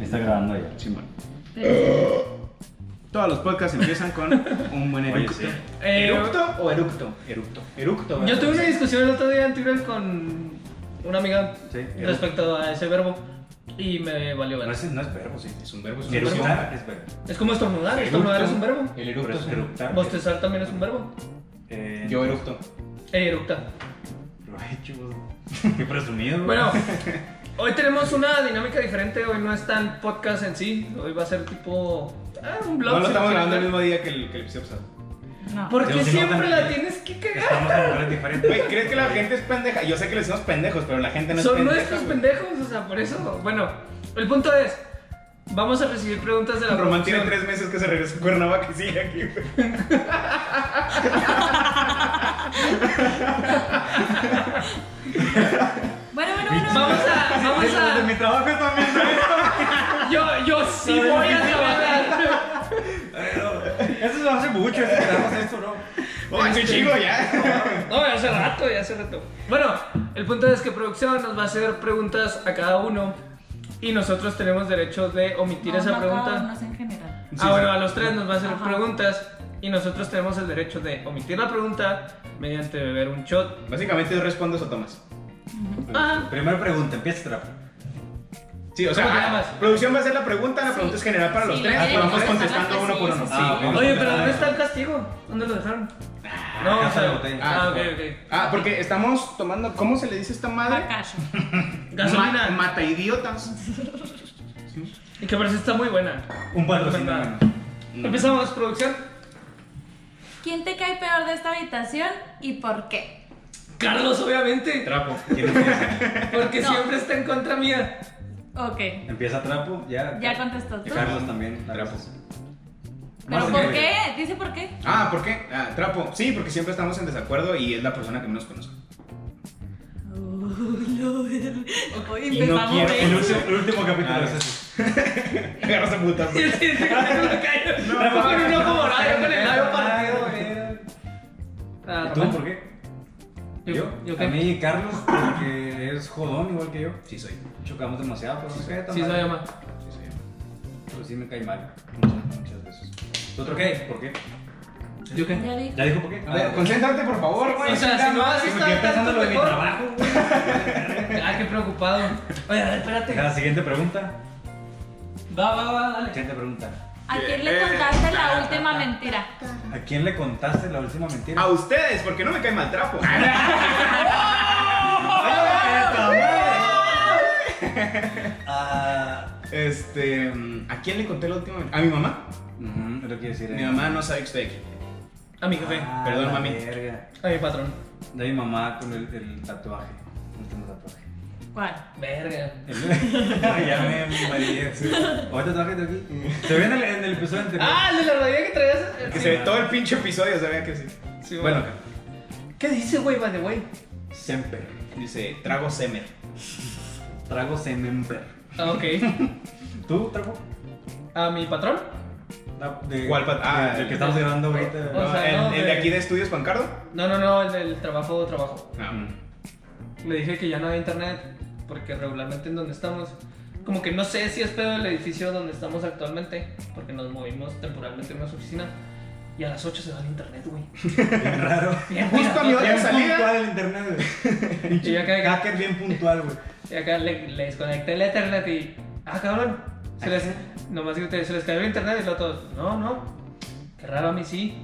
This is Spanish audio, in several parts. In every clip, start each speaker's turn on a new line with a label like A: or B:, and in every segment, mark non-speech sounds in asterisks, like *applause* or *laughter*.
A: Está grabando ya.
B: Simón.
C: Pero-
B: Todos los podcasts empiezan con un buen
A: Oye,
B: eructo.
A: sí.
C: Eh,
D: ¿Eructo o eructo? Eructo. Eructo.
C: Yo
D: ¿verdad?
C: tuve una discusión el otro día en Twitter con una amiga
A: Sí,
C: respecto a ese verbo y me valió
A: No
C: ver.
A: es, no es verbo, Pues sí.
D: Es un verbo, es un verbo.
A: Eructar es verbo.
C: Es como estornudar,
D: Eructo.
C: estornudar es un verbo.
D: El
A: Pero es
D: eructo.
A: eructar.
C: Bostezar también es un verbo.
A: Eh,
D: Yo eructo.
C: Eh, eructa.
A: Lo he hecho, Qué *laughs* presumido.
B: *laughs*
C: Bueno, hoy tenemos una dinámica diferente, hoy no es tan podcast en sí, hoy va a ser tipo ah, un blog.
B: No lo estamos
C: sí,
B: grabando el
C: sí.
B: mismo día que el, que el episodio pasado.
E: No.
C: Porque
A: Yo sí
C: siempre
A: no
C: la
A: tan-
C: tienes que cagar.
A: Estamos en lugares diferentes.
B: Güey, ¿crees que la gente es pendeja? Yo sé que les decimos pendejos, pero la gente no es
C: Son
B: pendeja.
C: nuestros
B: güey.
C: pendejos, o sea, por eso. Bueno, el punto es, vamos a recibir preguntas de la
B: Román tiene
C: producción.
B: tres meses que se regresó a Cuernavaca y sigue aquí, güey.
E: Bueno, bueno, bueno.
C: Vamos a, vamos
A: De mi
C: a,
A: trabajo también.
C: *laughs* yo, yo sí voy a trabajar.
A: Eso se hace mucho, eso tenemos esto, ¿no?
C: *laughs*
B: Oye,
C: Este-
B: qué chico ya.
C: No, ya hace rato, ya hace rato. Bueno, el punto es que producción nos va a hacer preguntas a cada uno y nosotros tenemos derecho de omitir
E: No,
C: esa
E: no,
C: pregunta.
E: Oh no, no es en general.
C: Ah, bueno, a los tres nos va a hacer
E: Ajá.
C: preguntas y nosotros tenemos el derecho de omitir la pregunta mediante beber un shot.
B: Básicamente yo respondo eso, Tomás.
C: Ah.
A: Primera pregunta, empieza trapo.
B: Sí, o sea,
C: ¿Cómo te
B: ah,
C: llamas?
B: producción va a hacer la pregunta, la pregunta es general para los
E: Sí,
B: tres,
E: sí,
B: pero vamos
E: sí,
B: contestando
E: sí,
B: uno por
E: sí,
B: uno.
E: sí,
A: Ah,
B: Sí,
A: ok.
B: ok.
C: Oye, pero ¿dónde está el castigo? ¿Dónde lo dejaron? No, o
A: casa de
C: sea,
A: botella.
C: ah,
B: Ah,
C: ok, ok.
B: Ah, porque estamos tomando, ¿cómo se le dice a esta madre?
E: Pacacho.
C: Gasolina.
B: Ma- mata idiotas.
C: y que parece está muy buena.
A: Un patrocinio menos.
B: Mm.
C: Empezamos, producción.
E: ¿Quién te cae peor de esta habitación y por qué?
C: Carlos, obviamente,
A: Trapo. ¿Quién empieza?
C: porque
E: No.
C: siempre está en contra mía.
E: Ok.
A: Empieza trapo, ya.
E: Ya contestó tú.
A: Carlos también.
B: Trapo.
A: Más
E: ¿Pero
A: o
E: por
A: menos.
E: qué? Dice por qué.
B: *laughs* Ah, ¿por qué? Ah, trapo. Sí, porque siempre estamos en desacuerdo y es la persona que menos conozco. *laughs*
E: Hoy
B: Y no
E: empezamos
B: quiero-
A: El
E: de-
A: último, el último capítulo
B: Ah,
A: es ese.
B: Agarras a putas.
C: Y así dice que no me callo. Trapo con un ojo morado, yo con el labio partido. Ah,
A: ¿Y tú
C: Román.
A: por qué?
C: ¿Yo? ¿Yo
A: A
C: qué?
A: mí, Carlos, porque es jodón igual que yo.
B: Sí, soy.
A: Chocamos demasiado, pero no sé tan
C: Sí,
A: mal.
C: soy ama.
B: Sí, soy.
A: Pero sí me cae mal. Muchas, muchas veces. ¿Tú otro qué? ¿Por qué?
C: ¿Yo qué?
E: Ya dije.
A: ¿Ya dijo por qué? Ah,
B: A ver, concéntrate, por favor, güey.
C: O sea, si no vas a
A: me quedé
C: estar
A: pensando
C: tanto
A: en lo de mi
C: mejor.
A: trabajo.
C: *laughs* Ah, qué preocupado. Oye, a ver, espérate.
A: La siguiente pregunta.
C: Va, va, va, dale.
A: Siguiente pregunta.
E: ¿A quién
B: Eh,
E: le contaste
B: ta,
E: la
B: ta,
E: última
B: ta.
E: mentira?
A: ¿A quién le contaste la última mentira?
B: A ustedes, porque no me cae mal trapo. *laughs*
A: *laughs* Ah,
B: Este, ¿a quién le conté la última? vez? A mi mamá.
A: ujú, lo quiero decir.
B: Mi
A: eh.
B: mamá no sabe que estoy aquí.
C: A mi jefe,
A: Ah,
B: Perdón,
A: la
B: mami.
A: verga.
C: a mi patrón.
A: De mi mamá con el, el tatuaje. No tengo tatuaje.
E: ¿Cuál?
C: Verga.
A: El- ya me mareé. sí. ¿Otra tatuaje de aquí? Se ve en el, en el episodio anterior.
C: Ah, el de la rodilla que traías. eh,
B: Que
C: Sí.
B: se ve todo el pinche episodio, se vea que sí.
C: Sí,
B: bueno,
C: bueno. ¿Qué dice, güey, by the way?
A: Semper.
B: dice, trago semer.
A: Trago Semper.
C: Ah, ok.
A: ¿Tú, Trapo?
C: ¿A mi patrón?
A: No, de-
B: ¿Cuál pat- ah, Oh,
A: de- el
B: el-
A: que estamos grabando ahorita.
C: O
B: No,
C: sea,
B: el,
C: no,
B: el de
C: de-
B: aquí de Estudios Pancardo.
C: No, no, no, el del trabajo, trabajo.
B: Ah,
A: mm.
C: Le dije que ya no había internet, porque regularmente en donde estamos, como que no sé si es pedo el edificio donde estamos actualmente, porque nos movimos temporalmente en una oficina, y a las 8 se va el internet, güey.
A: Bien raro.
C: Bien,
B: Justo a mi hora de
A: Bien
B: salida.
A: puntual el internet, güey.
C: *laughs* Y ya que-
A: Hacker bien puntual, güey.
C: Y acá le, le desconecté el internet y. ¡Ah, cabrón! Se les, nomás que ustedes se les cayó el internet y luego todos. No, no. Qué raro a mí sí.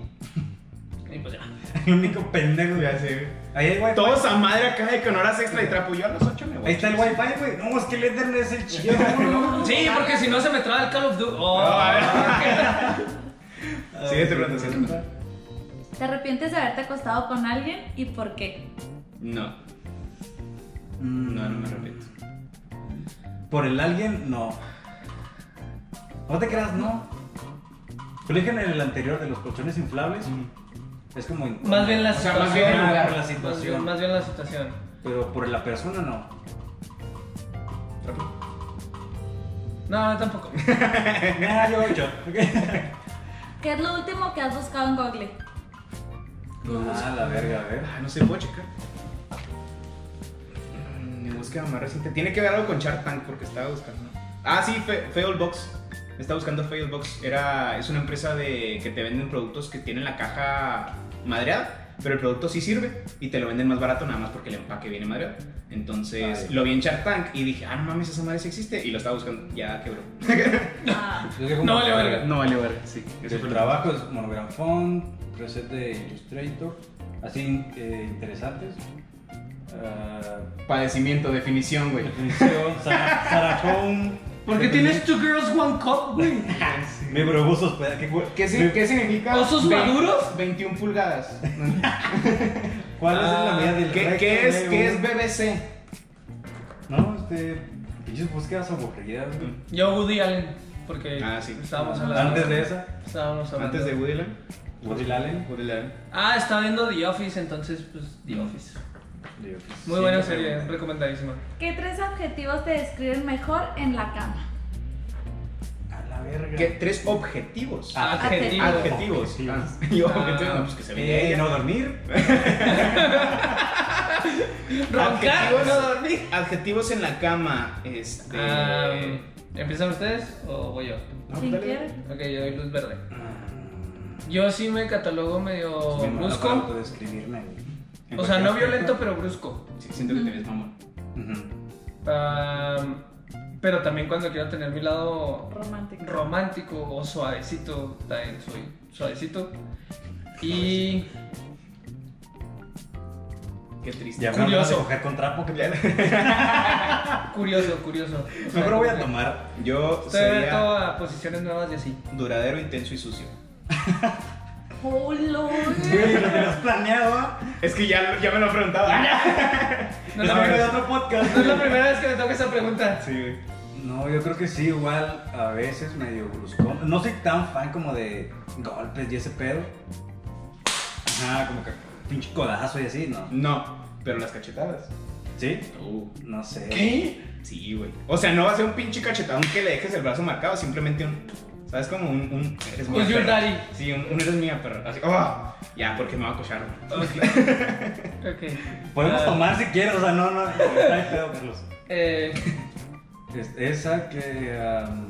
C: Y pues ya.
A: El único pendejo.
B: Ya sé.
A: Ahí hay wifi.
B: Todos a madre acá de con horas extra y trapo. Yo a las 8 me voy.
A: Ahí está el wifi, güey. No, es que el internet es el chido.
C: *laughs* Sí, porque si no se me traba el Call of Duty. Oh,
B: No, a ver.
C: ¿qué?
B: Siguiente pregunta, siguiente pregunta.
E: ¿Te arrepientes de haberte acostado con alguien y por qué?
B: No,
A: Mm,
B: no, no me arrepiento.
A: Por el alguien, no. No te creas, no. Yo le dije en el anterior de los colchones inflables. Es como. incómodo.
C: más bien la
A: O sea,
C: situación.
A: más bien el
C: güey.
A: lugar, la
C: Más bien-
A: situación.
C: Más bien la situación.
A: Pero por la persona,
C: *laughs*
A: no.
B: Trapo.
C: No, yo tampoco.
A: Ah, yo, yo.
E: ¿Qué es lo último que has buscado en Google?
A: Ah, la verga, a ver.
B: Ah, no sé, puedo checar. Mm, Mi búsqueda más reciente. Tiene que ver algo con Shark Tank porque estaba buscando. Ah, sí, Fe- Failbox. Estaba buscando Failbox. Era, es una empresa de que te venden productos que tienen la caja madreada, pero el producto sí sirve y te lo venden más barato nada más porque el empaque viene madreado. Entonces
A: Ay.
B: lo vi en Shark Tank y dije, ah, no mames, esa madre sí existe. Y lo estaba buscando. Ya quebró.
E: Ah,
A: Yo sé cómo-
C: No vale verga.
B: No valió verga, sí. Eso
A: El
B: fue lo-
A: trabajo es Monogram Font, preset de Illustrator, así eh, interesantes. Ah,
B: Padecimiento, definición, güey.
A: definición, Sara- Saracón.
C: ¿Por qué tienes Two Girls One Cup, güey?
A: Me propuso hospedar. ¿Qué, cu-
B: ¿Qué,
A: me-
B: sí- qué significa?
C: ¿Osos
B: Ve-
C: maduros?
B: 21 pulgadas.
A: ¿Cuál es la
C: Ah,
A: medida del
B: ¿Qué,
A: recto,
B: qué es,
A: negro?
B: ¿Qué es BBC?
A: No, este. Pinches búsquedas aburridas. güey.
C: *laughs* Yo Woody Allen, porque
B: Ah, sí.
C: estábamos hablando.
A: Antes de esa, pues,
C: Estábamos hablando.
B: Antes de Woody Allen.
A: Woody Allen.
B: Woody Allen.
C: Ah, estaba viendo The Office, entonces, pues, The Office.
A: Digo,
C: Muy
B: Sí,
C: buena
B: muy
C: serie,
B: buena.
C: recomendadísima.
E: ¿Qué tres adjetivos te describen mejor en la cama?
A: A la verga.
B: ¿Qué? Tres objetivos.
C: Ah, Adjetivo.
B: Adjetivos.
A: Ah, Objetivos.
B: Ah, *laughs* y objetivos,
C: Ah.
B: no, pues que se
A: Eh,
B: veía.
A: no dormir.
C: *laughs* Roncar,
B: Adjetivos.
C: no dormí.
B: Adjetivos en la cama. Este.
A: Ah,
C: Am, Ah, ¿Empiezan ustedes o voy yo?
A: No,
E: ¿Sin
A: dale.
E: quiere?
C: Ok, yo doy luz verde.
A: Mm,
C: Yo sí me catalogo medio
A: soy muy malo para
C: brusco.
A: autodescribirme, güey.
B: en
C: O sea,
B: cualquier
C: no
B: aspecto.
C: violento, pero brusco.
B: Sí, siento que te ves mamón.
A: Ujú.
C: Am, Ah, pero también cuando quiero tener mi lado
E: Romántico.
C: romántico o suavecito, también soy suavecito. Y
B: Qué triste.
A: Ya me hablaron de
C: Curioso.
A: coger con trapo. que-
C: curioso, curioso. O sea,
A: *laughs* Mejor voy a
C: como que *laughs*
A: tomar.
B: Yo
C: Estoy abierto
B: sería
C: a posiciones nuevas y así.
B: duradero, intenso y sucio.
E: ¡Jolo!
A: Güey, lo que has planeado. ¿ah?
B: Es que ya, ya me lo han preguntado.
A: es
C: No, es
A: parte de
C: la primera-
A: otro podcast.
C: *laughs* no es la primera vez que me toca esa pregunta.
B: Sí, güey.
A: No, yo creo que sí, igual a veces medio bruscón. No soy tan fan como de golpes y ese pedo. Ajá, como que pinche codazo y así, ¿no?
B: No, pero las cachetadas.
A: ¿Sí?
B: Uh.
A: No sé.
B: ¿Qué? Sí, güey. O sea, no va a ser un pinche cachetón que le dejes el brazo marcado, simplemente un. ¿Sabes? Como un. un
A: Pues
B: eres
C: Un your
B: perra.
C: daddy.
B: Sí, un, un eres mía, perro. Así, ¡oh! Ya, porque me va a cochar.
C: Ok.
A: Podemos
C: Ah,
A: tomar si quieres, o sea, no, no. No hay pedo, Carlos.
C: eh,
A: Es- esa que. am,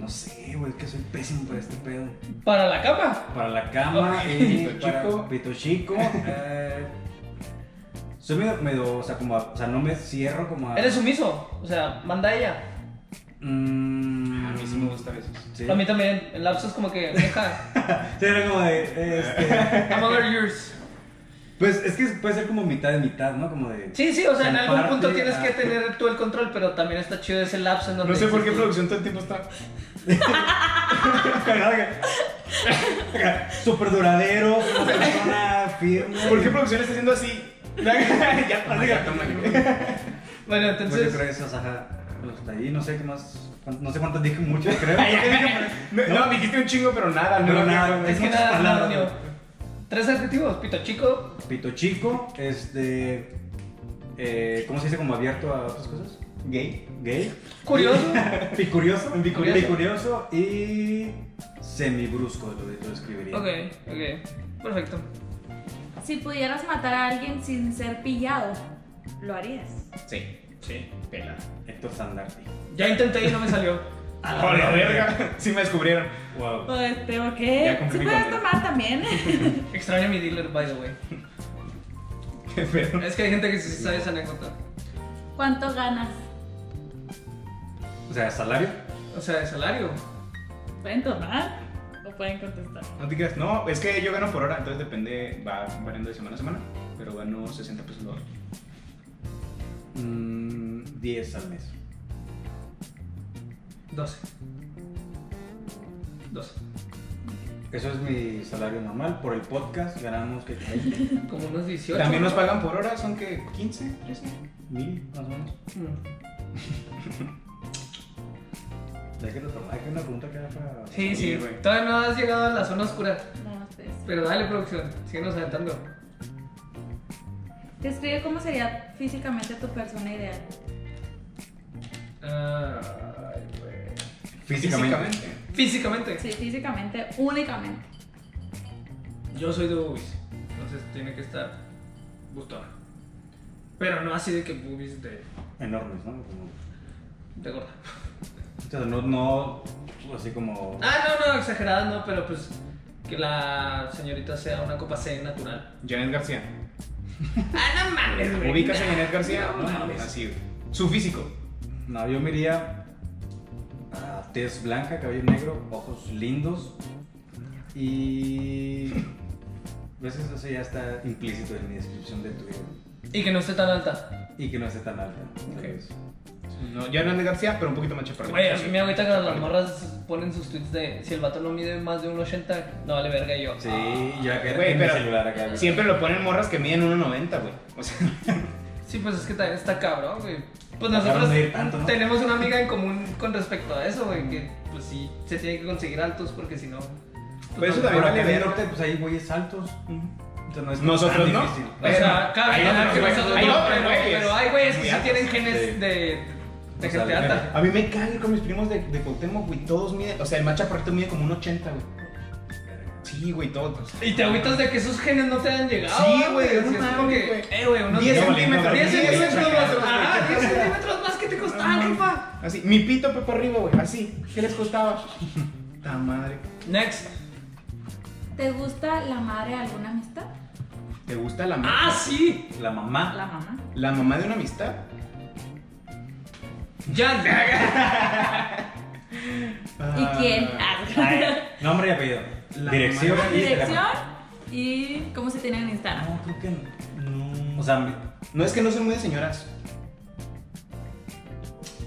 A: no sé, güey, que soy pésimo para este pedo.
C: para la cama.
A: Para la cama
B: *laughs*
C: Ok,
A: y
B: pito
A: para
B: chico.
A: pito chico. eh, soy medio, medio, o sea, como, a- o sea, no me cierro como a...
C: Eres sumiso. O sea, manda ella.
A: Mm,
B: A mí sí me gusta a veces.
A: Sí.
C: A mí también. El lapso es como que, deja.
A: Sí, era como de, este,
C: I'm over yours.
A: Pues es que puede ser como mitad de mitad, ¿no? Como de.
C: Sí, sí, o sea, en
A: En
C: algún
A: parte,
C: punto tienes
A: ah.
C: que tener tú el control, pero también está chido ese lapso en donde.
B: No sé por qué
C: dices tú,
B: producción todo el tiempo está.
A: Súper duradero, una persona firme.
B: ¿Por qué producción está haciendo así? *laughs* ya, toma, ya, toma, ya.
C: Bueno,
A: Pues yo creo
C: entonces.
A: que esas, ajá. Pues hasta ahí, no sé qué más. No sé cuántas dije, muchas creo.
B: No, no, dijiste un chingo, pero nada, no,
A: Pero
B: no,
A: nada,
B: no.
A: güey.
C: Es que
A: muchas
C: nada, nada,
A: palabras,
C: unió.
A: güey.
C: Tres adjetivos: pito chico,
A: Pito chico, este. eh, ¿Cómo se dice? Como abierto a otras cosas.
B: Gay.
A: Gay.
B: *laughs*
A: *laughs*
C: curioso.
A: Picurioso.
C: Bicurioso.
A: Bicurioso y. Semibrusco, lo, lo escribiría.
C: ok, ok. Perfecto.
E: Si pudieras matar a alguien sin ser pillado, lo harías.
B: Sí. Sí. Pela.
A: Héctor Sandarti.
C: Ya intenté y no me salió.
B: Hola, verga. Sí me descubrieron.
A: Wow.
E: Pues tengo
B: Ya
E: que.
B: cumplí mi
E: Si puedes
B: condena.
E: tomar también.
C: Extraño mi dealer, by the way.
B: Qué pedo.
C: Es que hay gente que sí sabe esa anécdota.
E: ¿Cuánto ganas?
A: O sea, salario.
C: O sea, de salario.
E: ¿Pueden tomar? ¿O pueden contestar?
B: No te creas. No, es que yo gano por hora, entonces depende, va variando de semana a semana, pero gano 60 pesos la hora.
A: Mm, 10 al mes.
C: 12. 12.
A: Eso es mi salario normal. Por el podcast ganamos que
C: Como unos 18.
B: También
C: ¿no?
B: nos pagan por hora, son que 15, 13.
A: *laughs* mil más o menos.
C: Mm.
A: Ya que lo tomé, hay que una pregunta que era para.
C: Sí,
B: Sí,
C: sí.
B: güey.
C: Todavía no has llegado a la zona oscura.
E: No, ustedes.
C: Pero dale, producción. Síguenos aventando.
E: Describe cómo sería físicamente tu persona ideal.
C: Ah, Ay, güey.
A: Físicamente.
C: Físicamente.
E: Sí, físicamente, únicamente.
C: Yo soy de boobies. Entonces tiene que estar bustona. Pero no así de que boobies de.
A: Enormes, ¿no? Como-
C: de gorda.
A: O sea, no, no así como.
C: Ah, no, no, exagerada no, pero pues que la señorita sea una copa C natural.
B: Janet García.
C: Ah, no mames, güey.
B: ¿Ubicas a Janet García?
C: No mames.
B: Así, güey. Su físico.
A: No, yo me iría a tez blanca, cabello negro, ojos lindos y... Pues eso eso ya está implícito en mi descripción de Twitter
C: Y que no esté tan alta.
A: y que no esté tan alta. tal
B: Ok.
A: vez.
B: No, Janet García, pero un poquito más chaparrita.
C: Güey, a mí me agüita cuando las morras ponen sus tweets de si el vato no mide más de un 80, no vale verga y yo.
A: Sí, yo acá
B: Güey,
A: en mi
B: pero
A: celular acá. güey.
B: Siempre lo ponen morras que miden 1.90, güey. O sea,
C: Sí, pues es que también está cabrón, güey. Pues
A: Para
C: nosotros
A: no medir tanto, ¿no?
C: tenemos una amiga en común con respecto a eso, güey, que pues sí se tiene que conseguir altos porque si no. pues
B: Pero eso
C: no-
A: Pero
B: también
A: acá
B: vale
A: en el
B: ver.
A: norte, pues ahí güeyes altos. Entonces no es
B: Nosotros
A: tan
B: no.
A: difícil.
C: O sea, cabe
B: Hay
C: aclarar
B: otros
C: que
B: güeyes,
C: nosotros
B: hay
C: no,
B: otros
C: pero,
B: güeyes.
C: pero hay güeyes que
B: Muy
C: sí
B: altos.
C: tienen genes
A: Sí.
C: de, de
A: O sea,
C: gente
A: de-
C: alta.
B: A mí me caga ir con mis primos de, de Cuauhtémoc, güey. Todos miden. O sea, el más chaparrito mide como un 80, güey. Sí, güey, todos.
C: Y te agüitas de que esos genes no te han llegado.
B: Sí,
C: ah,
B: güey,
C: así
B: no
C: es como
B: mames,
C: que,
B: güey.
C: Eh, güey, unos
B: 10
C: 10
B: centímetros,
C: centímetros. 10
B: 10
C: centímetros.
B: centímetros,
C: Ah,
B: güey.
C: 10 centímetros más que te costaban, Ah, jefa.
B: Así, mi pito pepa arriba, güey. Así. ¿Qué les costaba? Ta madre.
C: Next.
E: ¿Te gusta la madre de alguna amistad?
B: ¿Te gusta la mamá?
C: Ah, sí.
A: La mamá.
E: Ah, La mamá.
B: ¿La mamá de una amistad?
C: Jan.
E: ¿Y
B: Ah.
E: quién? Ah.
B: *laughs*
E: *laughs*
A: Nombre y apellido.
B: La
A: Dirección.
B: mamá.
A: y
E: E. Dirección
A: teléfono.
E: y cómo se tienen en Instagram.
A: No, creo que no.
B: No.
A: O sea, me-
B: no es que no soy muy de señoras.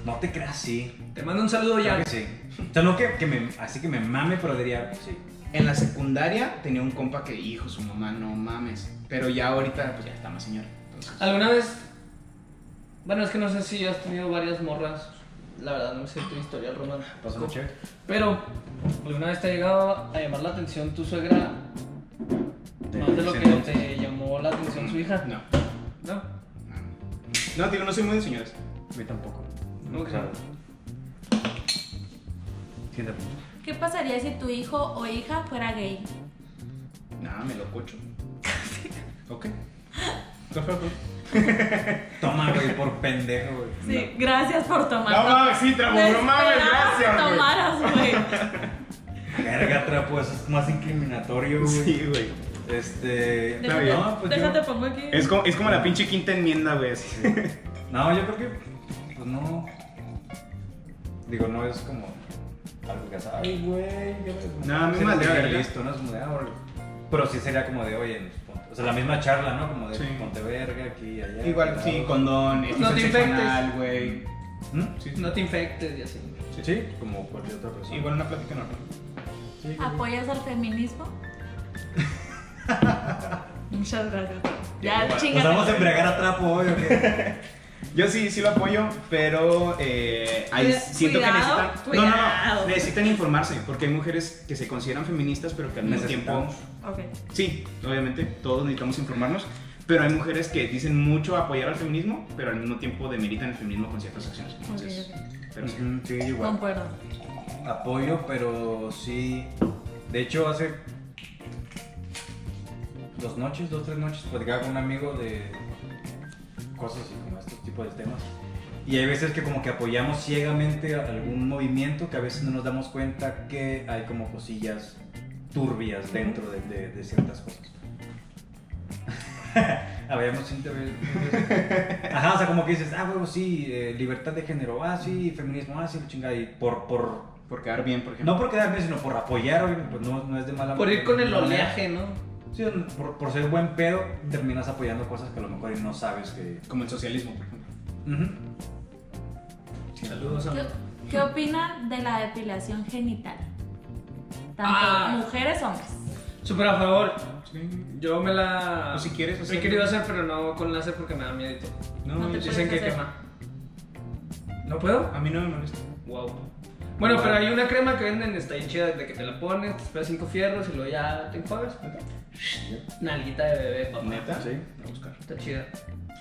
A: no te creas así.
C: Te mando un saludo,
A: Creo
C: Jan.
A: que sí. O sea, no que, que me, así que me mame, pero diría, sí.
B: En la secundaria tenía un compa que, hijo, su mamá, no mames. Pero ya ahorita, pues ya está más señora. Entonces,
C: ¿Alguna vez? Bueno, es que no sé si has tenido varias morras. La verdad, no sé tu historial
B: Pues,
A: Pasó
C: romántico.
A: muy chévere.
C: Pero, ¿alguna vez te ha llegado a llamar la atención tu suegra más de lo que te llamó la atención su hija?
B: No.
C: ¿No?
B: No, digo, no soy muy de señoras.
A: A mí tampoco.
C: No, que no.
A: Siguiente punto.
E: ¿Qué pasaría si tu hijo o hija fuera gay?
B: Nada, me lo
C: *laughs*
B: cocho. ok. No, no, no.
A: Toma, güey, por pendejo, güey.
E: Sí, gracias por tomar.
B: No mames, sí, Trabo,
E: Me
B: no mames,
E: esperaba que
B: gracias, güey.
E: tomaras, güey.
A: No. Verga, trapo, eso es más incriminatorio, güey.
B: Sí, güey.
A: Este.
B: Está bien.
A: No, pues
E: Déjate
A: yo-
E: pongo aquí.
B: Es como, es como la pinche quinta enmienda, güey. así.
A: No, yo creo que. Pues no. Digo, no es como. Algo que haces, ay, güey. ya ves,
B: No, a mí
A: sí,
B: me valdría
A: güey,
B: verga.
A: Listo, no es como de ahora. Pero sí sería como de, oye, pues, ponte- o sea, la misma charla, ¿no? Como de
B: Sí.
A: ponte verga aquí, allá.
B: Igual,
A: cuidado.
B: sí, condón, este,
C: No
B: no
C: te infectes.
B: güey.
A: ¿Mm?
B: Sí, sí.
C: No te infectes y así.
A: Sí, sí, como cualquier otra persona.
B: Igual una plática normal.
A: Sí,
E: ¿Apoyas al
B: *laughs*
E: feminismo? Muchas gracias.
B: Ya,
E: Ya,
B: bueno.
A: Nos
E: chingate.
A: vamos a embriagar a trapo hoy, ¿o
B: *laughs*
A: qué?
B: Yo sí, sí lo apoyo, pero eh, ahí
E: Cuida-
B: siento que
E: cuidado,
B: necesitan. No, no, no.
E: cuidado.
B: Necesitan informarse, porque hay mujeres que se consideran feministas, pero que al mismo tiempo.
A: Necesitamos.
E: Ok.
B: Sí, obviamente, todos necesitamos informarnos. Pero hay mujeres que dicen mucho apoyar al feminismo, pero al mismo tiempo demeritan el feminismo con ciertas acciones. Entonces,
E: Ok,
B: pero sí.
A: Ujú, Sí, igual.
E: Concuerdo.
A: apoyo, pero sí. De hecho, hace dos noches, dos, tres noches, platicaba con un amigo de cosas así como estos tipos de temas. Y hay veces que como que apoyamos ciegamente a algún movimiento que a veces no nos damos cuenta que hay como cosillas turbias dentro de, de- de ciertas cosas. *laughs* Habíamos inter- Ajá, o sea, como que dices, ah, huevo, sí, eh, libertad de género, ah, sí, feminismo, ah, sí, la chingada, y por, por
B: Por quedar bien, por ejemplo.
A: no por quedarme, sino por apoyar, obviamente, pues no, no es de
B: Ah,
A: mala
C: Por ir con el
A: manera.
C: oleaje, ¿no?
A: Sí, por, por ser buen pedo, terminas apoyando cosas que a lo mejor y no sabes que.
B: Como el socialismo, por ejemplo.
A: Ujú.
B: Saludos
E: ¿Qué, qué opinan de la depilación genital? Tanto
C: Ah.
E: mujeres, hombres.
C: Súper a favor. Yo me la.
B: O Pues si quieres
C: Me
B: hacer-
C: he querido hacer, pero no con láser porque me da miedo.
B: No,
E: No
B: yo-
E: te puedes
C: Dicen que
E: hacer.
C: quema. ¿No puedo?
B: a mí no me molesta.
C: Wow. Bueno, pero hay una crema que venden, está bien chida, de que te la pones, te esperas cinco fierros y luego ya te enjuagas. Nalguita de bebé, papá.
B: ¿Neta?
A: Sí.
B: Voy a buscar.
C: Está chida.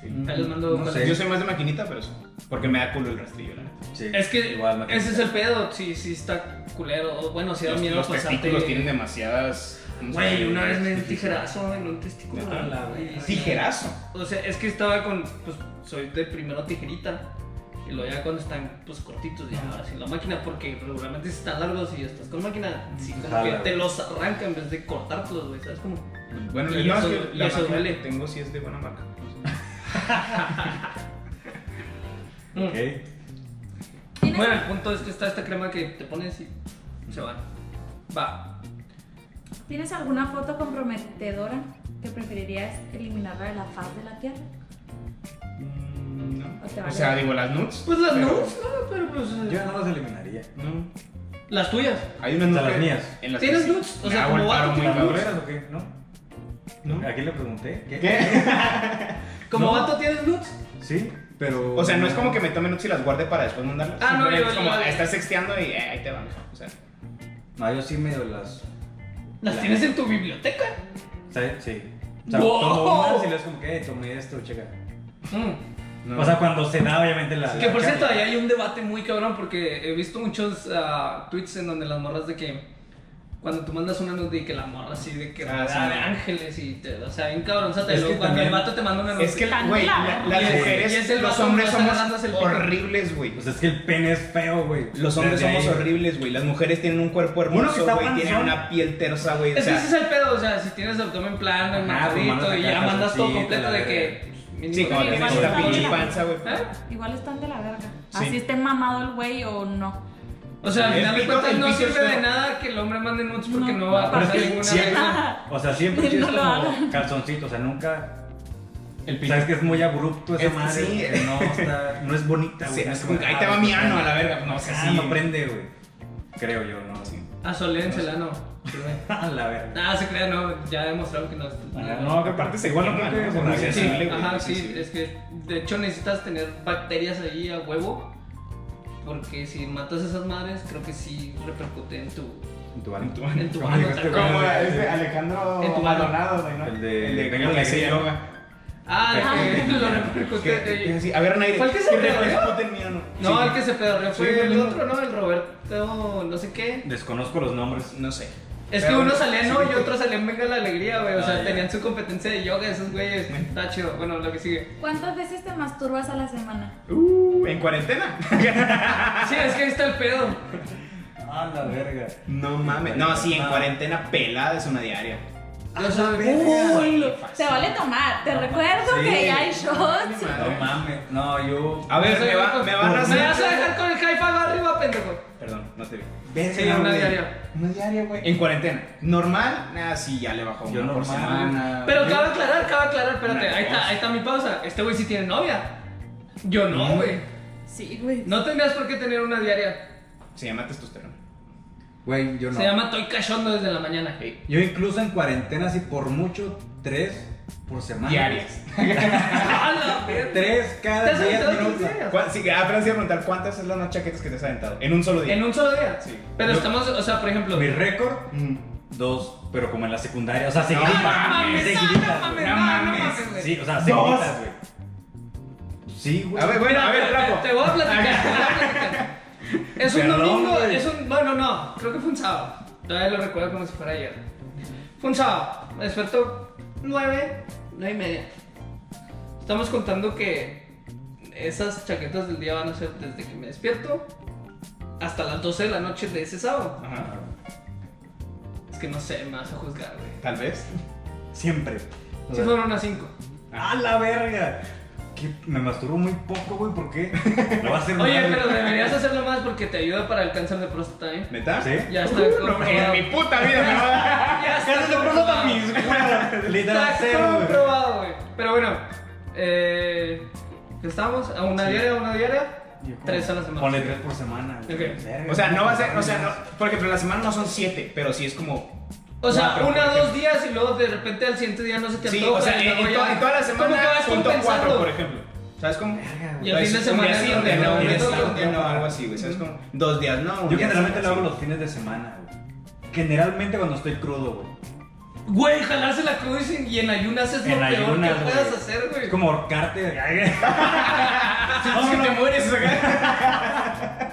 B: Sí.
C: Ahí les mando
A: No
C: con-
A: sé.
B: Yo soy más de maquinita, pero sí. Porque me da culo el rastrillo, la neta.
A: Sí,
C: Es que
A: igual, me-
C: ese es el pedo, sí, sí está culero. O, Bueno, sí da
B: los,
C: miedo
B: los
C: pasarte-
B: testículos tienen demasiadas. ¿cómo se
C: Güey,
B: llama?
C: una vez me di un tijerazo en un testículo.
B: ¿Neta?
C: güey.
B: Tijerazo.
C: O sea, es que estaba con. Pues soy de primero tijerita. Y luego ya cuando están pues cortitos, ya ahora sin la máquina, porque regularmente si están largos y estás con máquina, sí, como
A: Jala,
C: que
A: güey.
C: te los arranca en vez de cortártelos, güey, ¿sabes? Como,
B: Bueno,
C: Y
B: no,
C: eso-
B: es que
C: y
B: la
C: eso
B: máquina
C: duele.
B: que tengo sí es de buena marca.
C: mm.
A: Ok.
E: ¿Tienes-
C: Bueno, el punto es que está esta crema que te pones y se van. Va.
E: ¿Tienes alguna foto comprometedora que preferirías eliminarla de la faz de la tierra?
B: Mm, no.
E: ¿O te
B: O
E: vale?
B: sea, digo, las nudes.
C: Pues las
B: Pero-
C: nudes, no, pero pues. eh,
A: Yo no las eliminaría.
B: No.
C: Las tuyas.
B: Hay unas nudes.
A: O sea, las
B: que-
A: mías.
B: En las que
C: ¿Tienes
B: sí
C: nudes? O
B: me
C: sea,
B: hago
C: como
B: el
C: vato,
B: paro muy
C: ¿tienes
A: ¿Las
B: cabrón.
A: nuderas o qué? ¿No?
B: ¿No?
A: ¿A quién le pregunté? ¿Qué?
B: ¿Qué?
C: Como
A: No.
C: vato tienes nudes.
A: Sí, pero.
B: O sea, no es como que me tome nudes y las guarde para después mandarlas.
C: Ah, no,
B: Simplemente
C: yo-
B: Es como,
C: yo-
B: ah, estás sexteando y eh, ahí te van. O sea,
A: No, yo sí medio las.
C: Las
A: La
C: tienes en tu biblioteca.
A: ¿Sabes? Sí. O sea,
C: ¡Wow!
A: tomo unas y las como que "Eh, tomé esto, checa.
C: Mm.
A: O sea, cuando se da, obviamente la.
C: Que por
A: la-
C: cierto, ahí hay un debate muy cabrón porque he visto muchos ah, tweets en donde las morras de que cuando tú mandas una nude y que la morra así de que
B: Ah,
C: rodeada
B: sí.
C: de ángeles y te, o sea, bien cabronzata.
A: Es
C: Y luego
A: que
C: cuando el
A: también-
C: vato te manda una nude.
B: es que,
E: Tan
B: güey, la-
E: claro.
B: las
C: Y es-
B: mujeres,
C: y es el
B: los
C: vato
B: hombres
C: que está
B: somos
C: agarrándose el pito.
B: horribles, güey.
A: O sea, Pues es que el pene es feo, güey.
B: Los hombres
A: Desde
B: somos
A: ahí.
B: horribles, güey. Las mujeres tienen un cuerpo
A: Uno que
B: hermoso,
A: está
B: güey. Tienen
A: panzón.
B: una piel tersa, güey. O
C: Es que ese
B: sea,
C: es el pedo, o sea, si tienes abdomen plano,
A: Ajá, pues
C: enmadrito
A: mandas
C: y
A: acá
C: ya mandas todo
A: calzoncito,
C: completo
A: la
C: de
A: verga.
C: que. mínimo
B: eh, sí, como
E: Sí,
C: que-
B: tienes
E: igual
B: una
E: está
B: pinche
E: buena.
B: panza, güey.
C: ¿Eh?
E: Igual están de la verga.
B: Sí.
E: Así esté mamado el güey o no.
C: O sea, al
B: El
C: final de
B: pito-
C: cuentas
B: el
C: no
B: pito es
C: sirve de
B: feo.
C: nada que el hombre mande nudes porque
E: No,
C: no va a
A: Pero es
C: pasar
A: que
C: ninguna
A: siempre-
E: *laughs*
C: regla.
A: O sea, siempre
E: No
A: es
E: lo
A: como
E: hagan.
A: calzoncito, o sea, nunca.
B: El
A: O sea, es que es muy abrupto esa
B: Es que
A: madre.
B: sí.
A: porque No, está, no es bonita, güey.
B: Sí,
A: No
B: es
A: es
B: como que ahí te va mi ano a la verga. No, o sea,
A: Ah,
B: sí.
A: no prende, güey. Creo yo, ¿no? Sí.
C: A Solense, la no.
A: A la verga.
C: Ah, se crea, no, ya he demostrado que no. es-
A: Ajá, no, que aparte se igual no creo que
B: Sí,
A: por la
B: sí,
C: Sí,
B: sensible, güey,
C: ajá,
B: muy
C: sí,
B: sensible.
C: es que de hecho necesitas tener bacterias ahí a huevo. Porque si matas esas madres, creo que sí repercute en tu.
A: En tu ano.
C: En tu ano, tal cual.
B: Como ese Alejandro
C: En tu mano.
B: Maldonado, güey, ¿no?
A: El de-
B: El de
A: Venga,
B: que hace
A: alegría.
B: yoga.
C: Ah,
A: Ajá.
C: que *laughs* lo
B: Que- que-
C: repercute.
B: sí, A ver, Nair.
C: ¿Fue el que se
B: ¿qué
C: perdió?
B: repercute en mi ano?
C: No,
B: Sí.
C: el que se pedorreó
B: Sí,
C: fue el
B: no.
C: otro, ¿no? El Roberto, no sé qué.
A: Desconozco los nombres.
B: No sé.
C: Es que
B: Pero-
C: uno salía no
B: sí,
C: y
B: sí.
C: otro salía en Venga la Alegría, güey. O
B: Ah,
C: sea,
B: ya.
C: tenían su competencia de yoga esos güeyes. Está chido. Bueno, lo que sigue.
E: ¿Cuántas veces te masturbas a la semana?
B: Uh, ¿En cuarentena?
C: Sí, es que ahí está el pedo.
A: A la verga.
B: No mames. No, sí, en cuarentena pelada es una diaria.
C: Yo soy-
E: Uy,
C: Uy,
E: lo- te vale tomar. Te recuerdo
A: Sí.
E: que ya hay shots.
A: No mames. No, yo.
C: Ah,
B: A ver, me, va, me van a
C: Me
B: hacer.
C: vas a dejar con el high five arriba, pendejo.
B: Perdón, no te vi.
C: Sí, una diaria.
B: Una diaria, güey. En cuarentena. Normal, nada, sí, ya le bajó.
A: Yo
B: una por
A: normal.
B: semana.
C: Pero
B: Yo-
C: cabe aclarar, cabe aclarar, espérate,
B: Una
C: ahí está,
B: cosa.
C: ahí está mi pausa. Este güey sí tiene novia. Yo no,
B: Mm.
C: güey.
E: Sí, güey.
C: No tendrías por qué tener una diaria.
B: Se llama testosterona.
A: Güey, yo no.
C: Se llama Toy Cachondo desde la mañana.
A: Yo incluso en cuarentena, así por mucho, tres por semana.
B: Diarias.
C: *laughs* ¡A la verga!
A: Tres
C: ¿Te
A: cada
C: has
A: diez
C: aventado
A: minutos.
C: quince días?
B: ¿Cuál- Sí, ah, Francia preguntar cuántas es las más chaquetas que te has aventado. En un solo día.
C: En un solo día.
B: Sí.
C: Pero
A: Yo-
C: estamos, o sea, por ejemplo.
A: Mi récord,
B: Mm.
A: dos, pero como en la secundaria. O sea,
C: ¡Ah,
A: seguiditas.
C: no mames,
A: güey,
C: ah,
A: seguiditas,
C: no mames,
A: güey.
C: no, no
B: mames.
C: mames, güey.
A: Sí, o sea,
B: Dos.
A: seguiditas, güey. Sí, güey.
B: A ver, bueno, a ver,
C: Mira, te-
B: trapo.
C: Te voy a platicar. te voy a platicar. Es un
B: Perdón,
C: domingo,
B: güey.
C: es un. Bueno, no, creo que fue un sábado. Todavía lo recuerdo como si fuera ayer. Fue un sábado. Me despertó 9, 9 y media. Estamos contando que esas chaquetas del día van a ser desde que me despierto hasta las 12 de la noche de ese sábado.
B: Ajá.
C: Es que no sé, me vas a juzgar, güey.
B: Tal vez.
A: Siempre. O
C: Sí
A: sea,
C: fueron unas 5.
A: ¡A la verga! Que me masturbo muy poco, güey, ¿por
C: *laughs*
A: qué? Lo va a hacer
C: Oye,
A: mal,
C: pero
A: güey. *laughs*
C: deberías hacerlo más porque te ayuda para el cáncer de próstata, ¿eh?
B: ¿Neta?
A: ¿Sí?
C: Ya está.
B: Uh, no, en
C: comprobado.
B: mi puta vida me va a
C: Ya está
B: Cáncer de próstata,
C: comprobado. *laughs*
B: mis
A: Literal,
C: Está
A: cero, güey.
C: comprobado, güey. Pero bueno, eh, ¿qué estábamos? ¿A una diaria, a una diaria?
A: Yo como-
C: Tres a la semana.
A: Ponle tres por semana, güey.
C: Ok. *laughs*
A: Verga,
B: O sea, no va a ser, o sea,
A: mames.
B: no, porque pero la semana no son siete, pero sí es como
C: O sea,
B: cuatro,
C: una,
B: por
C: dos días y luego de repente al siguiente día no se te
B: Sí,
C: antoja.
B: o sea,
C: y
B: en,
C: luego
B: en
C: ya-
B: to- en toda la
C: como que
B: semana
C: vas
B: junto cuatro,
C: compensando.
B: por ejemplo. ¿Sabes cómo? Pues,
A: Verga, güey.
C: Y el fin de semana
B: un día
C: es
B: sí,
C: donde
B: un día no, un día
A: tienes
B: sí, un día no,
A: tanto.
B: algo así, güey. ¿Sabes cómo? Dos días no. un
A: Yo
B: día
A: generalmente
B: sí,
A: lo hago
B: sí.
A: los fines de semana, güey. Generalmente cuando estoy crudo, güey.
C: Güey, jalarse la cruz y- y en ayunas es lo
A: En
C: peor
A: ayunas,
C: que
A: güey.
C: puedas hacer, güey.
A: Es como ahorcarte.
C: *laughs*
B: Sientes que te mueres acá.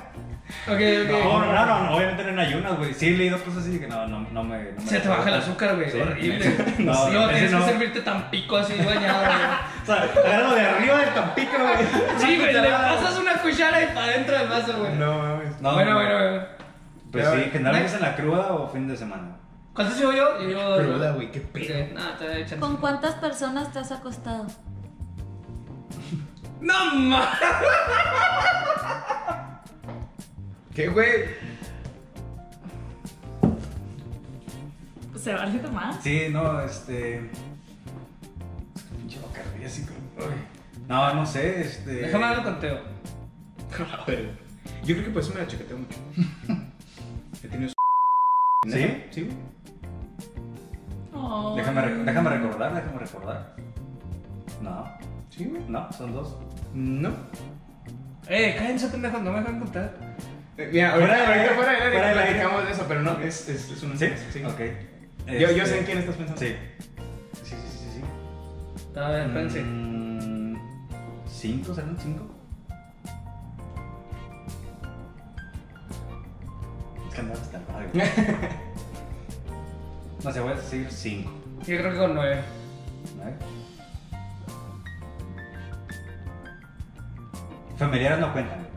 C: Ok, ok.
A: No, no, no, no, no, obviamente no en ayunas, güey. Sí he leído cosas así que no, no, no me. No me
C: Se te baja el azúcar, güey.
A: Sí.
B: *laughs*
C: horrible.
A: No,
C: No,
A: no, ese
C: tienes
A: no.
B: *laughs*
C: que servirte tan pico así bañado, güey.
A: O sea, agarro de arriba de
B: tan pícaro, güey.
C: Sí, güey, le pasas una cuchara y para adentro del vaso, güey.
B: No mames.
A: No,
C: bueno,
A: no, no.
C: bueno, bueno.
A: Pues sí, generalmente es en la cruda o fin de semana.
C: ¿Cuántos llevo yo? Yo llevo.
B: Cruda, güey, qué pedo.
C: Sí, nada, te voy a echar.
F: ¿Con cuántas personas te has acostado?
C: ¡No mames!
B: ¿Qué, güey?
E: Pues, ¿Se vale tomar?
A: Sí, no, este. es que Pinche Bacardí, así como- ay. No, no sé, este.
C: Déjame darle conteo.
B: A ver, yo creo que por eso me la chaqueteo mucho.
A: *laughs*
B: He tenido su-
A: ¿Sí?
B: ¿Sí? güey.
E: Oh.
A: Déjame, rec- déjame recordar, déjame recordar. No,
B: ¿Sí, güey?
A: no, son dos.
B: No.
C: Eh, cállense, pendejos, no me dejan contar.
B: Eh, Mira,
A: Fuera
B: ahorita,
A: del aire,
B: ahorita fuera del
A: fuera
B: aire
A: del aire.
B: platicamos de eso, pero no, es, es, es un...
A: ¿Sí?
B: sí.
A: Ok.
B: Yo, yo
A: Este,
B: sé en quién estás pensando.
A: Sí. Sí, sí, sí, sí. sí.
C: A ver, espérense.
A: Mm, ¿Cinco? ¿Serán cinco? Es que andaba hasta el madre. *laughs* No sé, voy a decir cinco.
C: Yo creo que con nueve.
A: ¿vale? Familiares no cuentan.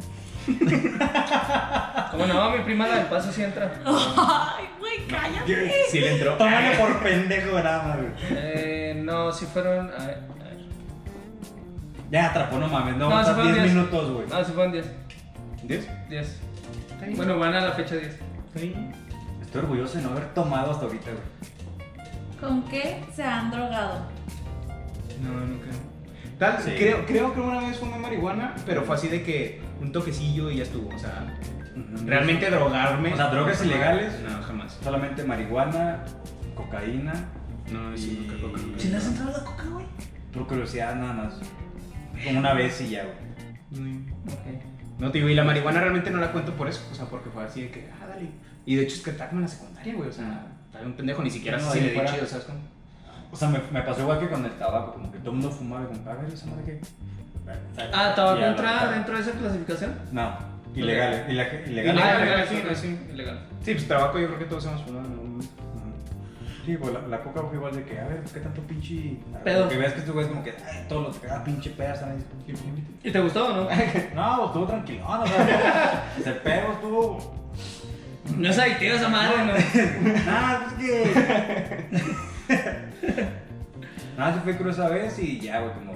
C: ¿Cómo no? Mi prima la del paso sí entra.
E: Ay, güey, cállate.
B: Sí le entró.
A: Tómalo por pendejo, nada más, güey.
C: Eh, no, si fueron. A ver, a ver.
A: Ya atrapó, no mames, no,
C: No,
A: aguantas
C: se fueron
A: 10
C: diez.
A: minutos, güey.
C: No, si fueron diez.
B: ¿Diez?
C: Diez.
B: bien.
C: Bueno, van a la fecha diez.
A: Estoy orgulloso de no haber tomado hasta ahorita, güey.
E: ¿Con qué se han drogado?
B: No, nunca. Tal,
A: Sí.
B: creo, creo que una vez fumé marihuana, pero fue así de que un toquecillo y ya estuvo. O sea, realmente drogarme.
A: O sea, drogas ilegales.
B: No, jamás.
A: Solamente marihuana, cocaína.
B: No,
A: Y-
B: sí, nunca, nunca, nunca.
C: ¿Sí le has entrado la coca, güey?
A: Por curiosidad nada más. Como una vez y ya, güey.
B: No,
C: Ok.
B: te digo, y la marihuana realmente no la cuento por eso. O sea, porque fue así de que, ah, dale. Y de hecho es que tal en la secundaria, güey. O sea, tal un pendejo ni siquiera
A: No,
B: sé si
A: ahí
B: le di
A: fuera.
B: chido, ¿sabes cómo?
A: O sea, me, me pasó igual que con el tabaco, como que todo el mundo fumaba y como, a ver, esa madre que.
C: Ah, ¿tabaco
A: Y a la-
C: entra dentro de esa clasificación?
A: No, ilegal, ilegal, ilegal.
B: Ilegal.
C: Ah, ilegal,
B: sí,
C: ok,
B: sí.
C: ilegal.
B: Sí, pues trabajo yo creo que todos hemos fumado en algún momento.
A: Ujú. Sí, pues la, la coca fue igual de que, a ver, ¿qué tanto pinche.
C: Pedo.
A: Que veas que tú güey como que, ay, todos los que ah, pinche pedas están
C: *laughs*
A: ahí.
C: ¿Y te gustó o no?
A: No, pues, estuvo tranquilón, o
C: *laughs*
A: sea, ese pedo estuvo.
C: No es adictivo esa madre, ¿no?
A: Nada, pues que. *laughs* Nada, se fue cruel esa vez y ya, güey, como.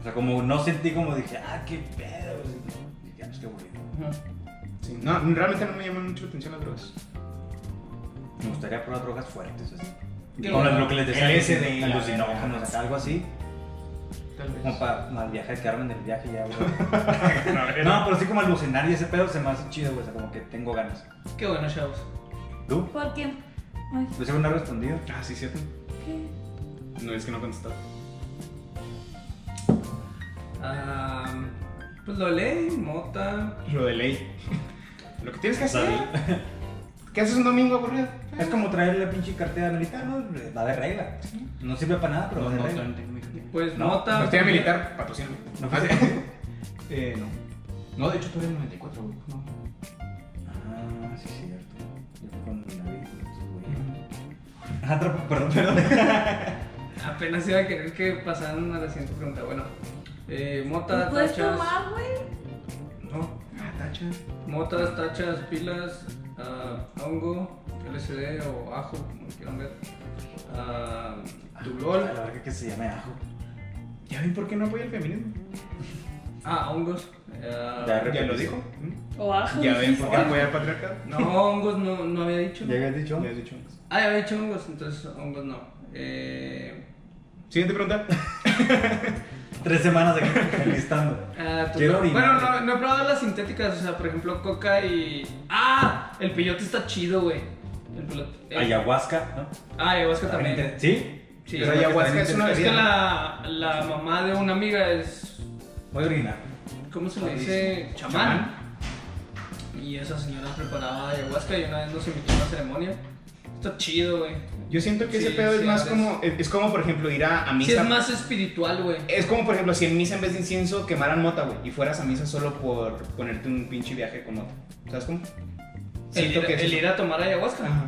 A: O sea, como no sentí como dije, ah, qué pedo. y Dije, ah, pues qué aburrido.
B: Sí, no, realmente no me llaman mucho la atención las drogas.
A: Me gustaría probar drogas fuertes, así.
C: ¿Qué?
A: Como lo que les decía,
B: LSD, la
A: alucinógenos,
B: verga.
A: acá, algo así.
B: Tal vez.
A: Como para mal viaje, quedarme en el viaje y ya, güey.
B: No,
A: *laughs*
B: no,
A: No, pero sí como alucinar y ese pedo se me hace chido, güey, o sea, como que tengo ganas.
C: Qué bueno, chavos.
A: ¿Tú?
E: ¿Por qué? Ay,
A: Pues según no he respondido.
B: Ah, sí, cierto.
E: ¿qué?
B: No, es que no contestaba.
C: Ah, pues lo leí, mota.
B: Lo de ley. *laughs* Lo que tienes que hacer.
A: David.
B: ¿Qué haces un domingo aburrido? Ah,
A: Es como traer la pinche cartera militar, ¿no? Va de regla. No sirve para nada, pero va de regla.
C: Pues
A: No,
C: mota.
B: No, estoy a militar, patrocíname.
A: No,
B: Ah,
A: pues,
B: sí. *laughs* eh, no. No, de hecho todavía en 94, güey. No.
A: Ah, sí, cierto. Yo fui con David, con estos güeyes. Ah, tra- perdón, perdón.
C: Apenas iba a querer que pasaran a la siguiente pregunta. Bueno, eh, mota,
E: ¿Puedes
C: tachas.
E: tomar, güey?
C: No.
B: Ah, tacha.
C: Motas, tachas, pilas, ah, hongo, LSD o ajo, como lo quieran ver. Ah,
A: A
C: Tulol.
A: la verga que se llame ajo.
B: Ya ven por qué no apoya el feminismo.
C: Ah, hongos. Ah,
A: Ya,
B: Ya lo
A: repetiste.
B: dijo. ¿Mm?
E: O ajo.
B: Ya ven por qué apoya el patriarcado.
C: no,
B: *laughs*
C: hongos no, no había dicho.
A: ¿Ya habías dicho?
B: Ya has dicho antes.
C: Ah, ya había dicho hongos, entonces hongos no. Eh,
B: Siguiente pregunta.
A: Tres semanas de listando.
C: Ah, tú
A: Quiero
C: no-
A: orinar.
C: Bueno, no, no he probado las sintéticas, o sea, por ejemplo, coca y. ¡Ah! El peyote está chido, güey. El pelote. eh,
A: Ayahuasca, ¿no?
C: Ah, ayahuasca también.
A: ¿Sí?
C: Sí,
B: Pero
C: es lo que
B: ayahuasca
C: también
B: es una
C: te- Es que
B: bebida.
C: la, la mamá de una amiga es.
A: Voy a orinar.
C: ¿Cómo se
B: Ah,
C: le dice? Chamán. Y esa señora preparaba ayahuasca y una vez nos invitó a una ceremonia. Está chido, güey.
B: Yo siento que ese
C: Sí,
B: pedo es
C: sí,
B: más
C: eres-
B: como. Es es como, por ejemplo, ir a, a misa.
C: Sí, es más espiritual, güey.
B: Es como, por ejemplo, si en misa en vez de incienso quemaran mota, güey, y fueras a misa solo por ponerte un pinche viaje con mota. ¿Sabes cómo?
C: El, ir-
B: es
C: el ir a tomar ayahuasca.
B: Ajá.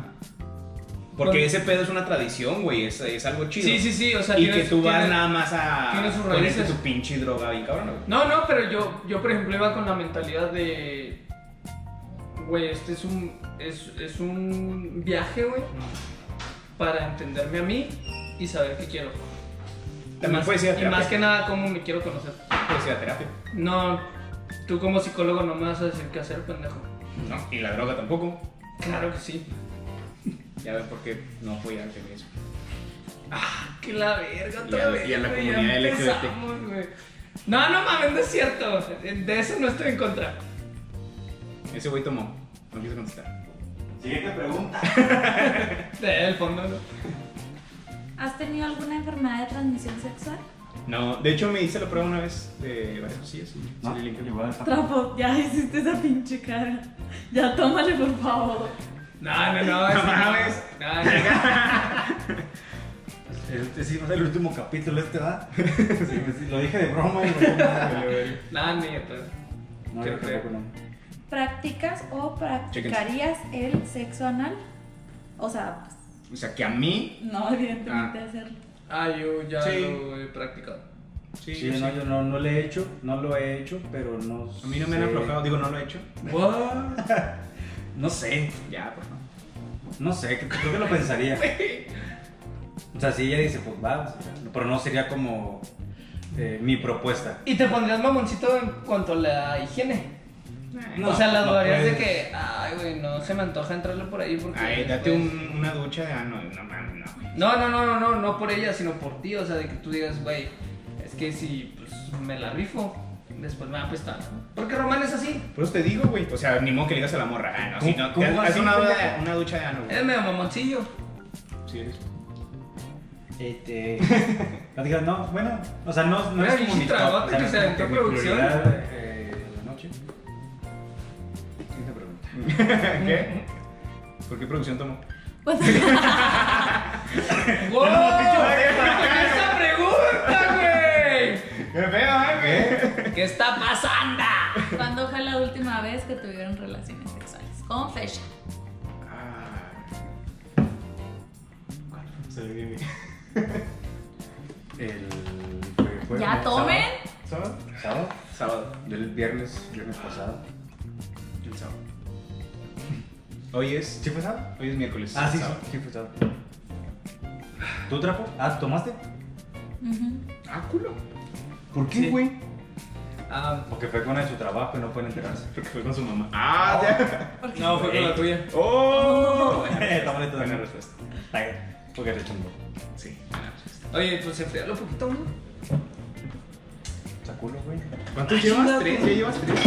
B: Porque
C: Bueno.
B: ese pedo es una tradición, güey, es, es algo chido.
C: Sí, sí, sí, o sea,
B: Y que
C: tienes-
B: tú vas
C: tienes-
B: nada más a
C: tiene sus
B: ponerte
C: raíces.
B: tu pinche droga bien cabrón, güey.
C: No, no, pero yo, yo por ejemplo iba con la mentalidad de, güey, este es un, es, es un viaje, güey, para entenderme a mí y saber qué quiero.
B: También
C: más,
B: puedes ir a
C: Y
B: terapia.
C: más que nada cómo me quiero conocer.
B: Puedes ir a terapia.
C: No, tú como psicólogo no me vas a decir qué hacer, pendejo.
B: No, y la droga tampoco.
C: Claro que sí.
B: Ya ven por qué no fui al feminismo.
C: Que la verga
B: Y a
C: otra
B: la-
C: vez.
B: y a la
C: güey,
B: comunidad
C: ya
B: LGBT.
C: empezamos, güey. No, no mames, no es cierto. De eso no estoy en contra.
B: Ese güey tomó. No quiso contestar.
A: Siguiente pregunta.
C: Del fondo no.
F: ¿Has tenido alguna enfermedad de transmisión sexual?
B: No, de hecho me hice la prueba una vez de varias cosillas. y
A: No,
B: salí limpio.
A: igual.
E: Trapo, ya hiciste esa pinche cara. Ya tómale, por favor.
C: No, no,
B: *laughs*
C: no, eso no,
B: mames.
C: No, no,
A: Este sí va a ser el último capítulo este, ¿verdad? *laughs* Sí, sí, lo dije de broma. Y me-
C: no, ni de pedo.
A: no, yo tampoco, no.
F: ¿Practicas o practicarías el sexo anal? O sea,
B: O sea, que a mí.
F: no, *laughs* evidentemente hacerlo.
C: Ah, yo ya
B: Sí.
C: lo he practicado.
B: Sí,
A: Sí,
B: sí.
A: no, yo no, no le he hecho, no lo he hecho, pero no
B: A mí no me han
A: sé.
B: aflojado, digo, no lo he hecho.
C: What?
A: No sé,
B: Ya, pues, por favor.
A: no sé, creo- creo que lo pensaría. O sea, si ella dice, pues va, o sea, pero no sería como eh, mi propuesta.
C: Y te pondrías mamoncito en cuanto a la higiene.
A: No,
C: o sea, la
A: no
C: dudarías de
A: puedes.
C: que, ay, güey, no se me antoja entrarle por ahí porque.
B: Ay, date
C: pues,
B: un- una ducha de. Ah, no, no mames, no. güey.
C: No, no, no, no, no, no por ella, sino por ti. O sea, de que tú digas, güey, es que si pues, me la rifo, después me va a apestar. Porque Román es así.
B: Por eso te digo, güey. O sea, ni modo que le digas a la morra. Ah, no, si no.
A: ¿Cómo
B: te-
A: vas
B: haz
A: a
B: una,
A: intentar?
B: una ducha de ano,
A: Eh,
C: Es
B: güey.
C: medio *laughs* mamoncillo.
B: Sí, eres.
A: Este. *laughs* no digas, no, bueno, o sea, no, no
C: Mira,
A: es como
C: pinche
A: mi top,
C: trabajo que
A: no es
C: se
A: como
C: aventó
A: mi
C: producción.
A: prioridad, eh, de la noche. Siguiente pregunta.
B: *laughs* ¿Qué? ¿Por qué producción tomó?
F: Pues,
C: *laughs* ¡Wow! ¡Esa pregunta, güey!
B: ¡Qué feo, eh, güey!
C: ¿Qué está pasando?
F: ¿cuándo fue la última vez que tuvieron relaciones sexuales? Con fecha.
B: Ah.
A: Se ve bien,
B: *laughs*
A: El. fue- fue
F: ¿Ya
A: sábado.
F: tomen?
A: ¿Sábado? ¿Sábado?
B: Sábado.
A: Del viernes, viernes pasado.
B: El sábado. Hoy es.
A: ¿Sí fue sábado?
B: Hoy es miércoles.
A: Ah, sí,
B: Sábado.
A: sí, sí fue sábado. ¿Tú trapo? Ah, ¿tomaste?
F: Ujú.
B: Ah, culo.
A: ¿Por
C: qué,
A: güey?
C: Ah,
A: Porque fue con el de su trabajo y no pueden enterarse.
B: Porque fue con su mamá. Ah, ya.
C: no, fue con la tuya.
B: ¡Oh!
A: *laughs* Está bonito.
B: Buena respuesta.
A: Está bien, Porque te chumbo.
B: Sí, buena respuesta.
C: Oye, pues enfrialo un poquito, ¿no?
A: Saculo, güey.
B: ¿Cuántos
C: Ay,
B: llevas?
C: chingado.
B: ¿Tres? ¿Ya llevas tres?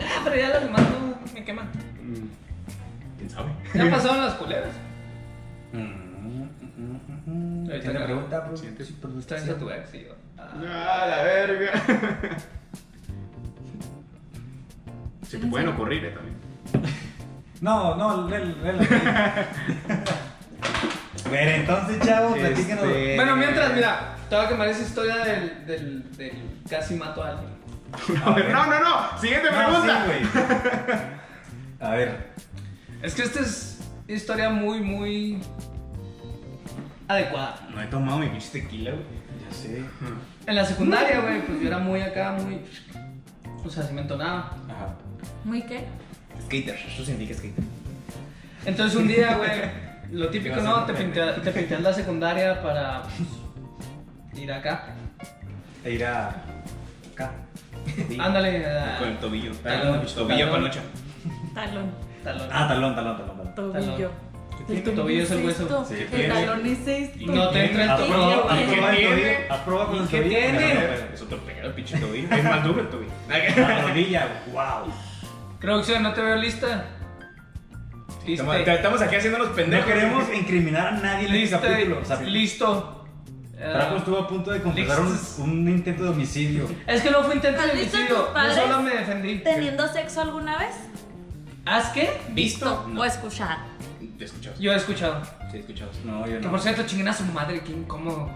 C: Ah, pero ya las demás no me queman.
B: ¿Quién sabe?
C: Ya pasaron las culeras.
A: Mm,
C: Ahí está
A: ¿Tiene
C: acá.
A: pregunta, bro?
B: Siguiente.
A: Sí, pero
C: Está en tu ex y yo. Ah.
B: Ah, la verga. Se te pueden ocurrir, eh, también.
A: No, no, léelo, léelo.
C: *laughs*
A: A ver, entonces, chavos, platíquenos.
B: Este-
C: Bueno, mientras, mira, te voy a quemar esa historia del, del, del casi mato a alguien.
A: A ver.
B: No, no, no. Siguiente
A: No, sí,
C: *laughs*
B: pregunta.
A: güey. A ver,
C: Es que esta es historia muy, muy adecuada.
B: No he tomado mi pinche tequila, güey.
A: ya sé.
C: En la secundaria, güey, pues yo era muy acá, muy. O sea, sí me entonaba.
A: Ajá.
F: ¿Muy qué?
B: Skater. Yo sentí que skater.
C: Entonces un día, güey, lo típico,
B: Ibas a
C: ¿no? Te
B: ser
C: pinteas, te pinteas la secundaria para pues, ir acá.
A: E ir a. Acá.
C: Ándale, ah,
B: Con el tobillo. Ah,
C: Talón,
B: Tobillo
C: talón.
B: panocha.
E: Talón,
C: talón.
A: Ah, talón, talón, talón, talón.
E: tobillo.
C: El tobillo es el hueso.
F: Esto,
A: Sí,
F: el
A: tiene-
F: talón es esto.
C: No te entra el
A: ¿Has probado,
C: tobillo.
A: has
F: ¿Y
B: qué
A: probado el
B: tiene?
A: tobillo? ¿Has probado con
C: ¿Y
A: el
C: qué
A: tobillo?
C: tiene?
A: No, no, espera.
B: Es otro pedo, el pinche tobillo. Es más duro el tobillo.
A: La rodilla, wow.
C: Producción, no te veo lista.
B: Estamos, estamos aquí haciendo los
A: No
B: pendejos.
A: queremos incriminar a nadie en este
C: Lista,
A: capítulo. O sea,
C: listo. Eh,
A: Trapo estuvo a punto de confesar un,
C: Listos.
A: un intento de homicidio.
C: es que no fue intento de
F: ¿Has visto a tus
C: homicidio, yo
F: padres?
C: solo me defendí.
F: ¿Teniendo sexo alguna vez?
C: ¿Haz qué?
B: ¿Visto?
F: ¿O escuchado?
B: Te escuchamos.
C: Yo he escuchado.
B: Sí, escuchamos.
A: No, yo
C: Que
A: no.
C: por cierto, chinguen a su madre, qué incómodo.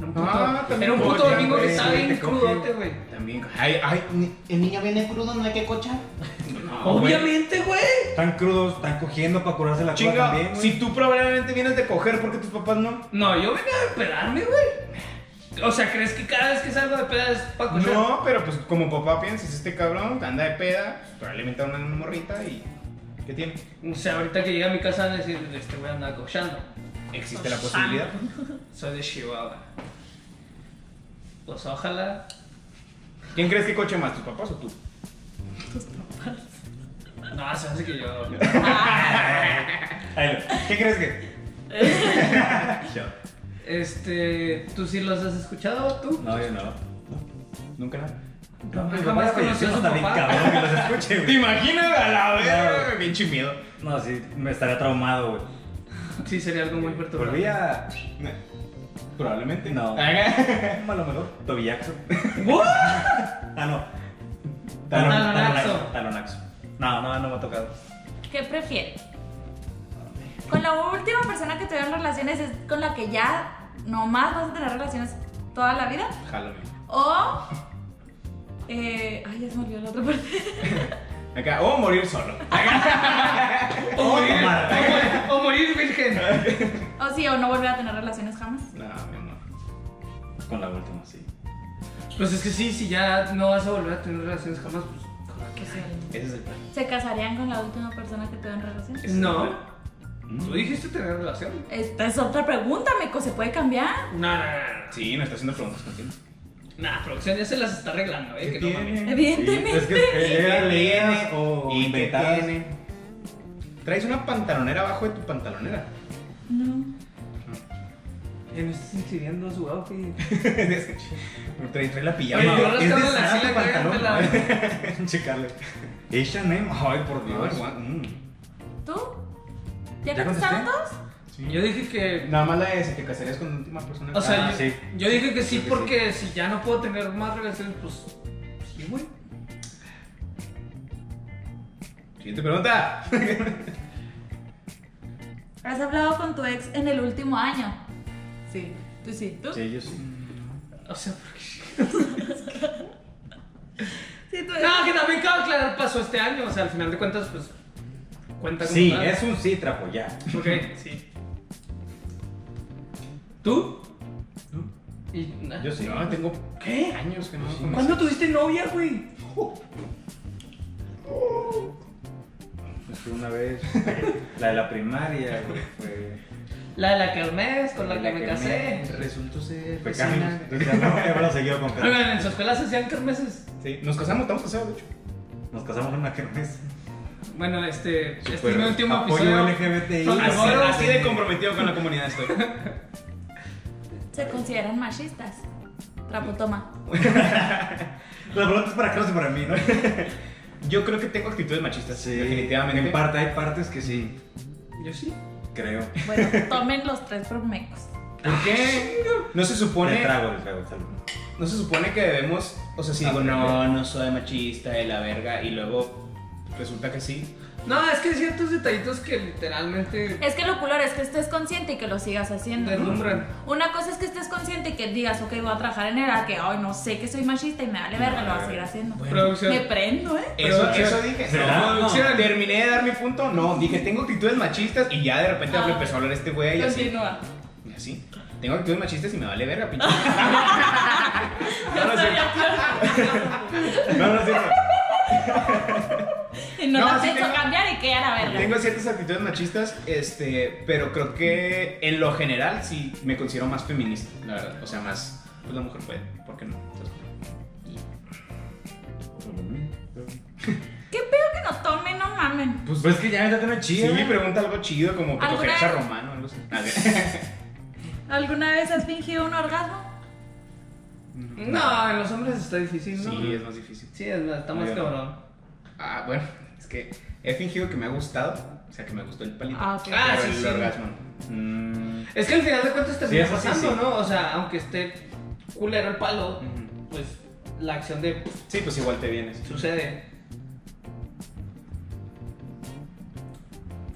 C: un puto-
B: Ah, también
C: era un puto
B: cogen,
C: domingo que
B: güey,
C: estaba
B: sí,
C: bien
B: te cogen.
C: crudote, güey.
B: También. Ay, ay, ni- el niño viene crudo, no hay
A: *laughs*
B: que cochar. No, güey.
C: Obviamente, güey.
A: Están crudos, están cogiendo para curarse la cruda
B: Chinga,
A: también, güey.
B: si tú probablemente vienes de coger porque tus papás no.
C: No, yo venía a pedarme, güey. O sea, ¿crees que cada vez que salgo de pedas es para cochar?
B: No, pero pues como papá piensas, este cabrón anda de peda, pues, probablemente anda en una morrita y. ¿Qué tiene?
C: O sea, ahorita que llegue a mi casa van a decir, este güey anda cochando.
B: Existe la posibilidad.
C: Soy de Chihuahua. Pues ojalá.
B: ¿Quién crees que coche más, tus papás o tú?
C: No, se hace que
B: *laughs*
C: yo.
A: Ahí lo- ¿Qué crees *laughs* que?
C: Este. ¿Tú sí los has escuchado tú?
A: No, yo no.
B: Nunca nada.
A: Mis
C: jamás
A: papás fallecieron,
C: conocí a su
A: está bien
C: papá.
A: cabrón que los escuche,
B: ¿Te
A: güey.
B: imaginas a la verga?
A: Claro.
B: Pinche miedo.
A: No, sí, me estaría traumado, güey.
C: Sí, sería algo muy perturbador.
A: Volví a.
B: Probablemente. *laughs*
A: No.
B: Ajá.
A: *laughs* A lo mejor. Tobillaxo.
C: ¡Wow!
A: Ah, no.
C: Talonaxo.
A: Talonaxo. No, no, no me ha tocado.
E: ¿Qué prefiere? Con la última persona que tuvieron relaciones es con la que ya nomás vas a tener relaciones toda la vida.
B: Jálame.
E: O. eh, ay, ya se me olvidó la otra parte. *laughs*
B: Acá, o morir
A: *laughs*
B: solo.
C: O morir,
A: tomar.
C: o morir- o morir virgen.
E: O sí, o no volver a tener relaciones jamás.
B: No, mi amor.
A: Con la última, sí.
C: Pues es que sí, si ya no vas a volver a tener relaciones jamás, pues.
E: Que se-
B: Ese es el plan.
E: ¿Se casarían con la última persona que tuvieron relaciones?
C: No. Tú dijiste tener relación.
E: Esta es otra pregunta, Meco. ¿Se puede cambiar?
C: No, no, no.
B: Sí, no está haciendo preguntas contigo.
C: no. Nah, producción ya se las está arreglando, eh. Que no mames.
E: Evidentemente.
A: es que eh, era leídas o
B: ¿Y qué
A: inventadas.
B: tiene? Traes una pantalonera abajo de tu pantalonera.
E: No.
C: Ya me estás incidiendo a su outfit.
B: Trae, trae la
C: Oye,
B: pijama.
C: yo
B: abajo.
A: es de
C: rascándole así
A: Zara
C: la
A: tu
C: cara,
A: pantalón,
C: la-
B: *laughs*
A: Checarle. H&M, ay por
B: No,
A: Dios.
B: guau, mm.
E: ¿Tú? ¿Ya,
A: ¿Ya
E: contestaron
A: contesté?
E: todos?
C: Yo dije que.
B: Nada más la de si te casarías con la última persona.
C: O sea,
A: Ah,
C: yo,
A: sí.
C: yo dije que sí
B: Creo que
C: porque si ya no puedo tener más relaciones, pues. Sí, güey.
B: Siguiente pregunta.
E: ¿Has hablado con tu ex en el último año? Sí. ¿Tú sí? ¿Tú?
A: Sí, yo sí.
C: O sea, porque.
E: Sí, tú.
C: No, que también cabe aclarar, pasó este año. O sea, al final de cuentas, pues. Cuenta como
A: Sí,
C: tal.
A: es un sí, trapo, ya.
C: Ok, sí. ¿Tú? Y, nah.
A: Yo sí.
B: No, tengo
C: ¿Qué?
B: años que no.
A: Sí.
B: conozco.
C: ¿Cuándo tuviste novia, güey?
A: Pues fue una vez, la de la primaria, güey, fue...
C: La de la kermés con la,
A: La
C: que me
A: kermés.
C: casé.
B: Resultó ser.
A: Fue
B: vecina.
A: Carmen. Entonces, no, eh, ya me lo seguido con Carmen.
C: Oigan, en su escuela se hacían kermeses.
B: Sí, nos casamos, estamos casados, de hecho.
A: Nos casamos en una kermés.
C: Bueno, este. Este es
A: Super
C: mi último
A: Apoyo
C: episodio.
A: LGBTI.
C: Son-
B: Así,
C: Ahora
B: así
C: sí.
B: de comprometido con la comunidad estoy.
E: Se consideran machistas. Trapo, toma.
A: La pregunta es para Carlos y para mí, ¿no?
B: Yo creo que tengo actitudes machistas.
A: En
B: definitivamente.
A: parte, hay partes que sí,
C: Yo sí.
A: creo.
E: Bueno, tomen los tres por mecos.
B: ¿Por qué? No se
A: Pone...
B: supone.
A: El trago, el trago, salud.
B: No se supone que debemos, o sea, si digo, no, no soy machista de la verga, y luego resulta que sí.
C: No, es que hay ciertos detallitos que literalmente
E: Es que lo culero es que estés consciente y que lo sigas haciendo.
C: Pues deslumbran.
E: Una cosa es que estés consciente y que digas, ok, voy a trabajar en era que hoy no sé que soy machista y me vale verga, lo voy a seguir haciendo.
C: Producción.
E: Me prendo, ¿eh?
B: Eso,
C: Pero,
B: eso dije.
A: ¿será?
B: No,
C: Producción.
B: no, Terminé de dar mi punto, no, dije, tengo actitudes machistas, y ya de repente
E: Ah.
B: empezó a hablar este güey, y así.
E: Continúa.
B: Y así. Tengo actitudes machistas y me vale verga,
E: *laughs*
B: pinche.
E: Yo *laughs* estoy de acuerdo.
A: No, no, sí, no.
E: Y no,
B: No,
E: las
B: sí
E: pienso
B: tengo-
E: cambiar y que a la verga.
B: Tengo ciertas actitudes machistas, este, pero creo que en lo general sí me considero más feminista, la verdad. O sea, más, pues la mujer puede, ¿por qué no? Entonces,
E: ¿Qué pedo que no tomen? No mamen.
A: Pues, pues es que ya ya tiene
B: sí,
A: chido. güey.
B: pregunta algo chido, como que
E: ¿Alguna
B: cogerse a
E: vez?
B: Romano, algo así. A ver.
E: ¿Alguna vez has fingido un orgasmo?
C: No, en los hombres está difícil, ¿no?
B: Sí, es más difícil.
C: Sí, es más, está más
A: Yo no.
C: cabrón.
B: Ah, bueno, es que he fingido que me ha gustado, o sea, que me gustó el palito.
E: Ah, ok.
B: Pero
C: Ah, sí,
B: el
C: sí.
B: orgasmo no.
A: Mm,
C: Es que al final de cuentas termina
A: eso sí,
C: pasando,
A: sí.
C: ¿no? O sea, aunque esté culero el palo,
B: Ujú.
C: pues la acción de
B: Sí, pues igual te vienes.
C: sucede.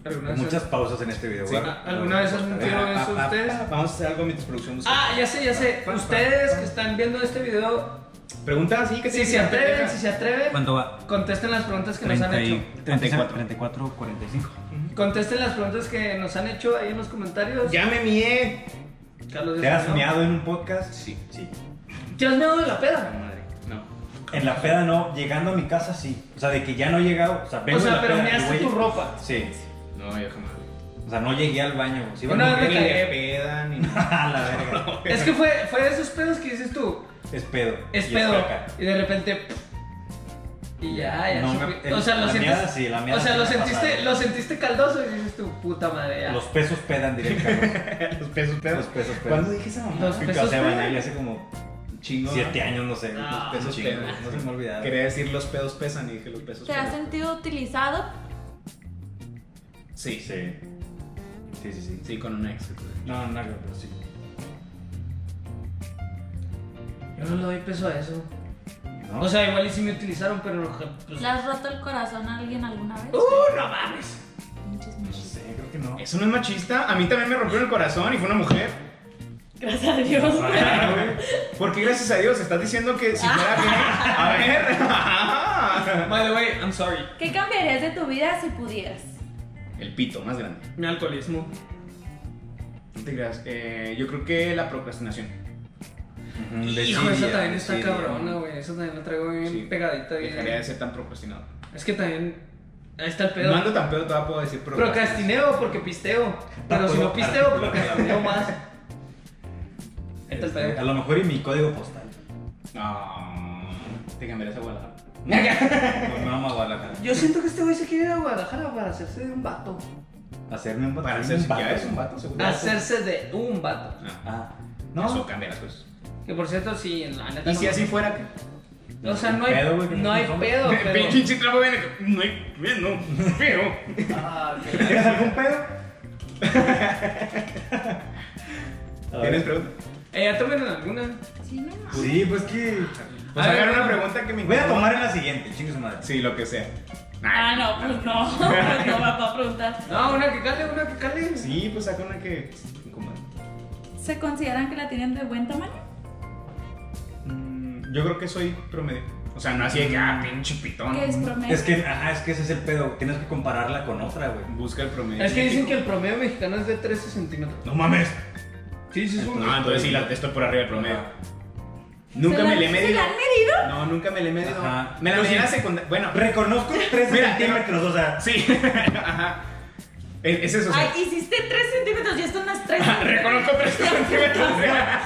C: ¿Alguna vez
A: Muchas pausas en este video.
B: Sí.
A: güey.
C: Ah, ¿Alguna vez has
B: Ah,
C: mentido eso ustedes?
B: Vamos a hacer algo mientras producción busca.
C: Ah, ya sé, ya sé. Ustedes que están viendo este video,
B: Pregunta así que
C: si se atreven, si se atreven,
A: ¿Cuánto va?
C: contesten las preguntas que nos han
A: 30 y-
C: hecho.
A: 34,
B: 34.
A: 34, 45.
C: Contesten las preguntas que nos han hecho ahí en los comentarios.
B: Ya me mié.
C: Carlos,
A: ¿Te
C: ya
A: has
C: se meó.
A: meado en un podcast?
B: Sí.
A: Sí.
C: ¿Te has meado de la
B: La
C: peda?
B: madre. No.
A: En la peda no, llegando a mi casa sí. O sea, de que ya no he llegado. O sea, vengo
C: O
A: de
C: sea,
A: la
C: pero
A: peda,
C: measte
A: y
C: tu
A: voy-
C: ropa.
A: Sí.
B: No, yo jamás.
A: O sea, no llegué al baño. Sí,
C: Una
A: bueno, *laughs*
C: vez
B: Ni
C: me
B: le
C: cagué.
B: pedan ni nada.
A: a la verga.
C: Es que fue, fue de esos pedos que dices tú,
A: Es pedo.
C: es
A: Y
C: pedo.
A: caca.
C: Y de repente. Y ya, ya.
A: No,
C: se
A: me-
C: fue.
A: el-
C: o sea, lo
A: la
C: sientes.
A: meada sí, la meada
C: o sea,
A: sí
C: lo
A: me
C: sentiste,
A: pasaba.
C: lo sentiste caldoso y dices tu puta madre. Ya.
A: Los pesos pedan
C: *laughs*
A: directamente.
B: *laughs* Los pesos
A: Los
B: pedos.
A: pesos pedan.
B: ¿Cuándo dije esa mamá?
C: Los
A: Fui
C: pesos
A: a bañar
C: pedan.
A: y hace como
B: Chingo.
A: 7 años, no sé.
C: No,
A: los pesos
B: los
A: chingo,
B: pedos.
A: No se me ha olvidado.
B: Quería decir los pedos pesan y dije los pesos
E: ¿Te has
B: pesan.
E: sentido utilizado?
B: Sí, sí.
A: Sí. Sí, sí, sí.
B: Sí, con una ex.
A: No, no, no, pero sí.
C: Yo no le doy peso a eso.
A: ¿No?
C: O sea, igual y sí me utilizaron, pero no. Pues,
E: ¿Le has roto el corazón a alguien alguna vez?
C: ¡Uh, no mames!
A: *laughs*
E: Pinches
A: no
E: machos.
A: sé, creo que no.
B: Eso no es machista. A mí también me rompieron el corazón y fue una mujer.
F: Gracias a
A: *laughs*
F: Dios.
B: Porque gracias a Dios estás diciendo que si fuera gay. A ver.
C: By the way, I'm sorry.
F: ¿Qué cambiarías de tu vida si pudieras?
B: *laughs* El pito más grande.
C: Mi alcoholismo.
B: No te creas. Eh, yo creo que la procrastinación.
A: Ujú,
C: Hijo, esa
A: desidia,
C: también está
A: desidia.
C: cabrona, güey. Esa también la traigo bien
B: Sí.
C: pegadita. bien.
B: Dejaría de ser tan procrastinado.
C: Es que también. Ahí está el pedo.
B: No ando tan pedo, todavía puedo decir procrastinado.
C: Procrastineo porque pisteo. Pero si
A: puedo
C: no
A: *laughs*
C: pisteo,
A: articular.
C: procrastineo más. Ahí está el
A: Este,
C: pedo.
A: a lo mejor y mi código postal.
B: No. Te cambiarás a Guadalajara.
A: No me *laughs* vamos a Guadalajara.
C: Yo siento que este güey se quiere ir a Guadalajara para hacerse de un vato.
A: Hacerme un vato.
B: Para ser ya es un vato, seguro.
C: Hacerse de un vato.
B: No.
A: Ah,
B: No. Eso pues.
A: no.
B: cambia las cosas.
C: Que por cierto, sí, en la neta.
B: Y
C: no-
B: si así fuera. ¿qué?
C: O sea, no hay
A: Pedo,
C: pedo,
A: güey, que
C: no
A: no
C: hay
A: somos.
C: pedo, pero.
B: *laughs* Pinche trapo viene. que- No hay. bien, No. Feo.
C: Ah, ok.
A: ¿Tienes *laughs* algún pedo? A ver.
B: ¿Tienes pregunta?
C: Eh, ya tomen alguna.
E: Sí, no mames.
A: Sí, pues que.
B: Pues
C: A
B: a
C: ver,
B: ver,
C: no.
B: una pregunta que me
A: Voy a
B: incomoda.
A: tomar en la siguiente, chingue su madre.
B: Sí, lo que sea.
E: Ah, no, pues no. Pues no me puedo preguntar.
C: No, una que cale, una que cale.
B: Sí, pues saca una que. incomoda.
F: ¿Se consideran que la tienen de buen tamaño?
B: Mm, Yo creo que soy promedio. O sea, no así de que, ah, pinche pitón.
E: ¿Qué es promedio?
A: Es que, ajá, es que ese es el pedo. Tienes que compararla con otra, güey.
B: Busca el promedio.
C: Es que dicen que
B: México.
C: el promedio mexicano es de 13 centímetros.
B: No mames.
C: Sí, sí, es un.
B: No, entonces
C: *laughs*
B: sí, la, estoy por arriba del promedio.
A: Ajá.
B: Nunca
E: ¿Se
B: me
E: la-
B: le he
E: ¿Se
B: medido.
E: la han medido?
B: No, nunca me le he medido.
A: Ajá.
B: Me la
A: Yo
B: medí en la
A: sí.
B: secundaria. Bueno,
A: Reconozco 3
B: Mira,
A: centímetros, o sea.
B: *laughs* sí. Ajá. Es, es eso. o sea,
E: Ay, hiciste 3 centímetros y esto no es 3
B: *laughs* Reconozco tres centímetros.
E: Ah,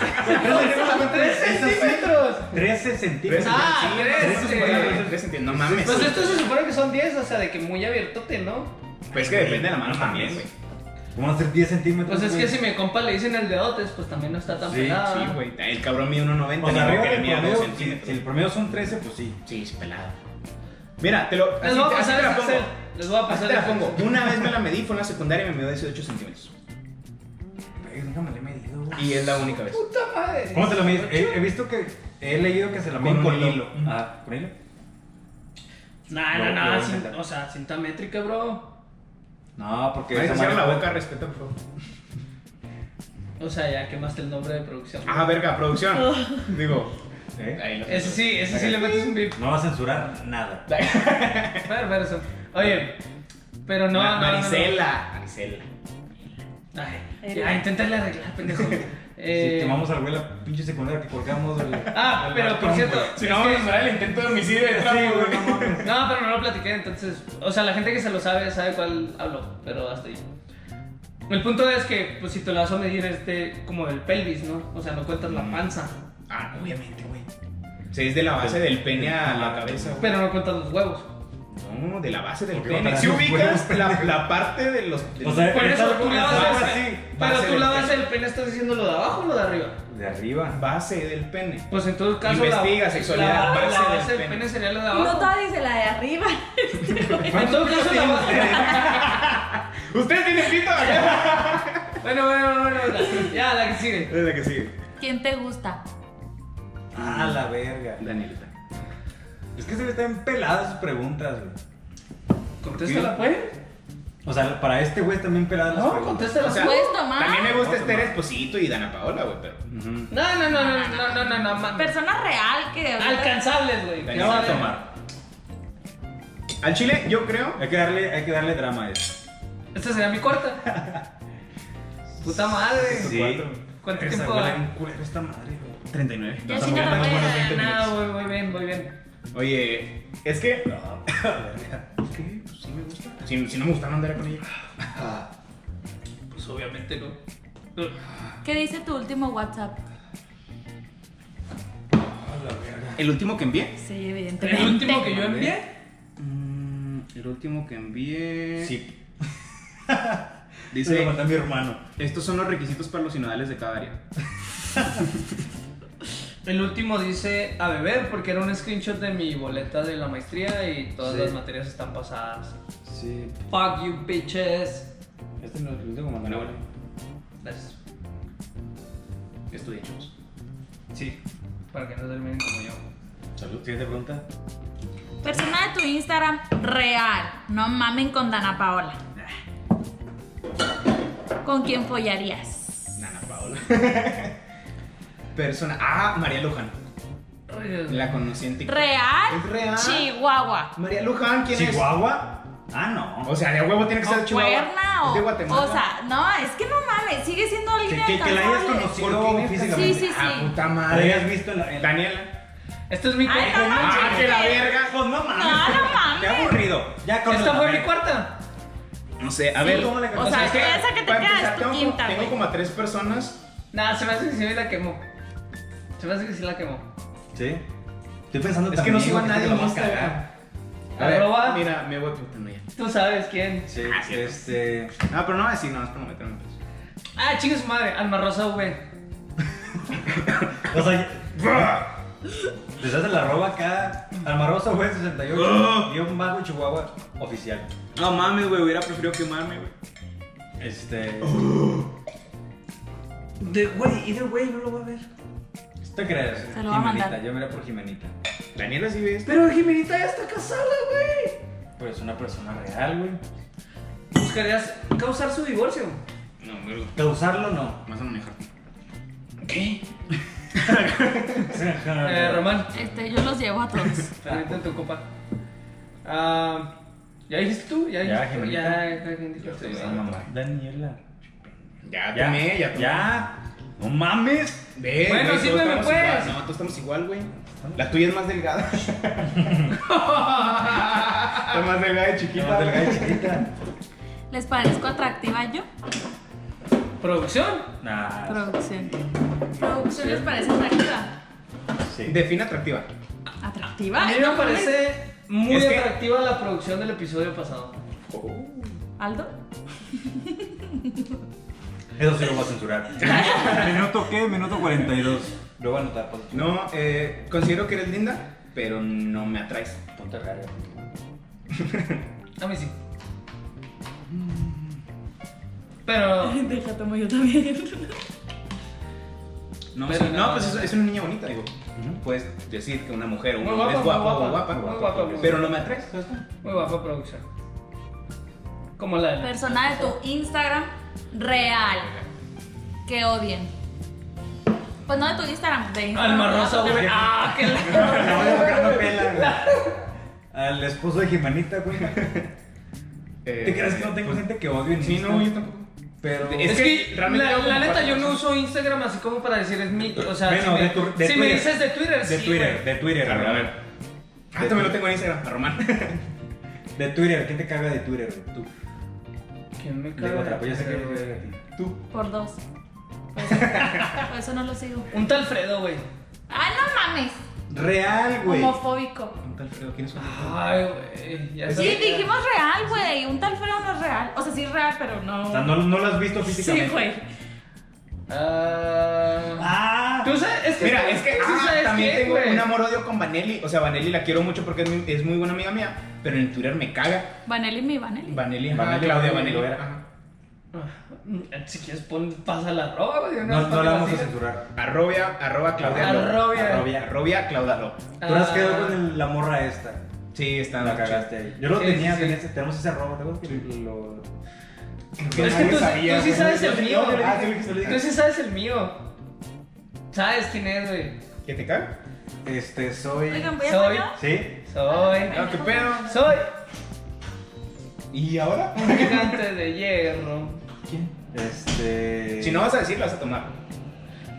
C: 3 centímetros.
A: 13 centímetros.
C: Ah,
B: tres.
C: tres, eh.
B: Tres centímetros. No mames.
C: Pues esto se supone que son 10, o sea, de que muy abiertote, ¿no?
B: Pues es que depende de la mano también, güey.
A: Vamos a hacer 10 centímetros.
C: Pues es que
A: güey?
C: si mi compa le dicen el dedotes, pues también no está tan
A: Sí,
C: pelado.
B: Sí, güey. El cabrón mide 1.90.
A: Ah. O sea,
B: ni modo
A: arriba
B: que le
A: del
B: mida
A: promedio,
B: dos
A: si,
B: centímetros.
A: si el promedio son 13, pues sí.
B: Sí, es pelado. Mira, te lo.
C: Les
B: Así,
C: voy a
B: te- así
C: pasar
B: te
C: el
B: la
C: Excel.
B: pongo.
C: Les voy a
B: Así
C: pasar
B: te
C: el
B: la pongo.
C: Excel.
B: Una vez me la medí, fue en la secundaria y me midió 18 centímetros.
A: Güey, nunca me lo he medido, güey.
B: Y es la única vez.
C: Puta madre. Eh,
A: ¿Cómo te lo mides? He, he visto que he leído que se la
B: Con
A: miden
B: un
A: con
B: hilo.
A: hilo.
B: Ujú.
A: Ah, ¿con hilo?
C: No,
A: Lo- lo
C: no,
A: voy
C: no.
A: a
C: cin-
A: inventar.
C: o sea, cinta métrica, bro.
A: No, porque.
B: Nadie
A: esa
B: se cierra
A: madre-
B: la boca, respeta, por favor.
C: O sea, ya quemaste el nombre de producción.
B: Ajá, Ah, verga, producción. Digo,
A: ¿Eh?
B: ahí lo
C: Ese sí, ese sí
A: Ok.
C: le metes un bip.
A: No va a censurar nada.
C: Pero, pero eso. Oye, pero no.
B: Ma-
C: no, no, no.
B: Marisela. Marisela.
C: Ay, ya, inténtale arreglar, pendejo.
A: Si
C: Eh,
A: quemamos al güey la pinche secundaria que colgamos del.
C: Ah,
A: del
C: pero por
A: balcón,
C: cierto.
A: güey.
B: Si
C: es
B: no, vamos a
C: que-
B: nombrar el intento de homicidio de
A: Sí,
B: Trump,
A: güey,
B: güey.
A: no mames.
C: No, pero no lo platiqué, entonces. O sea, la gente que se lo sabe, sabe cuál hablo, pero hasta ahí. El punto es que, pues si te lo vas a medir, este, como el pelvis, ¿no? O sea, no cuentas la panza,
B: Ah, obviamente, güey. Se es de la base del pene a la cabeza, güey.
C: pero no cuentas los huevos.
B: No, de la base del
A: ¿Por qué no
B: pene.
A: te
B: Si
A: das
B: ubicas
A: cuenta?
B: la, la parte de los.
A: O sea,
C: Por eso
A: esta
C: tú
A: altura
C: la
A: estaba
C: vas a
A: así.
C: Pero
B: base
C: tú
B: del
C: la base
B: pene.
C: del pene estás diciendo lo de abajo o lo de arriba.
A: De arriba.
B: Base del pene.
C: Pues en todo caso.
B: Investiga
C: la,
B: sexualidad,
C: La, la
B: base del
C: base del
B: pene.
C: pene sería lo de
F: No
C: abajo.
F: todavía dice la de arriba.
C: en todo caso, la base.
B: *laughs* Ustedes tienen pito, ¿verdad?
C: Bueno, bueno, bueno, bueno. Ya, la que sigue.
B: Es la que sigue.
E: *laughs* ¿Quién te gusta?
A: Ah, la verga.
B: Danielita.
A: Es que se me están peladas sus preguntas, güey.
C: Contéstala, pues.
A: O sea, para este güey también peladas las
C: No,
A: preguntas.
C: contesta
B: O sea,
E: ¿Puedes tomar?
B: También me gusta Esther Esposito y Dana Paola, güey, pero.
A: Ujú.
C: No, no, no, no, no, no, no, no, mames.
E: Persona real que.
C: Alcanzables, güey.
B: Dani
C: Ya
B: va a
C: vale.
B: tomar. Al chile, yo creo.
A: Hay que darle, hay que darle drama a esto.
C: Esta sería mi cuarta. Puta madre.
A: Sí.
C: ¿Cuánto
A: Esa
C: tiempo?
A: huele bien culero esta madre, güey.
B: 39.
E: Ya
B: Nos
E: sí
B: estamos
E: te
B: dando
E: la voy a
B: buenos 20
E: ganar,
B: minutos.
C: Ah, No, voy, voy bien, voy bien.
B: Oye, es
A: *laughs*
B: que. ¿Qué? Pues sí me gusta. Si, si no me gustaba andar con ella.
C: Pues obviamente no.
E: ¿Qué dice tu último WhatsApp?
B: ¿El último que envié?
E: Sí, evidentemente.
C: El último que yo envié.
B: Mm, el último que envié.
A: Sí. Se lo
B: Dice:
A: mandó a mi hermano.
B: Estos son los requisitos para los sinodales de cada área.
C: El último dice a beber porque era un screenshot de mi boleta de la maestría y todas
A: Sí.
C: las materias están pasadas.
A: Sí.
C: Fuck you, bitches.
A: Este no es el último
B: Bueno,
A: mandado.
B: bueno,
C: Gracias.
B: estudié, chavos.
A: Sí.
C: Para que no terminen como yo.
A: Salud. Siguiente pregunta.
E: Persona de tu Instagram real. No mamen con Dana Paola. ¿Con quién follarías?
B: Nana Paola. *laughs* Persona. Ah, María Luján.
C: Ay, Dios.
B: La conocí en TikTok.
E: ¿Real?
B: Es real.
E: Chihuahua.
B: María Luján, ¿quién es?
A: ¿Chihuahua? Ah, no.
B: O sea, de huevo tiene que ser
E: ¿O
B: Chihuahua.
E: cuerna
B: Es de
E: o-
B: Guatemala.
E: O sea, no, es que no mames. Sigue siendo
A: Que,
E: alguien
A: que, que la hayas
E: alcanzable.
B: ¿Por
A: conocido
B: qué?
A: físicamente.
E: Sí, sí,
B: Ah,
E: sí.
B: puta
A: La hayas
B: madre.
A: visto en la. en-
B: Daniela.
C: Esta es mi
E: Ay,
C: cuarta.
E: no, no,
B: Ah,
E: chiquete.
B: que la verga.
A: Pues no mames.
E: No, no mames.
A: Qué aburrido. Ya con
C: Esta fue mi cuarta.
B: No sé, a
E: Sí.
B: ver.
A: ¿Cómo le
E: O sea,
B: es que,
E: esa que te
B: para
E: queda
B: empezar,
E: es tu
B: tengo,
E: quinta,
B: Como,
E: güey.
B: tengo como a tres personas.
C: Nada, se me hace que sí me la quemó. Se me hace que sí la quemó.
A: Sí. Estoy pensando
B: Es que no
A: también,
B: sigo a
A: güey,
B: nadie
A: te lo
B: en
A: vas a
B: Instagram.
A: cagar.
B: A ver,
C: Arroba.
B: mira, me voy puta no, ya.
C: Tú sabes quién.
A: Sí,
B: Ah, sí.
A: este.
B: Ah, pero no va a decir, no, es para no meterme en pedos.
C: Ah, chingue su madre. Alma Rosa V.
A: O sea, *laughs* les haces la roba acá. Almarosa fue
B: Ah.
A: 68. Guión bajo Chihuahua oficial.
B: No mames, güey, hubiera preferido quemarme, güey.
A: Este.
B: Ah.
C: De güey, y de güey no lo va a ver.
A: ¿Tú crees?
E: Se lo va a mandar.
A: Jimenita, Yo me iré por Jimenita.
B: Daniela sí ve esto.
C: Pero Jimenita ya está casada, güey.
A: Pero es Pues, una persona real, güey.
C: ¿Buscarías causar su divorcio?
B: No, güey.
A: Causarlo
B: *laughs*
A: no. *laughs*
B: Más a manejar.
C: ¿Qué? Eh, Román,
E: Este, yo los llevo a todos.
C: ahorita en tu copa. Ah, ¿Ya dijiste tú? ¿Ya
A: Ya,
C: dijiste tú?
A: Jimenita.
C: Ya, ya, dijiste tú,
A: Esa
C: ya.
A: mamá. Daniela.
B: Ya, tomé, ya tomé.
A: Ya. No mames.
B: Ve,
C: Bueno,
B: güey, todos
C: sírveme,
B: estamos
C: pues.
B: igual. No, todos estamos igual, güey. La tuya es más delgada. La más delgada y
A: Qué
B: chiquita.
A: más delgada y chiquita.
E: ¿Les parezco atractiva yo?
C: ¿Producción?
A: Nah.
E: Producción. ¿Producción les parece atractiva?
A: Sí.
B: Define atractiva.
E: ¿Atractiva?
C: A mí me
E: No mames.
C: parece muy
B: Es que-
C: atractiva la producción del episodio pasado.
E: ¿Aldo?
A: Eso sí lo voy a *laughs* censurar. minuto qué? Minuto 42. Lo voy a anotar. pues.
B: No, eh, considero que eres linda, pero no me atraes.
A: Ponte raro.
C: A mí sí. Pero.
E: Deja, tomo yo también.
B: No,
C: Pero
B: sí,
C: no.
B: no, pues es, es una niña bonita, digo. Puedes decir que una mujer o un
C: Muy
B: hombre es
C: guapa,
B: guapa
C: muy
B: o
C: guapa,
B: guapa,
C: muy guapa, muy
B: pero
C: guapa.
B: no me atraes. ¿sabes cómo?
C: Muy baja producción. Como la de.
E: Persona de tu Instagram real. Que odien. Pues no de tu Instagram, de Instagram.
C: Alma Rosa, güey. ¡Ah,
A: *laughs*
C: qué la...
A: *laughs* No, no, no, no pela, güey. Al esposo de Jimenita, güey.
B: Eh,
A: ¿Te crees que no tengo
B: pues,
A: gente que odio en
B: Sí, no,
A: Insta?
B: yo tampoco.
A: Pero.
B: Es
C: Es,
B: que
C: que,
B: realmente
C: la,
B: yo como
C: la neta
B: cuatro
C: yo no
B: cosas.
C: uso Instagram así como para decir es mi, o sea,
A: Bueno,
C: si, me,
A: de tu- de
C: si me
A: Twitter.
C: dices de Twitter,
A: De
C: sí,
A: Twitter,
C: güey.
A: de Twitter,
B: Claro, a
A: güey.
B: ver. Ah, también lo tengo en Instagram, a Román.
A: De Twitter, ¿quién te caga de Twitter, güey? Tú.
C: ¿Quién me
A: Digo, otra,
C: caga?
A: pues ya sé que me caga a ti. Tú.
E: Por dos. *laughs* Por eso, por eso no lo sigo.
C: Un tal Fredo, güey.
E: ¡Ay, Ah, no mames!
A: Real, güey.
E: Homofóbico.
B: Un tal Fredo, ¿quién es un tal Fredo?
C: Ay, güey. Ya
E: Sí,
C: sabía.
E: dijimos real, güey. Un tal Fredo no es real. O sea, sí es real, pero no.
A: O sea, no, no lo has visto físicamente.
E: sí, güey.
C: Ah.
A: Ah.
C: Tú sabes, es que
B: Mira, es que
C: tú
B: ah,
C: sabes
B: también
C: qué,
B: tengo
C: güey.
B: un amor-odio con Vanelli. O sea, Vanelli la quiero mucho porque es muy, es muy buena amiga mía, pero en Twitter me caga.
E: Vanelli, mi Vanelli.
B: Vanelli, ajá,
A: Vanelli,
B: Claudia
A: Vanelli,
B: Vanelli.
A: lo era.
B: ajá.
C: Ah, Si quieres pon pasa la roba, güey.
A: No, no la vamos a
C: hacer
A: censurar.
B: Arrobia, arroba Claudia. Lo.
C: Arrobia.
A: Arrobia.
B: Arrobia, Claudia Lo.
A: Tú has quedado con el- la morra esta.
B: Sí, está
A: La
B: muy chido.
A: cagaste ahí. Yo lo
C: Sí,
A: tenía,
C: sí,
A: tenía
C: sí.
A: ese- tenemos ese robo, ¿te acuerdas? que lo-
C: Pero es que
A: Nadie
C: tú,
A: sabía,
C: tú sí
A: güey.
C: sabes el mío.
A: Ah, sí, lo dijiste, lo
C: Tú
A: dijiste.
C: sí sabes el mío. ¿Sabes quién es, güey?
B: ¿Que te caga?
A: Este, soy.
E: Oigan, voy a
C: Soy-
E: hacerlo.
A: ¿Sí?
C: Soy.
E: Ah,
B: No, qué pedo.
C: Soy
B: ¿Y ahora?
C: un gigante de hierro.
A: Este.
B: Si no vas a decir, lo vas a tomar.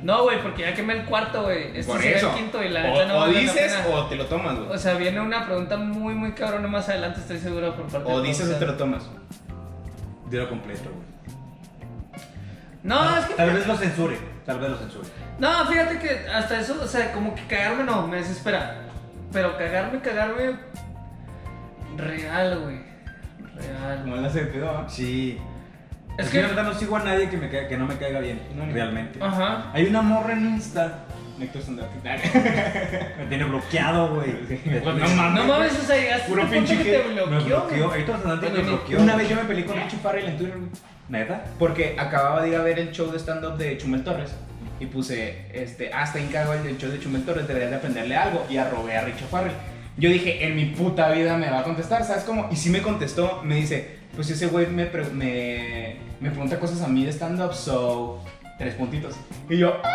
C: No, güey, porque ya quemé el cuarto, güey. Este
B: Por
C: sería
B: eso.
C: el quinto y la
B: o
C: neta no
B: o
C: vale la
B: dices
C: pena.
B: o te lo tomas,
C: O
B: güey.
C: sea, viene una pregunta muy, muy cabrona más adelante, estoy seguro por parte
B: O
C: del
B: dices o te
C: profesor.
B: lo tomas.
A: Dilo completo, güey.
C: No, es que.
A: Tal vez lo censure. Tal vez lo censure.
C: No, fíjate que hasta eso, o sea, como que cagarme no, me desespera. Pero cagarme, cagarme. Real, güey. Real.
B: Como él hace de pedo, ¿ah?
A: Sí.
C: Es
A: Es
C: que-
A: que. Yo
C: Ah.
A: la verdad no sigo a nadie que, me caiga- que no me caiga bien.
B: No, ni-
A: realmente.
C: Ajá.
A: Hay una morra en Insta.
B: Nectar Sandati.
C: *laughs*
A: Me tiene bloqueado, güey.
B: Pues no
A: Me-
B: mames.
C: No mames, o sea, llegaste
B: Puro
C: a un punto
B: pinche
C: que te
B: que me
A: Me
C: bloqueó.
A: bloqueó.
C: güey.
A: Héctor Fernández me
C: Oye, ni-
A: bloqueó.
B: Una vez yo me peleé con Richie Farrell en Twitter, güey.
A: ¿Neta?
B: Porque acababa de ir a ver el show de stand-up de Chumel Torres. Y puse, este, hasta encargo el show de Chumel Torres, deberías de aprenderle algo. Y arrobé a Richie Farrell. Yo dije, en mi puta vida me va a contestar, ¿sabes cómo? Y sí me contestó, me dice, pues ese güey me, pre- me, me pregunta cosas a mí de stand-up, so. Tres puntitos. Y yo, ¡ah!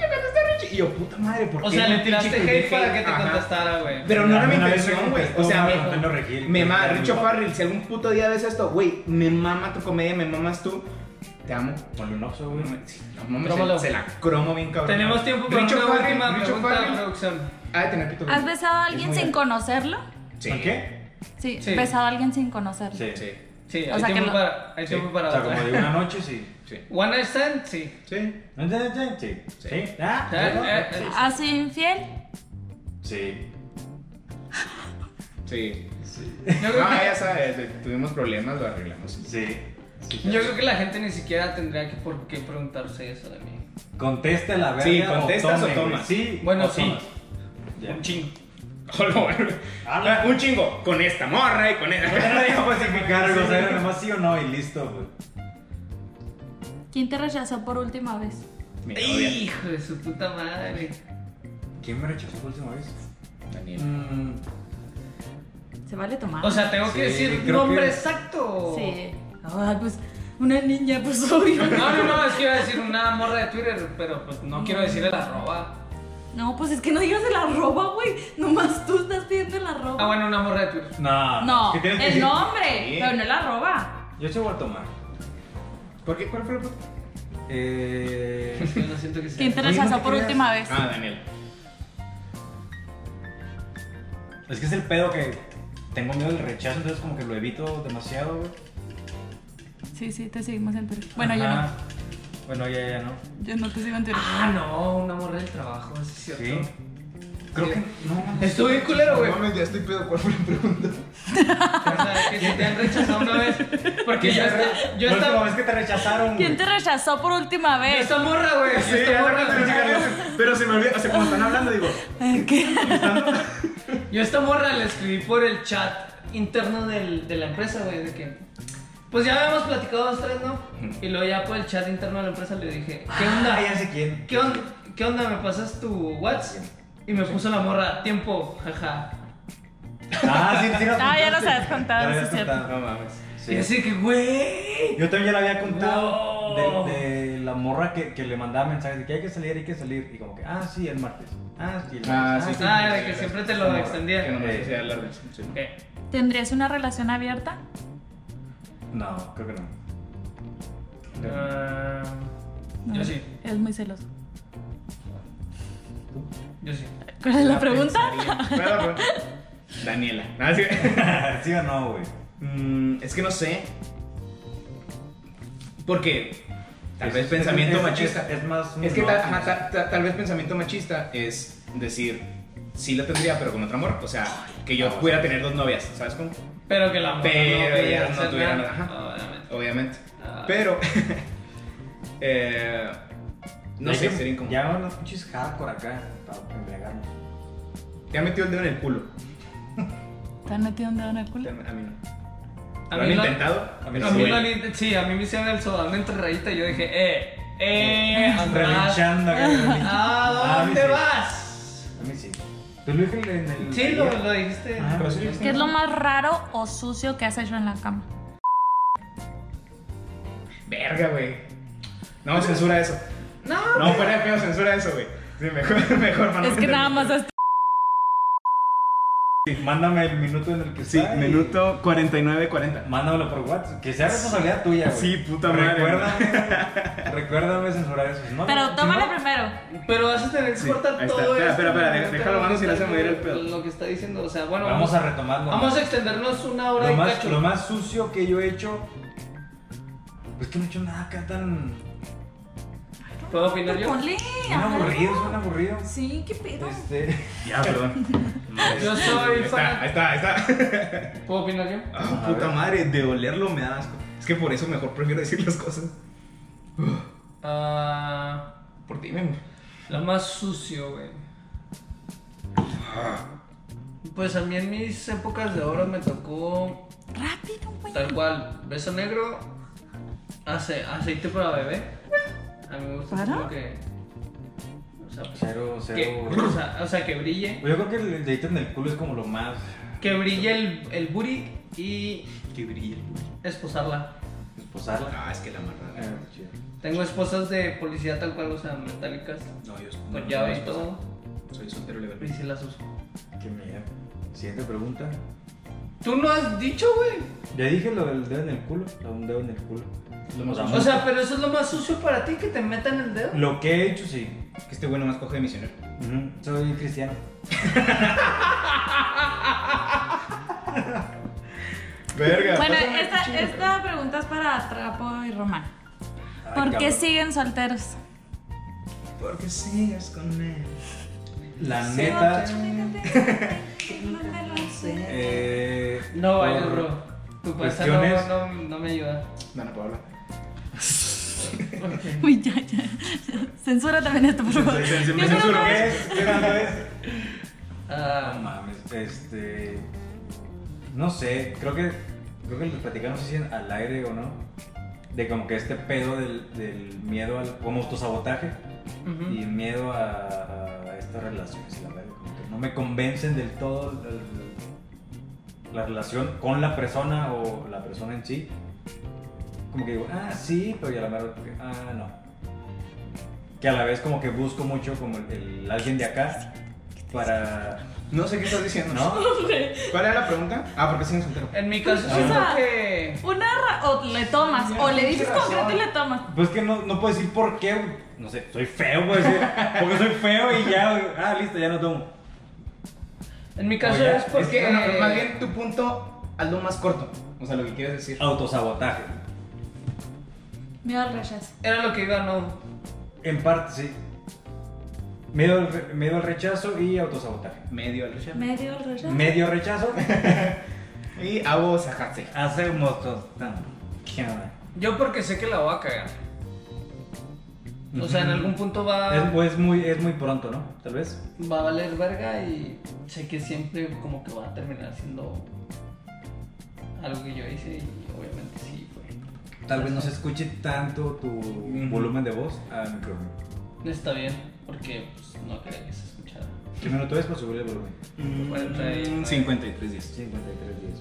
B: Me contestó Richie. Y yo, puta madre, ¿por qué?
C: O sea, le
B: metí
C: tiraste
B: Richie?
C: hate para que te
B: Ajá.
C: contestara, güey.
B: Pero no
A: A
B: era
A: mí
B: mi
A: una vez
B: intención,
A: me
B: güey. O
A: contestó
B: sea,
A: Marco
B: me-
A: Antonio Regil.
B: me mama,
A: Ya,
B: Richo
A: güey.
B: Farrell, si algún puto día ves esto, güey, me mama tu comedia, me mamas tú. Te amo.
A: Ponle un oxo,
B: No
A: güey.
B: mames, sí, no mames,
C: Crómalo.
B: se, se la cromo bien cabrón.
C: Tenemos tiempo para
B: Richo
C: una
B: Farrell,
C: última
B: Richo
C: pregunta,
B: Farrell,
C: producción.
B: Ha de tener pito
E: ¿Has
B: grande.
E: besado a alguien
B: Es muy
E: sin
B: grande.
E: conocerlo?
B: Sí.
A: ¿Por qué?
E: Sí,
C: Sí.
E: besado a alguien sin conocerlo.
A: Sí.
B: Sí.
C: Sí, hay
E: O sea, que
C: tiempo
E: no-
C: para. Hay
B: Sí.
C: tiempo
A: O
C: para
A: sea,
C: otra.
A: como de una noche, sí.
B: Sí.
C: One night stand, sí.
B: Sí.
A: ¿No entiendes? Sí.
B: Sí.
A: Sí. Ah,
C: Eh,
A: ¿no?
C: eh, eh.
E: ¿Has sido infiel?
A: Sí.
B: Sí.
C: Yo creo
B: No,
C: que-
B: ya sabes, de- tuvimos problemas, lo arreglamos. *laughs*
A: Sí.
C: Yo creo que la gente ni siquiera tendría que por qué preguntarse eso de mí.
A: Contesta la verga.
B: Sí, contestas o
A: tome, güey.
B: tomas.
A: Sí.
C: Bueno,
A: o
C: sí.
A: tomas. Ya.
C: Un chingo.
B: Hola, Oh, güey.
C: Ah,
B: Ah,
A: Ala.
B: Un chingo. Con esta morra y con
C: *laughs*
B: e- *laughs*
A: *laughs* No
B: esta.
A: lo dijo pues, pacificar, güey. O sea, era nomás sí o no y listo, güey.
E: ¿Quién te rechazó por última vez?
B: Me odia.
C: Hijo de su puta madre.
A: ¿Quién me rechazó por última vez?
B: Daniel.
A: Mm,
E: ¿Se vale tomar?
C: O sea, tengo que
A: Sí,
C: decir
A: creo
C: nombre
A: que-
C: exacto.
E: Sí. Ah, pues una niña, pues *laughs* obvio.
C: No, no, no, es que iba a decir una morra de Twitter, pero pues no quiero decir el arroba.
E: No, pues es que no digas el arroba, güey. Nomás tú estás pidiendo el arroba.
C: Ah, bueno, una morra de Twitter.
A: No.
E: No,
A: ¿Qué tienes que
E: el
A: decir?
E: nombre,
B: Sí.
E: pero no el arroba.
A: Yo se voy a tomar.
B: ¿Por qué? ¿Cuál fue el
A: Eh.
C: Yo no siento que sea.
E: ¿Quién te
A: Oye, no
E: rechazó
A: te
E: por
A: creas.
E: última vez?
B: Ah, Daniel.
A: *laughs* Es que es el pedo que tengo miedo del rechazo, entonces como que lo evito demasiado, güey.
E: Sí, sí, te seguimos en Twitter. Bueno, yo no.
A: Ajá. Bueno, ya, ya no.
E: Yo no te sigo en Twitter.
C: Ah, no, una morra del trabajo, sí es
A: Sí.
C: cierto.
A: Creo
C: Sí.
A: que. No, no.
C: Estuve bien culero, güey.
B: ya estoy pedo. ¿Cuál fue la pregunta?
C: O sea, que si te han rechazado una vez. Porque yo esta, yo
A: La última
C: esta,
A: vez que te rechazaron,
E: ¿Quién
A: güey.
E: te rechazó por última
C: yo
E: vez?
C: esta morra, güey. yo
B: Sí,
C: esta
B: ya
C: morra,
B: la
C: güey.
B: Pero se me olvida, o sea, como están hablando, digo,
E: ¿Qué?
C: Yo a esta morra le escribí por el chat interno del- de la empresa, güey, de que... Pues ya habíamos platicado dos, tres, ¿no? Y luego ya por el chat interno de la empresa le dije, ¿qué onda?
A: Ah, ya sé quién.
C: ¿Qué, on- ¿Qué onda? ¿Me pasas tu WhatsApp? Y me puso la morra, tiempo, jaja.
A: Ah, sí, sí, nos
E: Ah, ya nos
A: contaste.
E: habías contado,
A: Ya lo
E: sí,
A: habías
E: cierto.
A: contado.
B: no mames.
A: Sí.
C: Y así que, güey.
A: Yo también ya lo había contado
C: No.
A: de, de la morra que, que le mandaba mensajes de que hay que salir, hay que salir. Y como que, ah, sí, el martes. Ah, sí, el martes.
B: Ah, sí,
C: Ah, de que siempre te lo extendía.
B: Que no me
A: Eh.
B: hacía largo. sí.
C: Ok.
E: ¿Tendrías una relación abierta?
A: No, creo que no. *laughs*
C: Ah, yo sí,
E: Es muy celoso.
C: yo sí.
E: ¿Cuál es la pregunta?
B: Claro, bueno. Daniela. Ah, sí.
A: ¿Sí o no, güey?
B: Mm, es que no sé. Porque tal
A: Es-
B: vez
A: es-
B: pensamiento
A: es-
B: machista.
A: Es, es más. un
B: Es que
A: no,
B: tal,
A: sí,
B: ajá,
A: sí.
B: ta- ta- tal vez pensamiento machista es decir, sí lo tendría, pero con otra morra. O sea, que yo
A: Ah,
B: pudiera tener dos novias, ¿sabes cómo?
C: Pero que la morra
B: Pero
C: no
B: ya no
C: hacer
B: tuviera
C: nada.
B: nada, ajá.
C: Obviamente.
B: Obviamente.
C: Ah.
B: Pero. *laughs* eh, no
A: Ya
B: sé,
A: que-
B: sería incómodo.
A: Ya van los pinches hardcore acá para embriagarnos.
B: Te ha metido el dedo en el culo.
E: ¿Te han metido un dedo en el
B: Te- A
E: culo?
B: mí no.
C: A
B: ¿Lo han
C: mí la-
B: intentado?
A: a mí
B: Pero
C: A mí
B: sí.
C: lo han int- sí, a mí me hicieron el sodal entre rayita y yo dije, eh, eh, András,
B: *laughs*
A: Relinchando acá.
C: ¿a
A: Ah, a mí
C: dónde
A: sí.
C: vas?
A: A mí sí. Tú lo dije en el.
C: Sí, lo, lo dijiste.
B: Ah.
A: Ajá, pero sí lo
E: ¿Qué es lo más raro o sucio que has hecho en la cama?
B: Verga, güey. No, censura eso.
C: No,
B: No, fuera de pedo, censura eso, güey. Sí, mejor, *laughs* mejor,
A: Ah,
B: para no
E: Es que
B: meterme.
E: nada más hasta...
A: dijiste. Mándame el minuto en el que
B: Sí,
A: está y-
B: minuto 49-40.
A: Mándamelo por WhatsApp. Que sea responsabilidad tuya, güey.
B: Sí, puta madre.
A: Recuérdame, recuérdame censurar eso. No,
E: Pero
A: no,
E: tómala
A: no.
E: primero.
C: pero vas a tener que
B: Sí,
C: cortar
B: ahí está.
C: todo
B: Espera,
C: esto,
B: espera, espera,
C: güey,
B: deja-
C: no
B: déjalo,
C: tenemos
B: mano, si le hace
C: que-
B: mover el pedo.
C: Lo que está diciendo, o sea, bueno,
A: Vamos a retomarlo.
C: vamos a extendernos una hora
A: lo
C: y
A: más,
C: cacho.
A: lo más sucio que yo he hecho. Pues que no he hecho nada acá tan.
C: ¿Puedo opinar yo?
E: Ponle.
A: Bien
E: ajá.
A: aburrido, suena aburrido.
E: Sí, qué pedo.
A: Este.
B: *laughs* Ya, perdón.
C: Yo soy
B: Ahí está,
C: fan.
B: ahí está, ahí está.
C: ¿Puedo opinar yo?
B: Ah,
A: A
B: puta
A: ver.
B: madre, de olerlo me da asco. Es que por eso mejor prefiero decir las cosas.
C: Ah,
B: Por ti, Memo.
C: lo más sucio, güey. Pues a mí en mis épocas de oro me tocó
E: Rápido, güey.
C: tal cual beso negro, ace- aceite para bebé. A mí me gusta
E: ¿Para?
C: como que o sea, pues,
A: Cero,
C: que,
A: cero.
C: o sea, o sea, que brille,
A: Yo creo que el dedito en el culo es como lo más.
C: que brille el el booty y
B: Que brilla el culo.
C: esposarla.
A: Esposarla.
B: Ah, es que la amarrada.
A: Eh, chido.
C: Tengo esposas de policía tal cual, o sea, metálicas,
B: No, yo
C: con
B: no,
C: llave
B: soy
C: y Pues todo,
B: Soy soltero
C: y
B: legal.
C: sí las uso.
A: Qué miedo. Siguiente pregunta.
C: Tú no has dicho, güey.
A: Ya dije lo del dedo en el culo. Lo de un dedo en el culo.
B: Lo más
A: O sea,
C: O sea, pero eso es lo más sucio para ti, que te metan el dedo.
A: Lo que he hecho, sí.
B: Que este güey nomás coge de misionero.
A: Ujú, Soy cristiano.
B: Verga.
E: Bueno, esta, esta pregunta es para Trapo y Román. ¿Por qué siguen solteros?
B: Porque sigas con él.
A: La neta. eh,
C: No, vaya,
A: por
C: bro. Tu paisa
A: cuestiones-
C: no, no, no me ayuda.
B: Dana *laughs* Paola.
E: *laughs* Uy, ya, ya. Censura también esto, por favor.
B: Se- se- se me
E: Yo creo
B: censura,
E: que-
A: ¿Qué es? ¿Qué tanto es? No
C: Ah,
A: mames, este. No sé, creo que. Creo que lo platicamos no sé si en- al aire o no. De como que este pedo del, del miedo al. como autosabotaje
C: ujú.
A: y
B: Mm.
A: miedo a, a estas relaciones. y La verdad, como que no me convencen del todo el- la relación con la persona o la persona en sí. Como que digo, ah, sí, pero ya la mero, ah, no. Que a la vez como que busco mucho como el, el alguien de acá para...
B: No sé qué estás diciendo.
A: ¿No?
B: ¿Cuál era la pregunta? Ah, ¿por qué sigues soltero?
C: En mi caso,
E: O
C: siento
E: sea-
C: que.
E: Una ra- o le tomas, o le dices concreto y le tomas.
A: Pues que no, no puedo decir por qué, güey. no sé, soy feo, puedo decir, porque soy feo y ya, güey. ah, listo, ya no tomo.
C: En mi caso
A: Oye,
C: es porque. eh,
B: Es que, bueno, más bien tu punto, algo más corto. O sea, lo que quieres decir.
A: Autosabotaje.
E: Miedo al rechazo.
C: Era lo que iba, no.
A: En parte, sí. Medio, al re- medio al rechazo y autosabotaje.
B: Medio al rechazo.
E: Medio al rechazo.
A: Medio rechazo *laughs*
B: Y hago sajate.
A: hace motos. ¿Qué onda?
C: Yo porque sé que la voy a cagar. O sea, en
A: Ujú.
C: algún punto va.
A: Es, pues, muy, es muy pronto, ¿no? Tal vez.
C: va a valer verga y sé que siempre como que va a terminar siendo algo que yo hice y obviamente sí fue.
A: Tal vez no se escuche tanto tu
B: Ujú.
A: volumen de voz al micrófono.
C: Está bien, porque pues, no quería que se escuchara.
A: ¿Qué minuto es para subir pues el volumen?
B: Mm,
C: Mm.
B: 53 días.
A: 53 días.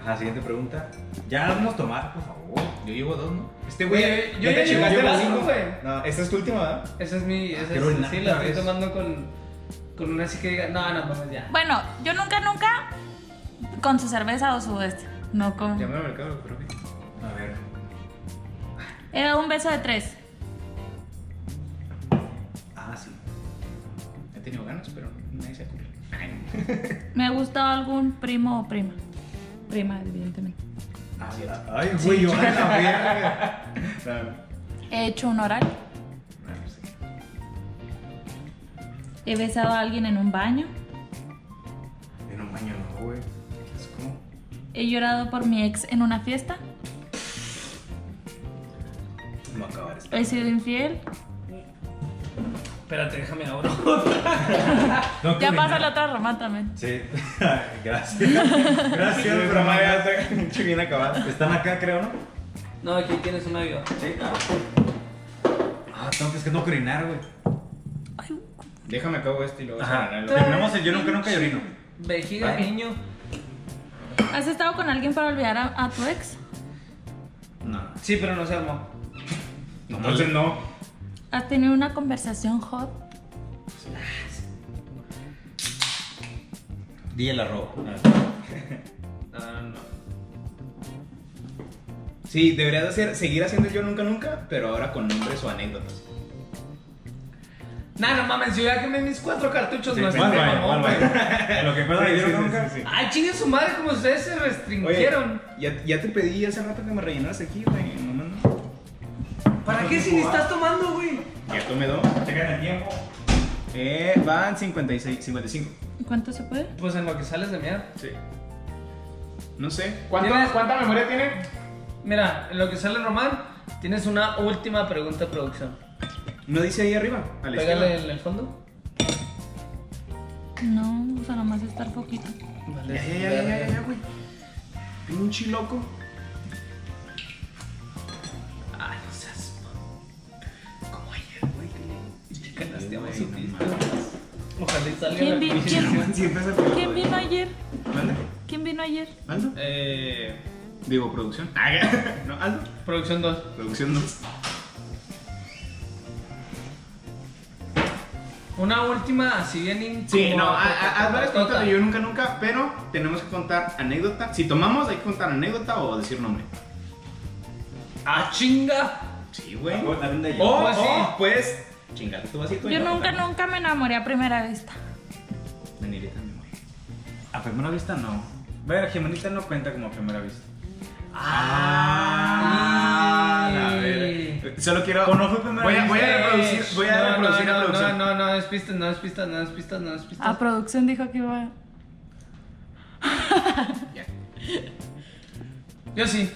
A: Ajá, siguiente pregunta. Ya vamos a tomar, por favor.
B: Yo llevo dos, ¿no? Este güey.
C: Oye, yo ya llevo
B: te chingaste
C: un
B: las
C: vaso,
B: cinco.
C: güey.
B: No, esta es tu última, ¿verdad?
C: Esa es mi... Esa
A: Pero
C: es,
A: nada,
C: sí, la estoy
A: es-
C: tomando con, con una así que diga, no, no, mames, ya.
E: Bueno, yo nunca, nunca con su cerveza o su este. No
B: Ya
E: con.
B: me mercado, pero.
A: A ver.
E: He dado Eh, un beso de tres.
B: Ah, sí. He tenido ganas, pero nadie se acuerda.
E: Me ha gustado algún primo o prima. Prima, evidentemente.
B: Ah, sí.
A: Ay, güey, yo.
B: *laughs*
E: He hecho un oral. He besado a alguien en un baño.
A: En un baño no, güey. Es como.
E: He llorado por mi ex en una fiesta.
B: Vamos a acabar esto.
E: He sido infiel.
C: Espérate, déjame
A: *laughs*
C: ahora.
A: No,
E: Ya
A: que-
E: pasa la otra Román también.
A: Sí. *laughs*
B: *laughs*
A: Gracias. Gracias, pero madre.
B: está bien acabada.
A: Están acá, creo, ¿no?
C: No, aquí tienes una vida.
A: pues Sí. Ah, tengo que es que no orinar, güey.
E: Ay,
B: Déjame acabo este y luego.
A: Ajá.
B: cerraré lo-
A: Terminamos el yo nunca nunca llorino.
C: Vejiga,
A: Ah.
C: niño.
E: ¿Has estado con alguien para olvidar a, a tu ex?
B: No.
C: Sí, pero no se armó.
B: No, Entonces no.
E: ¿Has tenido una conversación hot?
A: Di el arroba.
B: Ah. *laughs*
C: No, no.
B: Sí, debería de hacer, seguir haciendo yo nunca nunca, pero ahora con nombres o anécdotas.
C: Nah, no mames, yo ya quemé mis cuatro cartuchos. no es
A: Mal
C: tema,
A: baño,
C: ¿no?
A: mal baño. En Lo que pasa es
B: Sí,
A: que yo
B: sí,
A: nunca.
B: sí, sí, sí.
C: Ay, chingue su madre, como ustedes se
B: Oye,
C: restringieron.
B: ya, ya te pedí hace rato que me rellenaras aquí, güey. No, no, no.
C: ¿Para qué si ni estás tomando, güey?
B: Ya tomé dos.
A: Chequen el tiempo.
B: Eh, van 56, 55.
E: ¿Cuánto se puede?
C: Pues en lo que sales de mierda.
B: Sí. No sé.
C: ¿Tienes-
B: ¿Cuánta memoria tiene?
C: Mira, en lo que sale Román, tienes una última pregunta, producción.
B: No dice ahí arriba. A la
C: Pégale
B: izquierda.
C: en el fondo.
E: No, o sea, nomás estar poquito.
C: Vale,
B: Ya, ya, ya, ya, ya, ya, güey. Pinche loco.
C: Ay, no seas. Como ayer, güey, que le canasteaba
B: Güey,
C: su
B: no
C: pista. Ojalá y salga
E: ¿Quién
C: la
E: vi-
C: pinche-
E: quién-
B: Man, siempre se fue.
E: ¿Quién vino ayer?
B: ¿Manda?
E: ¿Quién vino ayer?
B: ¿Aldo? Eh. Digo, producción. *laughs* Ah, no, Aldo.
C: Producción 2.
B: Producción 2.
C: Una última, así bien incómoda.
B: Sí, no, a-
C: porque-
B: a- haz varias
C: Tota.
B: cuentas de yo nunca, nunca, pero tenemos que contar anécdota. Si tomamos, hay que contar anécdota o decir nombre.
C: ¡Ah, chinga!
B: Sí, güey.
A: Voy a dar un de ello.
B: O,
C: Pues sí.
B: o, pues, chingate tu vasito.
E: Yo nunca, nunca me enamoré a primera vista.
B: Danielita, mi amor.
A: A primera vista no. Ver, Jimenita no cuenta como a primera vista.
B: Ah, la verga. Solo quiero.
A: O no fue primera
B: voy a,
A: vista.
B: voy a reproducir, voy a
C: No, no,
B: reproducir
C: no,
B: la producción.
C: No, no, no, es pistas, no es pistas, no es pistas, no es pistas.
E: A producción dijo que iba.
B: Ya.
C: Yo sí.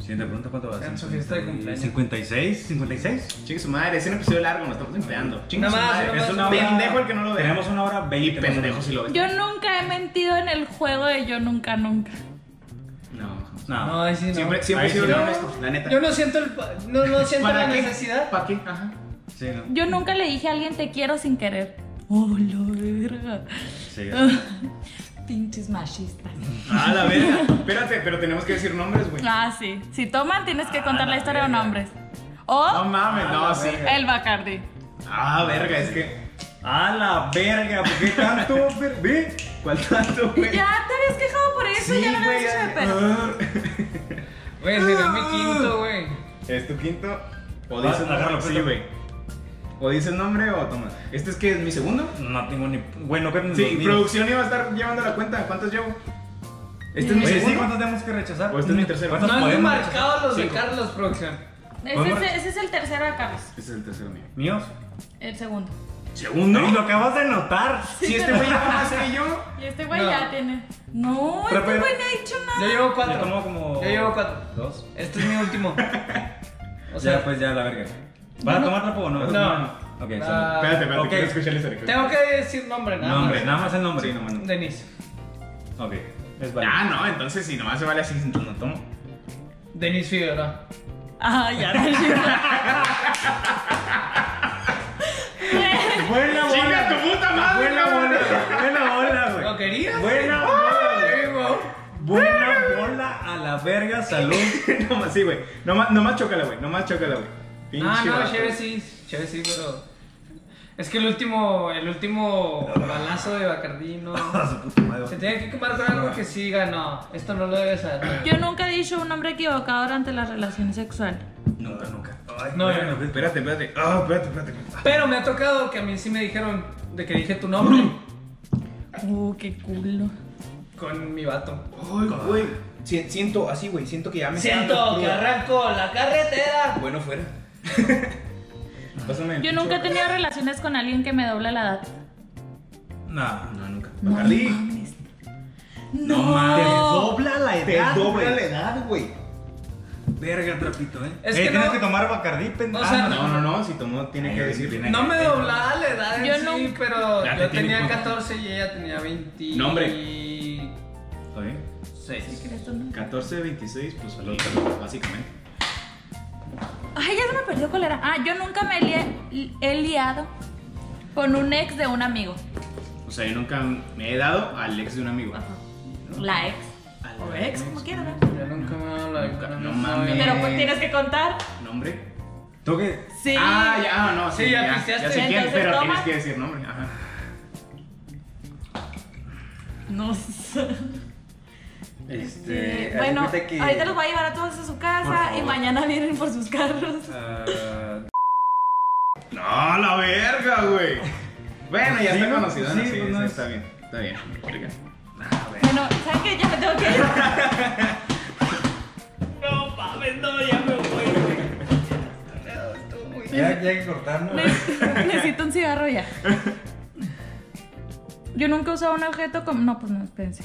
A: Siguiente pregunta, ¿cuánto va?
C: En su fiesta de cumpleaños.
A: 56, 56.
B: Chingue su madre, es un episodio largo, nos estamos empleando. Chingue
C: Nada
B: su
C: más,
B: madre.
C: nada más.
B: es
C: una
A: hora-
B: pendejo el que no lo ve.
A: Tenemos una hora
B: Y
A: 20.
B: pendejo si lo ve.
E: Yo nunca he mentido en el juego de yo nunca, nunca.
B: No.
A: No.
C: No, ahí sí, no.
B: Ah. Siempre, siempre he
A: Ahí
B: sido
A: sí.
B: bien honesto, la neta.
C: Yo no siento el, pa- no, no siento la
B: qué?
C: necesidad.
B: ¿Para qué? Ajá.
A: Sí, no.
E: Yo nunca le dije a alguien te quiero sin querer. Oh, la verga.
A: Sí.
E: *laughs* Pinches machistas.
B: Ah, la verga. Espérate, pero tenemos que decir nombres, güey.
E: Ah, sí. Si toman, tienes que
B: Ah,
E: contar la
B: la
E: historia de
B: verga.
E: nombres. O
B: No mames, no, sí.
E: Ah, el Bacardi.
B: Ah, verga, es que.
A: A Ah, la verga, ¿por qué tanto? ver- ¿Ve?
B: *laughs* ¿Cuál tanto,
E: Ya
B: güey?
E: te habías quejado por eso, ya no lo
B: güey,
E: hecho de
B: ya- Ah.
E: pedo.
C: Güey, se ve mi quinto, güey.
B: ¿Es tu quinto? O
A: Va,
B: dices
A: agárralo,
B: Sí,
A: Pedro.
B: güey. O dices nombre o tomas. ¿Este es que es mi segundo?
A: No tengo ni. Bueno, que en
B: Sí,
A: 2000.
B: producción iba a estar llevando la cuenta. ¿Cuántos llevo? Este es mi
A: Oye, sí,
B: segundo.
A: ¿cuántos tenemos que rechazar?
B: O este es mi tercero.
A: ¿Cuántos
C: No han
A: podemos
C: marcado los de
A: Cinco.
C: Carlos Producción.
E: Ese es, ese es el tercero de Carlos.
B: Este es el tercero mío.
A: ¿Míos?
E: El segundo.
B: ¿Segundo?
A: Lo acabas de notar.
B: Si este güey lleva más que yo.
E: Y este güey
C: No.
E: ya tiene. No,
A: Pero,
E: este
A: pero-
E: güey no ha dicho
C: Yo
E: nada.
C: llevo
A: Yo
C: cuatro.
A: tomo como.
C: Yo llevo cuatro.
A: Dos.
C: Este es mi
A: *laughs*
C: último. O
A: O
C: sea,
A: sea, pues ya, la verga. ¿Vas a tomar trapo o no?
C: No.
A: Ok,
C: Ah,
A: solo.
B: Espérate, espérate,
A: ok.
B: quiero escuchar la historia.
C: tengo que decir nombre, nada
A: Nombre,
C: más.
A: nada más el nombre.
B: Sí, nomás el nombre.
C: Denise.
A: Ok, es válido.
B: Ah, no, entonces si nomás se vale así, entonces no tomo.
C: Denise Figueroa.
E: Ah, ya no
B: *laughs*
A: Buena
B: ¡Chinga
A: bola.
B: tu puta madre!
A: Buena bola. Buena bola, güey.
C: ¿Lo querías?
A: Buena bola, güey.
C: Ay, güey.
A: Buena bola a la verga, salud.
B: nomás, sí, güey. Nomás, nomás chócala, güey. Nomás chócala, güey.
C: Ah, no,
B: vato.
C: chévere sí, chévere sí, pero... Es que el último, el último balazo de Bacardí
A: *laughs*
C: no...
A: Su puta madre.
C: Se tiene que quemar con algo que sí ganó. Esto no lo debes saber.
E: Yo nunca he dicho un nombre equivocado durante la relación sexual.
B: Nunca, nunca.
A: Ay,
C: No,
A: verga,
C: no.
A: espera.
B: Espérate, espérate. Ah, espérate, espérate. espérate.
C: Pero me ha tocado que a mí sí me dijeron de que dije tu nombre
A: *laughs*
E: Uh, qué culo.
C: con mi vato.
B: Ay, güey. Si- Siento así, güey. Siento que ya me
C: Siento que arranco la carretera.
B: Bueno, fuera. Pásame. el
E: Yo
B: pinche
E: nunca he
B: Bacardi.
E: tenido relaciones con alguien que me dobla la edad.
A: Nah.
B: No, nunca.
E: No
B: Bacardi.
E: mames.
A: No mames.
E: No.
A: Dobla la
B: Te
A: edad.
B: dobla
A: güey.
B: la edad, güey.
A: Verga, trapito, eh.
C: Es
A: Eh,
C: que
A: tienes
C: no-
A: que tomar Bacardí, pendejo.
C: O sea,
A: Ah,
B: No, no, no. Si tomó, tiene que
A: Ay,
B: decir.
A: tiene-
C: No me doblaba la edad en
E: Yo
C: sí,
E: nunca-
C: pero
A: Ya te
C: yo
A: tiene
C: tenía
A: culpa.
C: 14 y ella tenía 20.
B: Nombre.
A: ¿Está bien?
E: ¿Sí crees o no?
B: 14, 26, pues al otro, básicamente.
E: Ay, ya se me perdió cuál era. Ah, yo nunca me lia- he liado con un ex de un amigo.
B: O sea, yo nunca me he dado al ex de un amigo.
E: La ex.
B: Al
E: O ex, como quieras. ¿verdad?
C: Yo nunca me he dado la
B: Nunca,
C: de-
B: no mames.
E: Pero pues tienes que contar.
B: ¿Nombre?
A: Toque.
E: Sí.
B: Ah, ya, ah, no, sí,
C: Sí, ya
B: ya, ya,
C: pisteaste.
B: sé quién,
E: Entonces,
B: pero
E: toma.
B: tienes que decir nombre. Ajá.
E: No sé.
A: Este. haz de
E: bueno,
A: cuenta que-
E: ahorita los va a llevar a todos a su casa y
A: favor.
E: mañana vienen por sus carros.
A: Ah,
B: No, la verga, güey. Bueno, ya
A: Sí,
B: está
A: ¿no?
B: conocido, ¿no?
A: Sí,
B: Sí,
A: pues,
B: sí,
A: no es-
B: está bien, está bien. Verga.
E: Bueno, ¿saben qué? Ya me tengo que ir.
C: No mames, no, ya me voy.
A: ya, ya hay que cortarnos.
E: Ne- Necesito un cigarro ya. Yo nunca he usado un objeto como. No, pues no, espérense.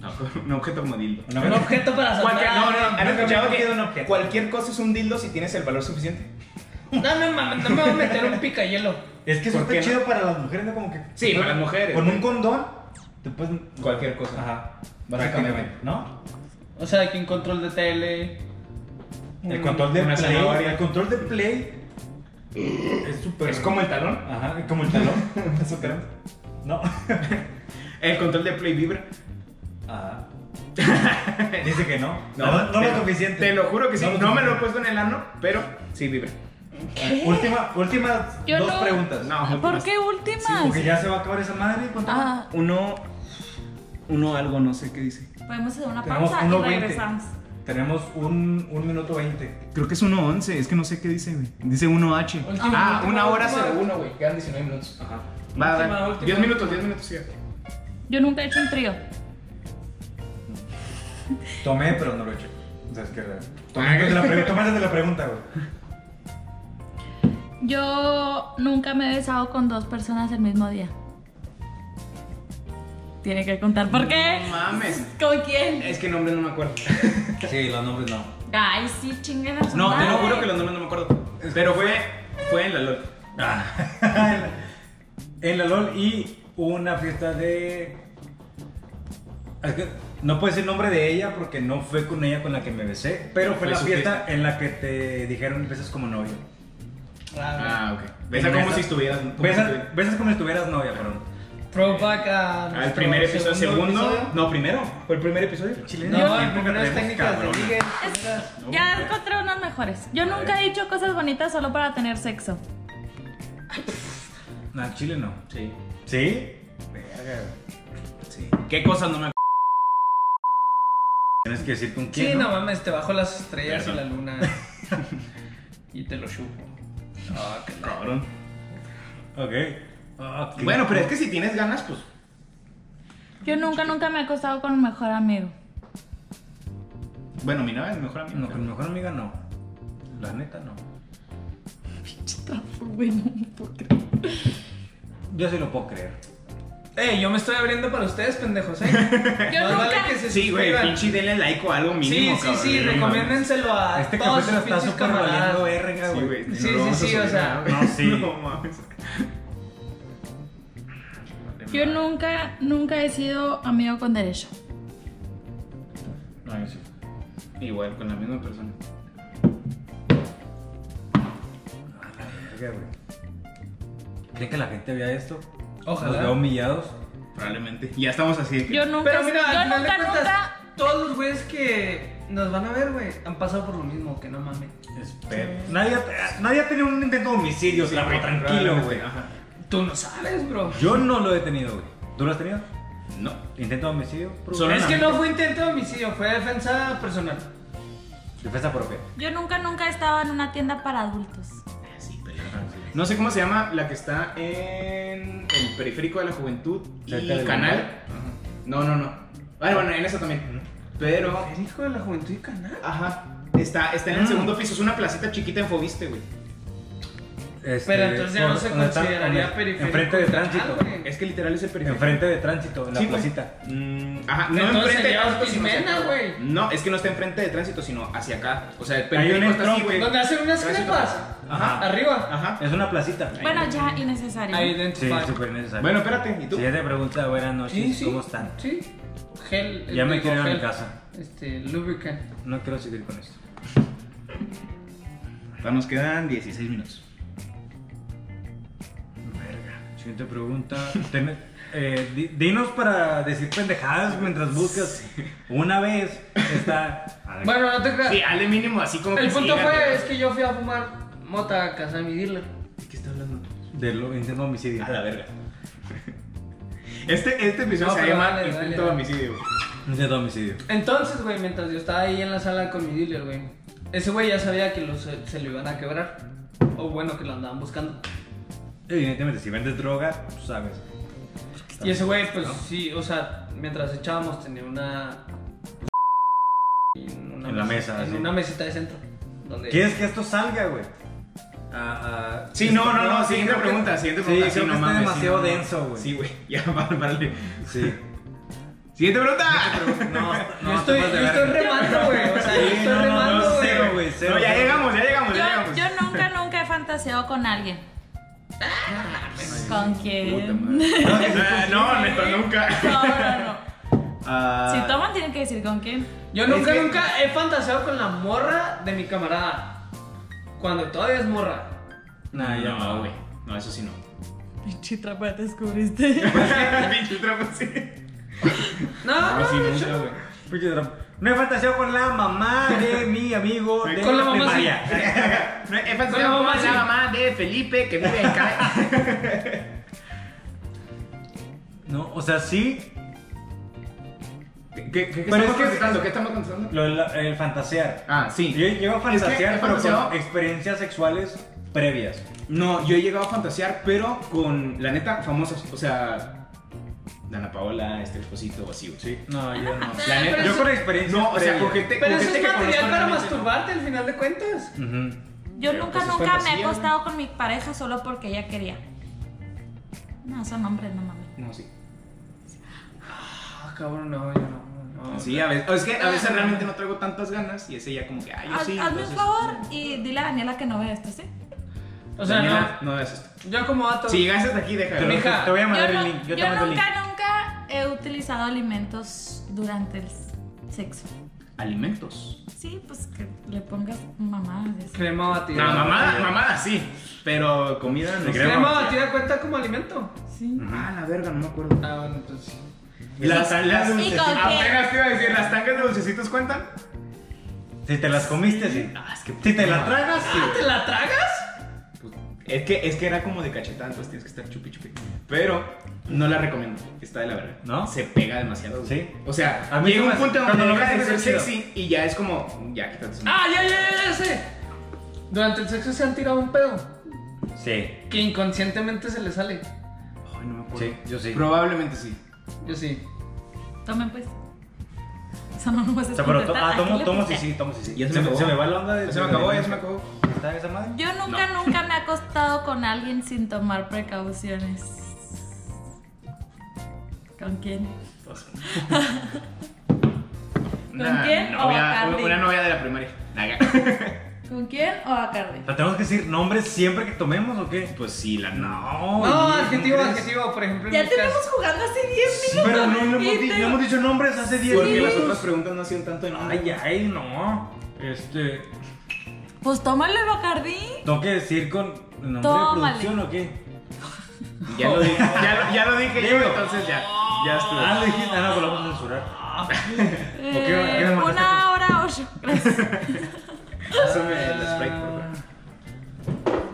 B: No, un objeto como dildo.
A: Una
C: Un
A: vez-
C: objeto para
B: Cualquier, no,
C: sonar.
B: no, no, ¿han
A: Nunca me
B: escuchado
A: he
B: que
A: cogido un objeto.
B: cualquier cosa es un dildo si tienes el valor suficiente?
C: No, no mames, no me voy a meter un picayelo.
A: Es que eso
B: ¿Por
A: está
B: qué no?
A: chido para las mujeres, ¿no? Como que.
B: Sí, para las mujeres,
A: Con
B: güey.
A: un condón, te puedes.
B: Cualquier cosa.
A: Ajá.
B: Básicamente.
A: Básicamente. ¿No?
C: O sea, que un control de tele.
A: El
C: un-
A: control de
B: una
A: play.
B: zanahoria.
A: El control de play. Es súper.
B: ¿Es como el talón?
A: Ajá, como el
B: *laughs*
A: talón. Es súper. No. *laughs*
B: ¿El control de Play vibra?
A: Ajá. Dice que no. No, no,
B: te-
A: lo suficiente.
B: Te lo juro que sí.
A: No lo
B: No me lo he
A: suficiente.
B: puesto en el ano, pero sí vibra.
A: Última, últimas
E: Yo
A: dos
E: no.
A: preguntas.
B: No,
E: ¿Por qué
A: Sí,
E: últimas?
A: porque ya se va a acabar esa madre. ¿cuánto?
E: Ah,
B: Uno. Uno algo, no sé qué dice.
E: podemos hacer una
A: Tenemos
E: pausa y
A: 1.20.
E: regresamos.
A: Tenemos un, un minuto veinte.
B: Creo que es 1.11, es que no sé qué dice, güey. Dice 1H.
C: Última,
B: ah,
C: última,
B: una hora
C: última.
B: 01, güey. Quedan 19 minutos.
A: Ajá.
B: Va,
C: Última,
B: va.
C: última,
B: 10 minutos,
C: última.
B: 10 minutos, sí.
E: Yo nunca he hecho un trío.
A: Tomé, pero no lo he hecho. O sea, es que. Tomé
B: Ah,
A: desde la,
B: que- *laughs*
A: pre- tomé desde la pregunta, güey.
E: Yo nunca me he besado con dos personas el mismo día. Tiene que contar por qué.
B: No mames.
E: ¿Con quién?
B: Es que nombres no me acuerdo.
A: Sí, los nombres no.
E: Ay, sí, chinguen a su
B: No, te
E: madre.
B: lo juro que los nombres no me acuerdo. Pero fue, fue en la LOL.
A: Ah. *laughs* en la LOL y hubo una fiesta de. Es que no puedo decir nombre de ella porque no fue con ella con la que me besé, pero fue,
B: Fue
A: la
B: su
A: fiesta, en la que te dijeron besas como novio.
C: Ah,
B: Ah, ok. Besa
A: En
B: como
A: esa-
B: si estuvieras. como si
A: Besas,
B: estuvieras-
A: besas como si estuvieras novia, perdón.
C: Throwback a
B: Al
C: nuestro
B: Ah, primer episodio, segundo. No, primero. ¿Fue el primer episodio?
A: Chile,
C: No,
A: tiempo
C: el
A: que
C: primero es
A: tenemos,
C: técnicas de
A: cabrón.
C: ligue.
E: Es- ya encontré unas mejores. Yo nunca he dicho cosas bonitas solo para tener sexo.
A: No, Chile no.
B: Sí.
A: ¿Sí?
B: Sí. ¿Qué cosas no me acuerdo?
A: Tienes que decir con quién.
C: Sí, no mames, te bajo las estrellas
B: Perdón.
C: y la *laughs* luna. y te lo chupo. Ah, qué la-
B: Cabrón.
A: Ok.
C: Ah,
A: Ok.
B: Bueno, pero es que si tienes ganas, pues.
E: Yo nunca, nunca me he acostado con un mejor amigo.
B: Bueno, mi novia es mi mejor amigo.
A: No, con mi mejor amiga no. La neta no.
E: Ah,
A: Yo sí lo puedo creer.
C: Ey, yo me estoy abriendo para ustedes, pendejos, *laughs* ¿eh?
E: Yo
C: Más
E: nunca-
C: vale que se
B: Sí, güey,
C: suscriban.
B: pinche denle like o algo mínimo,
C: Sí, sí,
B: cabrón.
C: sí,
B: No mames.
C: recomiéndenselo a
A: Este
C: todos
A: capítulo
C: sus
A: está
C: pinches
A: súper
C: camaradas.
A: valiendo verga,
B: Sí,
A: güey.
B: güey.
C: Sí,
B: no lo
C: sí,
B: vamos a
C: sí,
B: subir,
C: o sea.
B: güey.
A: No, sí.
B: No mames.
E: Yo nunca, nunca he sido amigo con derecho.
A: No, yo sí.
B: Igual, con la misma persona.
A: Verga, güey. ¿Creen que la gente vea esto?
C: Ojalá.
A: Los veo humillados.
B: Probablemente. Ya estamos así. de que-
E: Yo nunca,
C: Pero mira,
E: yo
C: al final de
E: nunca,
C: cuentas,
E: nunca.
C: todos los güeyes que nos van a ver, güey, han pasado por lo mismo, que no mames.
A: Espero. Nadie, ha- nadie ha tenido un intento de homicidio,
B: Sí,
A: la-
B: güey,
A: tranquilo, güey.
B: Ajá.
C: Tú no sabes, bro.
A: Yo no lo he tenido, güey. ¿Tú lo has tenido?
B: No.
A: ¿Intento de homicidio?
B: Solo
C: es
B: la
C: que
B: mente.
C: no fue intento de homicidio, fue defensa personal.
A: Defensa propia.
E: Yo nunca, nunca he estado en una tienda para adultos.
B: No sé cómo se llama la que está en el periférico de la juventud y
A: Cerca del
B: canal. No, no, no. Ah, bueno, en esa también. Pero,
C: El hijo de la juventud y canal.
B: ajá. Está, está
A: Mm.
B: en el segundo piso. Es una placita chiquita en Fobiste, güey.
A: Este,
C: Pero entonces ya
A: por-
C: no se
A: donde está-
C: consideraría
A: donde-
C: periférico.
A: Enfrente de
C: canal,
A: tránsito.
C: güey.
B: Es que literal es el periférico.
A: Enfrente de tránsito, en la
B: Sí, güey.
A: placita.
B: Mm, ajá, no
C: Entonces
B: enfrente de
C: sería
B: tránsito, sino hacia
C: Ortiz
B: acá.
C: Mena, güey.
B: No, es que no está enfrente de tránsito, sino hacia acá. O sea, el
A: Hay un
B: periférico está así, güey.
A: entronque.
C: Donde hacen unas
B: Tránsito.
C: crepas.
B: Ajá.
C: Arriba.
B: Ajá.
A: Es una placita.
E: Bueno, ya innecesario.
A: Sí,
C: Identify.
A: súper necesario.
B: Bueno, espérate, ¿y tú?
A: Siguiente pregunta, buenas noches,
C: Sí, sí.
A: ¿cómo están?
C: Sí. Gel.
A: Ya me
C: digo,
A: quiero ir a mi
C: gel,
A: casa.
C: Este, lubricant.
A: No quiero seguir con esto.
B: Todavía nos quedan 16 minutos.
A: Verga. Siguiente pregunta. Ten- eh, di- dinos para decir pendejadas mientras buscas. Una vez
B: *laughs*
A: está.
C: Bueno, no te creas.
D: Sí, hazle mínimo así como
C: El
D: que
C: punto
D: sí,
C: fue
D: gato.
C: es que yo fui a fumar mota a casa de mi dealer.
B: ¿De qué está hablando?
A: De lo intento de homicidio.
B: A la verga. Este, este episodio
C: No,
B: se
C: pero
B: llama
C: dale, dale,
B: Intento de
C: dale.
B: homicidio.
A: Intento de homicidio.
C: Entonces, güey, mientras yo estaba ahí en la sala con mi dealer, güey, ese güey ya sabía que lo- se, se lo iban a quebrar. O bueno, que lo andaban buscando.
A: Evidentemente, si vendes droga, tú sabes.
C: Y ese güey, pues sí, o sea, mientras echábamos tenía una. En, una
A: En la
C: mesa-
A: mesa,
C: En
A: sí.
C: una mesita de centro. Donde
A: ¿Quieres que esto salga, güey? Ah, ah,
B: Sí, no, no, no,
A: sí,
B: siguiente
A: creo que-
B: pregunta, siguiente pregunta.
A: Sí, creo
B: no
A: que está
B: mames, sí,
A: demasiado
B: no, no.
A: denso, güey.
B: Sí, güey, ya, *laughs* vale, vale.
A: Sí.
B: *laughs* Siguiente pregunta.
A: No,
C: Yo estoy, yo estoy remando, güey. O sea, yo
A: Sí,
C: estoy
A: no, no,
C: remando,
A: no,
C: güey.
A: cero, güey, cero.
B: No, ya
A: cero.
B: llegamos, ya llegamos, ya
E: Yo,
B: llegamos.
E: yo nunca, nunca he fantaseado con alguien. ¿Con
B: Puta
E: quién?
B: madre. Ah, No, neta, nunca.
E: *laughs* No, no, no.
B: Ah,
E: ¿eh? Si toman, tienen que decir con quién.
C: Yo nunca,
B: Es que-
C: nunca he fantaseado con la morra de mi camarada. Cuando todavía es morra.
A: Nah, ya.
B: No, güey. No, eso sí no.
E: Pinche trapa, te descubriste.
B: *laughs* Pinche trapo, sí.
C: No, no,
E: Ah,
B: No, sí,
C: de hecho,
B: nunca, güey.
A: Pinche Trump. No he fantaseado con la mamá
B: *laughs*
A: de mi amigo de
C: Con la mamá, sí.
A: primaria.
B: No, eh, he
C: Con la
B: fantaseado
C: mamá,
B: con
C: sí.
B: la mamá de Felipe que vive en Cali.
A: No, o sea, sí.
B: ¿Qué, qué, qué
A: Pero es
B: estamos
A: que-
B: contestando? ¿Qué estamos contestando?
A: Lo, de la- el fantasear.
B: Ah, sí.
A: Yo llego a
B: Es que he
A: fantasear, pero
B: fantaseado-
A: con experiencias sexuales previas.
B: No, yo he llegado a fantasear, pero con, la neta, famosos. O sea, Dana Paola, este esposito o así, güey.
A: Sí. No, yo
E: *laughs*
A: no.
B: La neta,
A: Yo con experiencias
B: No, o sea, con
A: previas.
B: gente,
C: Pero
B: con
C: eso es
B: gente que conozco.
C: material para
B: normalmente, no.
C: masturbarte al final de cuentas.
A: Ujú.
E: Yo
B: Pero,
E: nunca,
B: pues, es
E: nunca me he
B: fantasía,
E: acostado con mi pareja solo porque ella quería. No, son hombres, no mames.
B: No, sí.
C: Ah, cabrón, no, yo no. no.
B: Sí, a veces. o Es que a veces realmente no traigo tantas ganas y ese ya como que, ay, yo
E: Haz-
B: sí.
E: hazme un
B: entonces-
E: favor y dile a Daniela que no vea esto, ¿sí?
C: O sea,
B: Daniela, no veas esto.
C: no. Yo como vato.
B: Si llegas hasta aquí, déjalo.
C: Mija,
A: Te voy a
E: Yo,
A: mandar
E: no-
A: el link. Yo te
E: yo
A: mando el link.
E: nunca, nunca he utilizado alimentos durante el sexo.
B: Alimentos.
E: Sí, pues que le pongas mamá.
C: Crema batida.
B: No, mamada, mamada sí. Pero comida no.
A: Te
B: sé.
A: creo.
C: Crema batida cuenta como alimento.
E: Sí.
A: Mm.
B: Ah, la verga, no me acuerdo.
C: Ah, bueno, entonces. sí.
B: Las, las
E: con qué?
B: Apenas te iba a decir, ¿las tangas de dulcecitos cuentan?
A: Si te las comiste, sí.
E: Ah,
A: Si te las tragas, sí.
C: ¿Te la tragas?
B: pues, Es que, es que era como de cachetada, entonces tienes que estar chupi chupi. Pero no la recomiendo, está de la verga.
A: ¿No?
B: Se pega demasiado. güey.
A: Sí.
B: O sea,
A: A mí
B: llega
A: se me
B: un
A: hace-
B: punto en
A: cuando
B: donde
A: lo
B: deja
A: ves
B: de ser
A: es chido.
B: sexy y ya es como, ya quítate eso.
C: Ah, ya, ya, ya, ya sé. Durante el sexo se han tirado un pedo.
A: Sí.
C: Que inconscientemente se le sale.
B: Ay, no me acuerdo.
A: Sí, yo sí.
B: Probablemente sí.
C: Yo sí.
E: Tomen pues. Eso no nos
A: O
E: es
A: sea, pero to-
E: completar.
A: ah,
E: Aquí
A: tomo,
E: le
A: tomo, sí,
E: puse.
A: sí, tomo, sí, sí.
B: Ya se
A: se,
B: me
A: me,
B: acabó.
A: se me va la onda de.
B: Ya se me acabó, ya se me acabó.
A: ¿Está esa madre?
E: Yo nunca, nunca me he acostado con alguien sin tomar precauciones. ¿Con quién?
B: Una
E: quién o
B: novia-
E: Bacardi?
B: Una novia de la primaria.
A: *laughs*
B: Naga.
F: ¿Con quién o a Cardi?
A: ¿La tenemos que decir nombres siempre que tomemos o qué?
B: Pues sí, la no.
A: No.
C: No,
A: güey,
C: adjetivo,
A: ¿cómo
C: adjetivo, por ejemplo. en
E: Ya
C: mi caso.
E: tenemos jugando hace 10
A: crees?
E: minutos.
A: Pero no, no hemos,
E: y
A: di-
E: te-
A: no hemos dicho nombres hace 10
B: Porque
A: minutos.
B: las otras preguntas no han sido tanto de nombre.
A: Ay, ay, no. Este.
E: Pues tómale Bacardí.
A: ¿Tengo que decir con nombre
E: Tómale.
A: de producción o qué?
B: Ya lo dije, ya, ya lo dije yo,
A: Digo.
B: entonces ya. Ya estuvo.
A: Ah, lo dijiste. Ah, no, pues lo vamos a censurar. qué- qué me pues.
E: Eh,
A: mandaste
E: una hora ocho. Gracias.
B: Pásame el spray, por favor.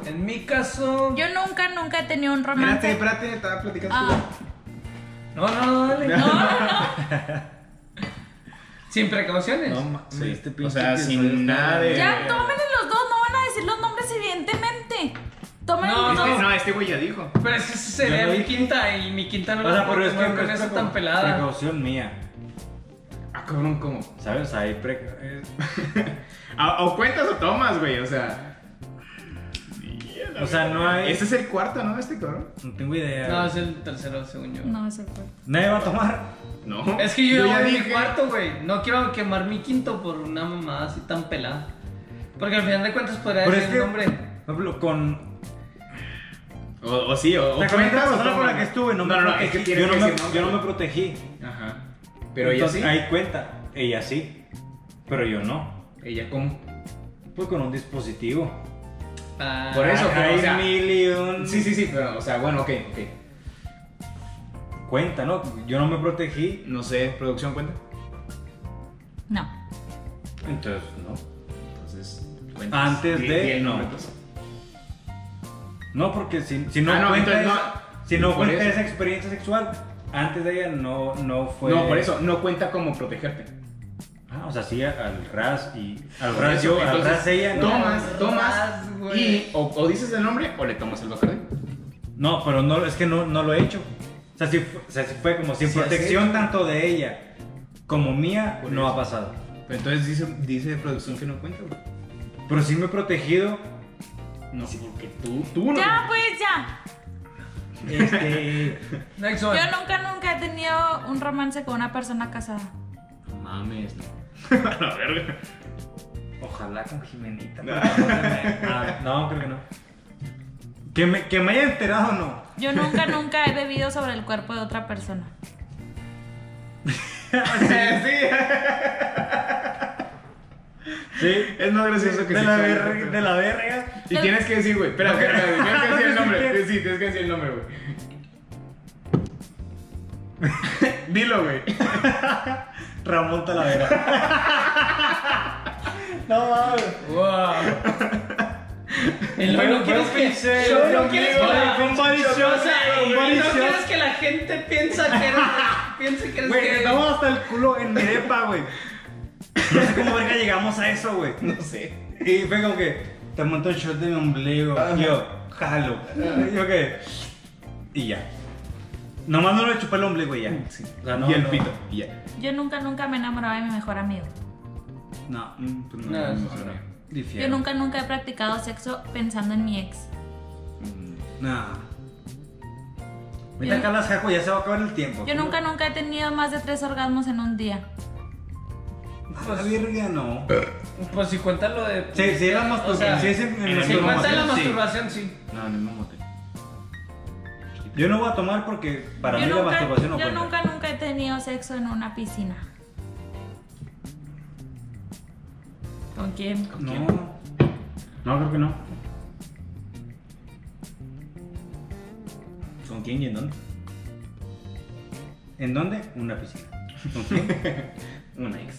C: En mi caso.
E: Yo nunca, nunca he tenido un
B: Espérate,
E: romance.
B: espérate, estaba platicando.
E: Ah,
C: No, no, no, dale.
E: no, no, no.
C: Sin precauciones.
A: mames,
B: Sí.
A: este
B: O
A: pinche
B: sea,
A: que
B: sin
A: soy este-
B: nada de-
E: Ya tomen los dos, no van a decir los nombres, evidentemente. Tomen
C: No,
E: los
B: Este-
E: dos.
B: no, este güey ya dijo.
C: Pero es que eso
A: Yo
C: sería
A: no
C: mi
A: dije.
C: quinta y mi quinta no
A: O sea,
C: la
A: pero
C: puedo
A: es que pues,
C: tomar con
A: es
C: esa
A: preco-
C: tan pelada.
A: Precaución mía.
B: Ah, cabrón, ¿cómo?
A: ¿Sabes? Ahí pre- eh,
B: A- o cuentas o tomas, güey, o sea.
A: O sea, no hay.
B: Este es el cuarto, ¿no? Este cabrón.
A: No tengo idea.
C: No, es el tercero, según yo.
E: No, eso fue.
A: Nadie va a tomar.
B: No.
C: Es que yo, ya voy mi cuarto, güey. No quiero quemar mi quinto por una mamada así tan pelada. Porque al final de cuentas podría
A: Pero
C: decir
A: es que.
C: el nombre.
A: Por ejemplo, con
B: O, o sí, o, o
A: La con
B: cuentas
A: esta
B: o
A: persona con la
B: tomas.
A: que estuve, no, me
B: no, no, es
A: protegí.
B: que tienes
A: yo, no
B: que
A: me,
B: decir nombre.
A: yo no me protegí.
B: Ajá. Pero ella
A: Entonces,
B: sí.
A: Ahí cuenta, ella sí. Pero yo no.
B: Ella cómo.
A: Pues con un dispositivo.
C: Ah,
B: Por
A: e-
B: eso, pero,
A: Hay
B: o sea,
A: mil y un-
B: Sí, sí, sí, pero, o sea, bueno, ok, ok.
A: Cuenta, ¿no? Yo no me protegí,
B: No sé, ¿producción cuenta?
E: No.
A: entonces, ¿no?
B: Entonces,
A: Antes
B: Di-
A: de-
B: di el nombre.
A: No, porque si, si no,
B: Ah, no,
A: cuenta,
B: entonces
A: esa-
B: no.
A: si no
B: Por
A: cuenta
B: eso.
A: esa experiencia sexual, antes de ella no, no fue...
B: No, por eso, no cuenta como protegerte.
A: Ah, o sea, sí, al ras y... Al
B: Por
A: ras
B: eso,
A: yo, al
B: entonces,
A: ras ella... No,
B: Tomas, tomas.
C: Ras, güey.
B: Y o, o dices el nombre o le tomas el bacardi.
A: No, pero no, es que no, no lo he hecho. O sea, sí, fu- o sea, sí fue como sin
B: Sí has
A: protección tanto de ella como mía,
B: Por
A: no
B: eso.
A: ha pasado.
B: Pero entonces dice, dice producción que no cuenta, güey.
A: Pero sí me he protegido.
B: No, porque tú, tú no.
E: Ya, pues ya.
B: *laughs*
A: Este...
C: Next one.
E: Yo nunca, nunca he tenido un romance con una persona casada.
B: No mames, no.
A: Ojalá con Jimenita. No, no, creo que no. Que me, que me haya enterado o no.
E: Yo nunca, nunca he bebido sobre el cuerpo de otra persona.
B: *laughs* sí,
A: Sí.
B: es más gracioso que
A: De
B: sí,
A: la,
B: sí,
A: verga-
B: sí.
A: de la verga.
B: Y tienes que decir, güey. Espera, espera, güey, Tienes que decir el
A: *laughs*
B: nombre. Sí, tienes que decir el nombre, güey. *laughs* Dilo, güey.
A: Ramón Talavera. no mames.
C: Wow. Y
A: Bueno,
C: luego no quieres
A: bueno,
C: que.
A: pensé,
C: Yo no
A: bueno,
C: quieres que
A: bueno,
C: la-
A: fue un body
C: yo no
A: shot,
C: sé,
A: fue un
C: güey,
A: body
C: no
A: shot.
C: quieres que la gente piensa *laughs* que eres. piense que eres
A: Güey,
C: gay.
A: estamos hasta el culo en Mirepa, güey. No sé cómo verga llegamos a eso, güey.
B: No sé.
A: Y fue como que, te monto el shot de mi ombligo. Y yo, jalo. Y yo, ¿qué? Y ya. Nomás no le chupé el ombligo y ya. O sea, no,
B: y el
A: no.
B: pito. Ah, Y ya.
E: Yo nunca, nunca me he enamorado de mi mejor amigo.
A: No, mm, pues no.
C: No,
A: no,
C: eso
A: no,
C: sí
A: no.
C: no.
A: Difiero.
E: Yo nunca, nunca he practicado sexo pensando en mi ex.
A: No. Vete acá las jaco, ya se va a acabar el tiempo.
E: Yo nunca, nunca he tenido más de tres orgasmos en un día.
A: A la virga no.
C: Pues si cuenta lo de.
A: Sí, sí, la masturbación.
C: O sea,
A: sí, es en- en
B: en
A: la
C: si cuenta la
A: masturbación, sí.
C: masturbación, sí.
B: No, en el mismo motel.
A: Yo no voy a tomar porque para
E: yo
A: mí la
E: nunca,
A: masturbación no
E: yo
A: cuenta.
E: nunca, nunca he tenido sexo en una piscina. ¿Con quién?
A: No. No, creo que no.
B: ¿Con quién y en dónde?
A: ¿En dónde? Una piscina. ¿Con
B: *laughs* Una ex.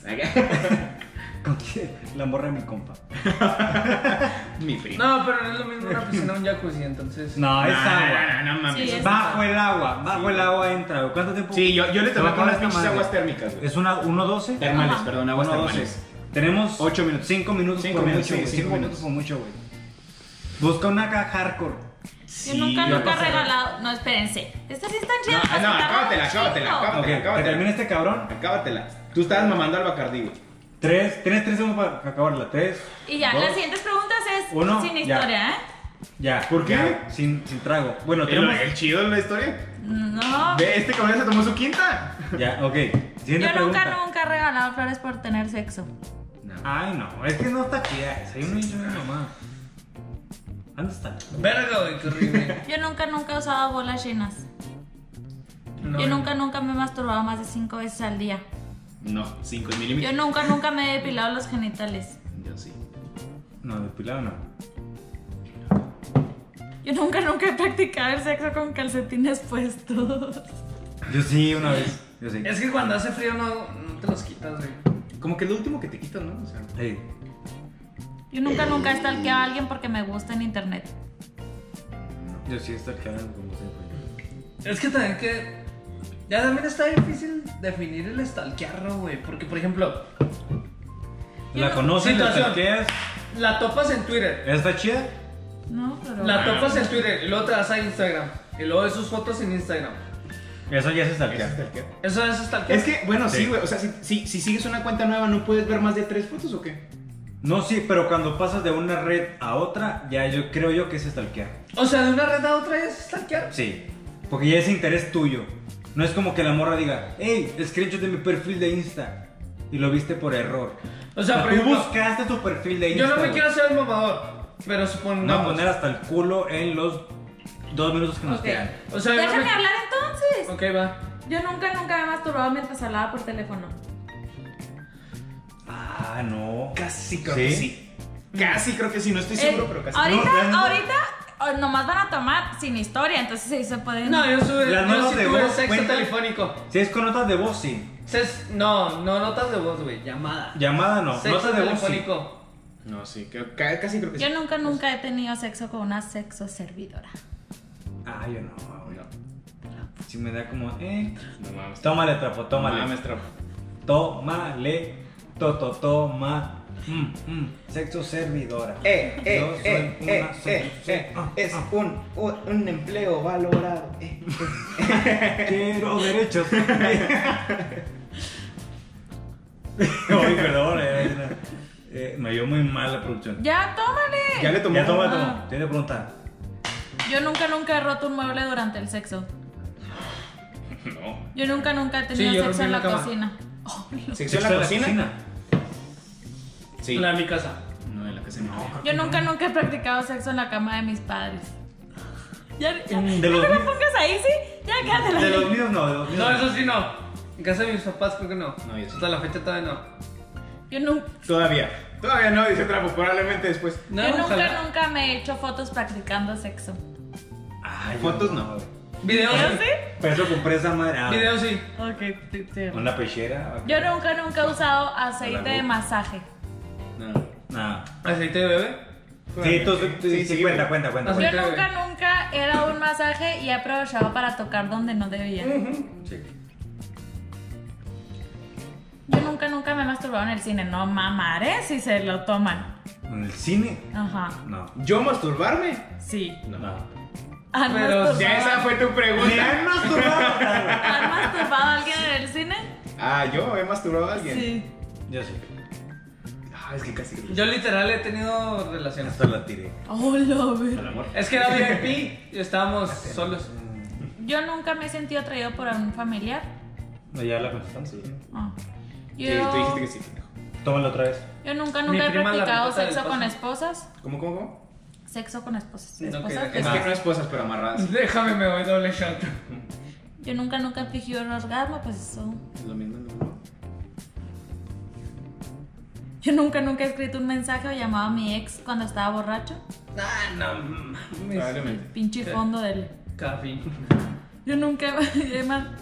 A: ¿Con quién? La morra de mi compa.
B: *laughs* Mi prima.
C: No, pero no es lo mismo *laughs* una piscina o un jacuzzi, entonces.
A: No, es agua.
B: No, no, no, mames.
E: Sí, es-
A: Bajo el agua, bajo el agua entra. güey. ¿Cuánto tiempo?
B: Sí, yo, yo le
A: Se va
B: tomé
A: a acabar
B: con las
A: esta
B: pinches
A: madre.
B: aguas térmicas, güey.
A: Es una 1.12.
B: Termales,
E: Ajá.
B: perdón, aguas
A: 1.12.
B: termales.
A: Tenemos
B: Ocho minutos.
A: 5 minutos
B: Cinco
A: por
B: minutos,
A: mucho,
B: sí,
A: güey.
B: cinco
A: Cinco minutos
B: minutos.
A: por mucho, güey. Busca una caja hardcore.
E: Yo nunca,
B: yo
E: nunca he
B: pasé.
E: regalado. No, espérense. Estas sí están chidas.
B: No,
E: las
B: no,
E: que acabamos
B: acábatela,
E: de
B: acábatela,
E: decirlo.
B: acábatela.
A: Ok, que
B: acábatela.
A: termine este cabrón.
B: Acábatela. Tú estabas mamando al Bacardi, güey.
A: Tres, tienes tres segundos para acabarla. Tres.
E: Y ya,
A: dos,
E: las siguientes preguntas es
A: Uno,
E: sin
A: ya.
E: historia, ¿eh?
A: Ya.
B: ¿Por qué?
A: ya, sin, sin trago. Bueno,
B: ¿El,
A: tenemos.
B: el chido en la historia?
E: No.
B: Ve, este cabrón se tomó su quinta.
A: Ya, ok.
E: Yo
A: Siguiente
E: nunca,
A: pregunta.
E: nunca he regalado flores por tener sexo.
A: Ay, no, es que no está chida esa. Yo no he dicho mi mamá. ¿Dónde está?
C: Verga, güey, qué *laughs* horrible.
E: Yo nunca, nunca he usado bolas llenas.
C: No,
E: Yo nunca, nunca me he masturbado más de cinco veces al día.
B: No, 5 milímetros.
E: Yo nunca, nunca me he depilado los genitales.
B: Yo sí.
A: No, depilado no.
E: Yo nunca, nunca he practicado el sexo con calcetines puestos.
A: Yo sí, una vez. Yo sí.
C: Es que cuando hace frío no, no te los quitas, güey.
B: Como que es lo último que te quitas, ¿no? O sea,
A: Sí.
E: Yo nunca, nunca he stalkeado a alguien porque me gusta en internet.
A: Yo sí estoy quedando como siempre.
C: Es que también que. Ya también está difícil definir el stalkearro, güey. Porque, por ejemplo,
E: Yo
A: La
E: no-
A: conoces, la
C: Situación.
A: tanqueas.
C: la topas en Twitter.
A: ¿Está chida?
E: No, pero.
C: La topas en Twitter y luego te vas a Instagram. Y luego ves sus fotos en Instagram.
A: Eso ya se
B: ¿ese es
A: stalkea.
B: el que-
C: Eso es stalkear.
B: Es que, bueno, sí,
A: Sí.
B: güey. O sea, si, si, si sigues una cuenta nueva, ¿no puedes ver más de tres fotos o qué?
A: No, sí, pero cuando pasas de una red a otra, ya yo creo yo que se stalkea.
C: O sea, de una red a otra es stalkear.
A: Sí. Porque ya es interés tuyo. No es como que la morra diga, hey, screenshot de mi perfil de Insta. Y lo viste por error.
C: O sea, por
A: tú
C: ejemplo,
A: buscaste tu perfil de Insta.
C: Yo no me
A: güey.
C: quiero hacer el mamador. Pero
A: Vamos a
C: supongamos.
A: poner hasta el culo en los dos minutos que nos
E: Ok.
A: quedan.
C: o sea, yo no
E: Déjame
C: me-
E: hablar entonces.
C: pues, Ok, va.
E: Yo nunca, nunca me he masturbado mientras hablaba por teléfono.
A: Ah, no.
B: Casi
A: ¿Sí?
B: Casi creo que sí, no estoy seguro, pero casi.
E: Eh, ahorita,
B: No, realmente-
E: ahorita oh, nomás van a tomar sin historia, entonces sí se pueden.
C: No, yo sube,
A: Las
C: yo
A: notas
C: sí
A: de
C: tuve
A: voz
C: sexo
A: cuentan.
C: telefónico.
A: Si es con notas de voz, sí.
C: Ses- no, no notas de voz, güey, llamada.
A: Llamada no,
C: sexo
A: notas de voz sí.
C: telefónico.
B: No, sí, creo- ca- casi creo que sí.
E: Yo nunca, nunca he tenido sexo con una sexo servidora.
A: Ah, yo no, güey. Si me da como, eh.
B: No mames.
A: Tómale, trapo, tómale.
B: No mames, trapo.
A: Tómale, to, to, toma. Mm, mm. Sexo servidora.
D: Eh, eh,
A: Yo soy
D: eh,
A: una
D: eh,
A: sexo-
D: eh, eh,
A: Ah,
D: es
A: ah.
D: un, un, un empleo valorado. eh.
A: Quiero
D: *laughs*
A: derechos. *laughs* Ay, perdón. eh, eh, me dio muy mal la producción.
E: ¡Ya, tómale!
B: Ya le tomó.
A: Ya toma,
E: Ah.
A: toma. Tiene que preguntar.
E: Yo nunca, nunca he roto un mueble durante el sexo.
B: No.
E: Yo nunca, nunca he
C: Sí, yo
E: tenido
C: rompí
E: sexo en
C: la
E: la
C: cama.
E: cocina.
B: ¿Sección en la cocina? Sí.
C: La de mi casa.
B: No, en la casa no.
E: Yo nunca, nunca he practicado sexo en la cama de mis padres. Ya,
A: De
E: ya, ya
A: los
E: no me
A: míos.
E: pongas ahí, ¿sí? Ya, quédatela
A: De
E: ahí.
A: los míos no, de los míos.
C: No, eso sí no. En casa de mis papás creo que no.
B: No, yo sí.
C: Hasta la fecha todavía no.
E: Yo, nunca
B: Todavía. Todavía no, dice Trapo, probablemente después.
C: No,
E: yo nunca,
C: ojalá.
E: nunca me he hecho fotos practicando sexo.
A: Ay,
B: Fotos
A: yo
B: no.
C: Videos
E: ¿Yo
C: sí.
E: sí?
A: Pero eso compré esa madre. ah,
C: Videos sí.
E: Ok, te- te-
A: Una pechera.
E: Yo nunca, nunca he usado aceite
A: Hola,
E: de
A: Gu.
E: masaje.
B: No.
A: Nada.
C: Aceite de bebé.
A: Sí, tú, tú- tú-
B: Sí,
A: sí,
B: sí,
A: cuenta, cuenta, cuenta.
C: Así
E: Yo
C: que-
E: nunca, nunca he dado un masaje y he aprovechado para tocar donde no debía. Yo nunca, nunca me he masturbado en el cine. No mamaré si se lo toman.
A: ¿En el cine?
E: Ajá,
A: No.
B: ¿Yo masturbarme?
E: sí.
A: No.
E: ¿Han,
C: Pero
E: masturbado,
B: Ya esa fue tu
A: ¿Me
B: pregunta.
A: han masturbado? Claro.
E: ¿han masturbado a alguien en el cine?
B: Ah, yo he masturbado a alguien.
E: Sí.
A: Yo sí.
B: Ah, es que casi.
C: Yo literal he tenido relaciones.
A: Hasta la tiré.
E: Hola, a ver.
B: Al amor.
C: Es que era VIP y estábamos solos.
E: Yo nunca me he sentido atraído por un familiar.
A: No, ya la contestamos. Sí.
E: Ah.
B: Sí,
E: Yo,
B: tú dijiste que sí, pendejo.
A: Tómalo otra vez.
E: yo nunca,
C: Mi
E: nunca he
C: prima la
E: practicado
C: ricota del
E: sexo con
C: paso.
E: esposas.
B: ¿Cómo, cómo, cómo?
E: Sexo con esposas.
C: No,
E: Esposas
C: que-
E: de-
B: Es que no esposas, pero amarradas.
C: Déjame, me voy doble shot.
E: Yo nunca, nunca he fingido un orgasmo, pues eso.
B: Es lo mismo, ¿no?
E: Yo nunca, nunca he escrito un mensaje o llamado a mi ex cuando estaba borracho.
C: Ah, no mames.
B: Probablemente.
E: Pinche
C: ¿Qué?
E: fondo del.
C: Cafín.
E: Yo nunca *laughs* he, he man-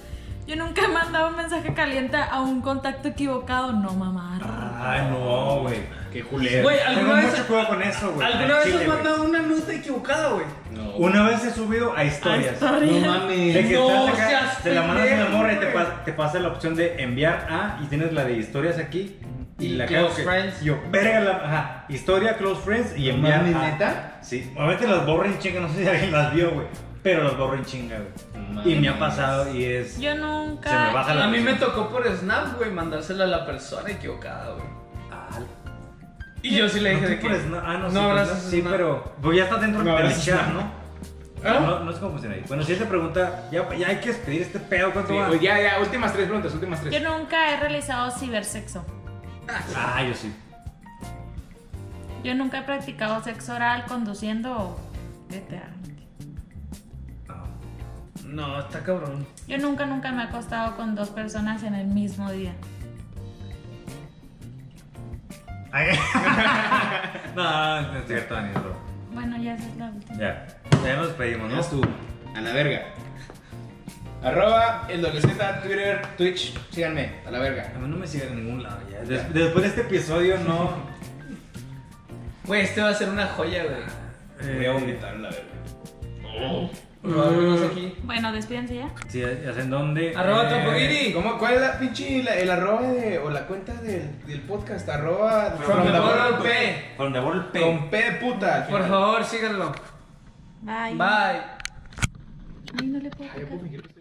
E: yo nunca he mandado un mensaje caliente a un contacto equivocado. No, mamá.
A: Ay, no, güey.
B: Qué culero.
C: Güey,
A: Tengo
C: ¿alguna
A: mucho
C: vez,
A: cuidado con eso, güey.
C: ¿alguna
A: Al
C: vez
A: chile,
C: has
A: güey.
C: mandado una nota equivocada, güey?
B: No.
A: Una vez he subido a historias.
B: No
E: Historia.
A: De
B: mames.
A: que
C: No
A: estás acá,
C: seas
A: te la mandas a la
C: pendejo,
A: morra y te
C: güey.
A: pasa, te pasa la opción de enviar a y tienes la de historias aquí y,
C: Y
A: la
C: close
A: cago que-
C: friends.
A: Yo, verga la, ajá, historia, close friends y
B: No
A: enviar
B: mames,
A: a.
B: ¿neta?
A: Sí, a veces las borro en chinga, no sé si alguien las vio, güey, pero las borro en chinga, güey.
B: No
A: y me ha
B: mames.
A: pasado y es.
E: Yo
A: Se me
E: nunca.
A: baja la
C: A mí me
A: presión.
C: tocó por Snap, güey, mandársela a la persona equivocada, güey.
A: Ah,
C: Y yo sí le
A: no,
C: dije
A: tú
C: de que...
A: por Snap- ah, no, sí,
C: no
A: por
C: abrazas
A: Snap, sí,
C: Snap.
A: pero. Pues ya está dentro
B: No
A: del
B: abrazas
A: chat,
B: Snap.
A: ¿no?
C: ¿Ah?
A: No, no sé cómo funciona ahí. Bueno, si te pregunta, ya, ya hay que despedir este pedo, ¿cuánto
B: Sí,
A: va?
B: pues ya, ya, últimas tres preguntas, últimas tres.
E: Yo nunca he realizado cibersexo.
A: Ah, yo sí.
E: Yo nunca he practicado sexo oral conduciendo o. Vete a-
A: No.
C: No, está cabrón.
E: Yo nunca, nunca me he acostado con dos personas en el mismo día.
A: Ay. *laughs* no, no es cierto, Dani, bro.
E: Bueno, ya esa es la última.
A: Ya. Ya nos despedimos, ¿no?
B: Eres tú. A la verga. Arroba el WZ, Twitter, Twitch. Síganme, a la
A: A
B: verga.
A: mí no me sigue en ningún lado ya. Des- después de este episodio
C: *laughs*
A: no.
C: Güey, este va a ser una joya, güey.
B: Voy a
A: Eh,
B: vomitar, la verga.
C: Vámonos aquí.
E: Bueno, despídense ya.
A: Sí, ya sé en dónde.
C: Arroba
A: Eh,
C: Trapoguiri.
B: ¿Cómo, ¿Cuál es la pinche la- el arroba de, o la cuenta del, del podcast? Arroba
C: From the
B: Bottom
C: Bottom P.
A: From the Ball Pen.
B: Con P de puta. al
C: Por
B: final.
C: favor, síganlo.
E: Bye.
C: Bye.
E: Ay, no le puedo
B: Ay,
E: tocar.
B: pues, me quiero-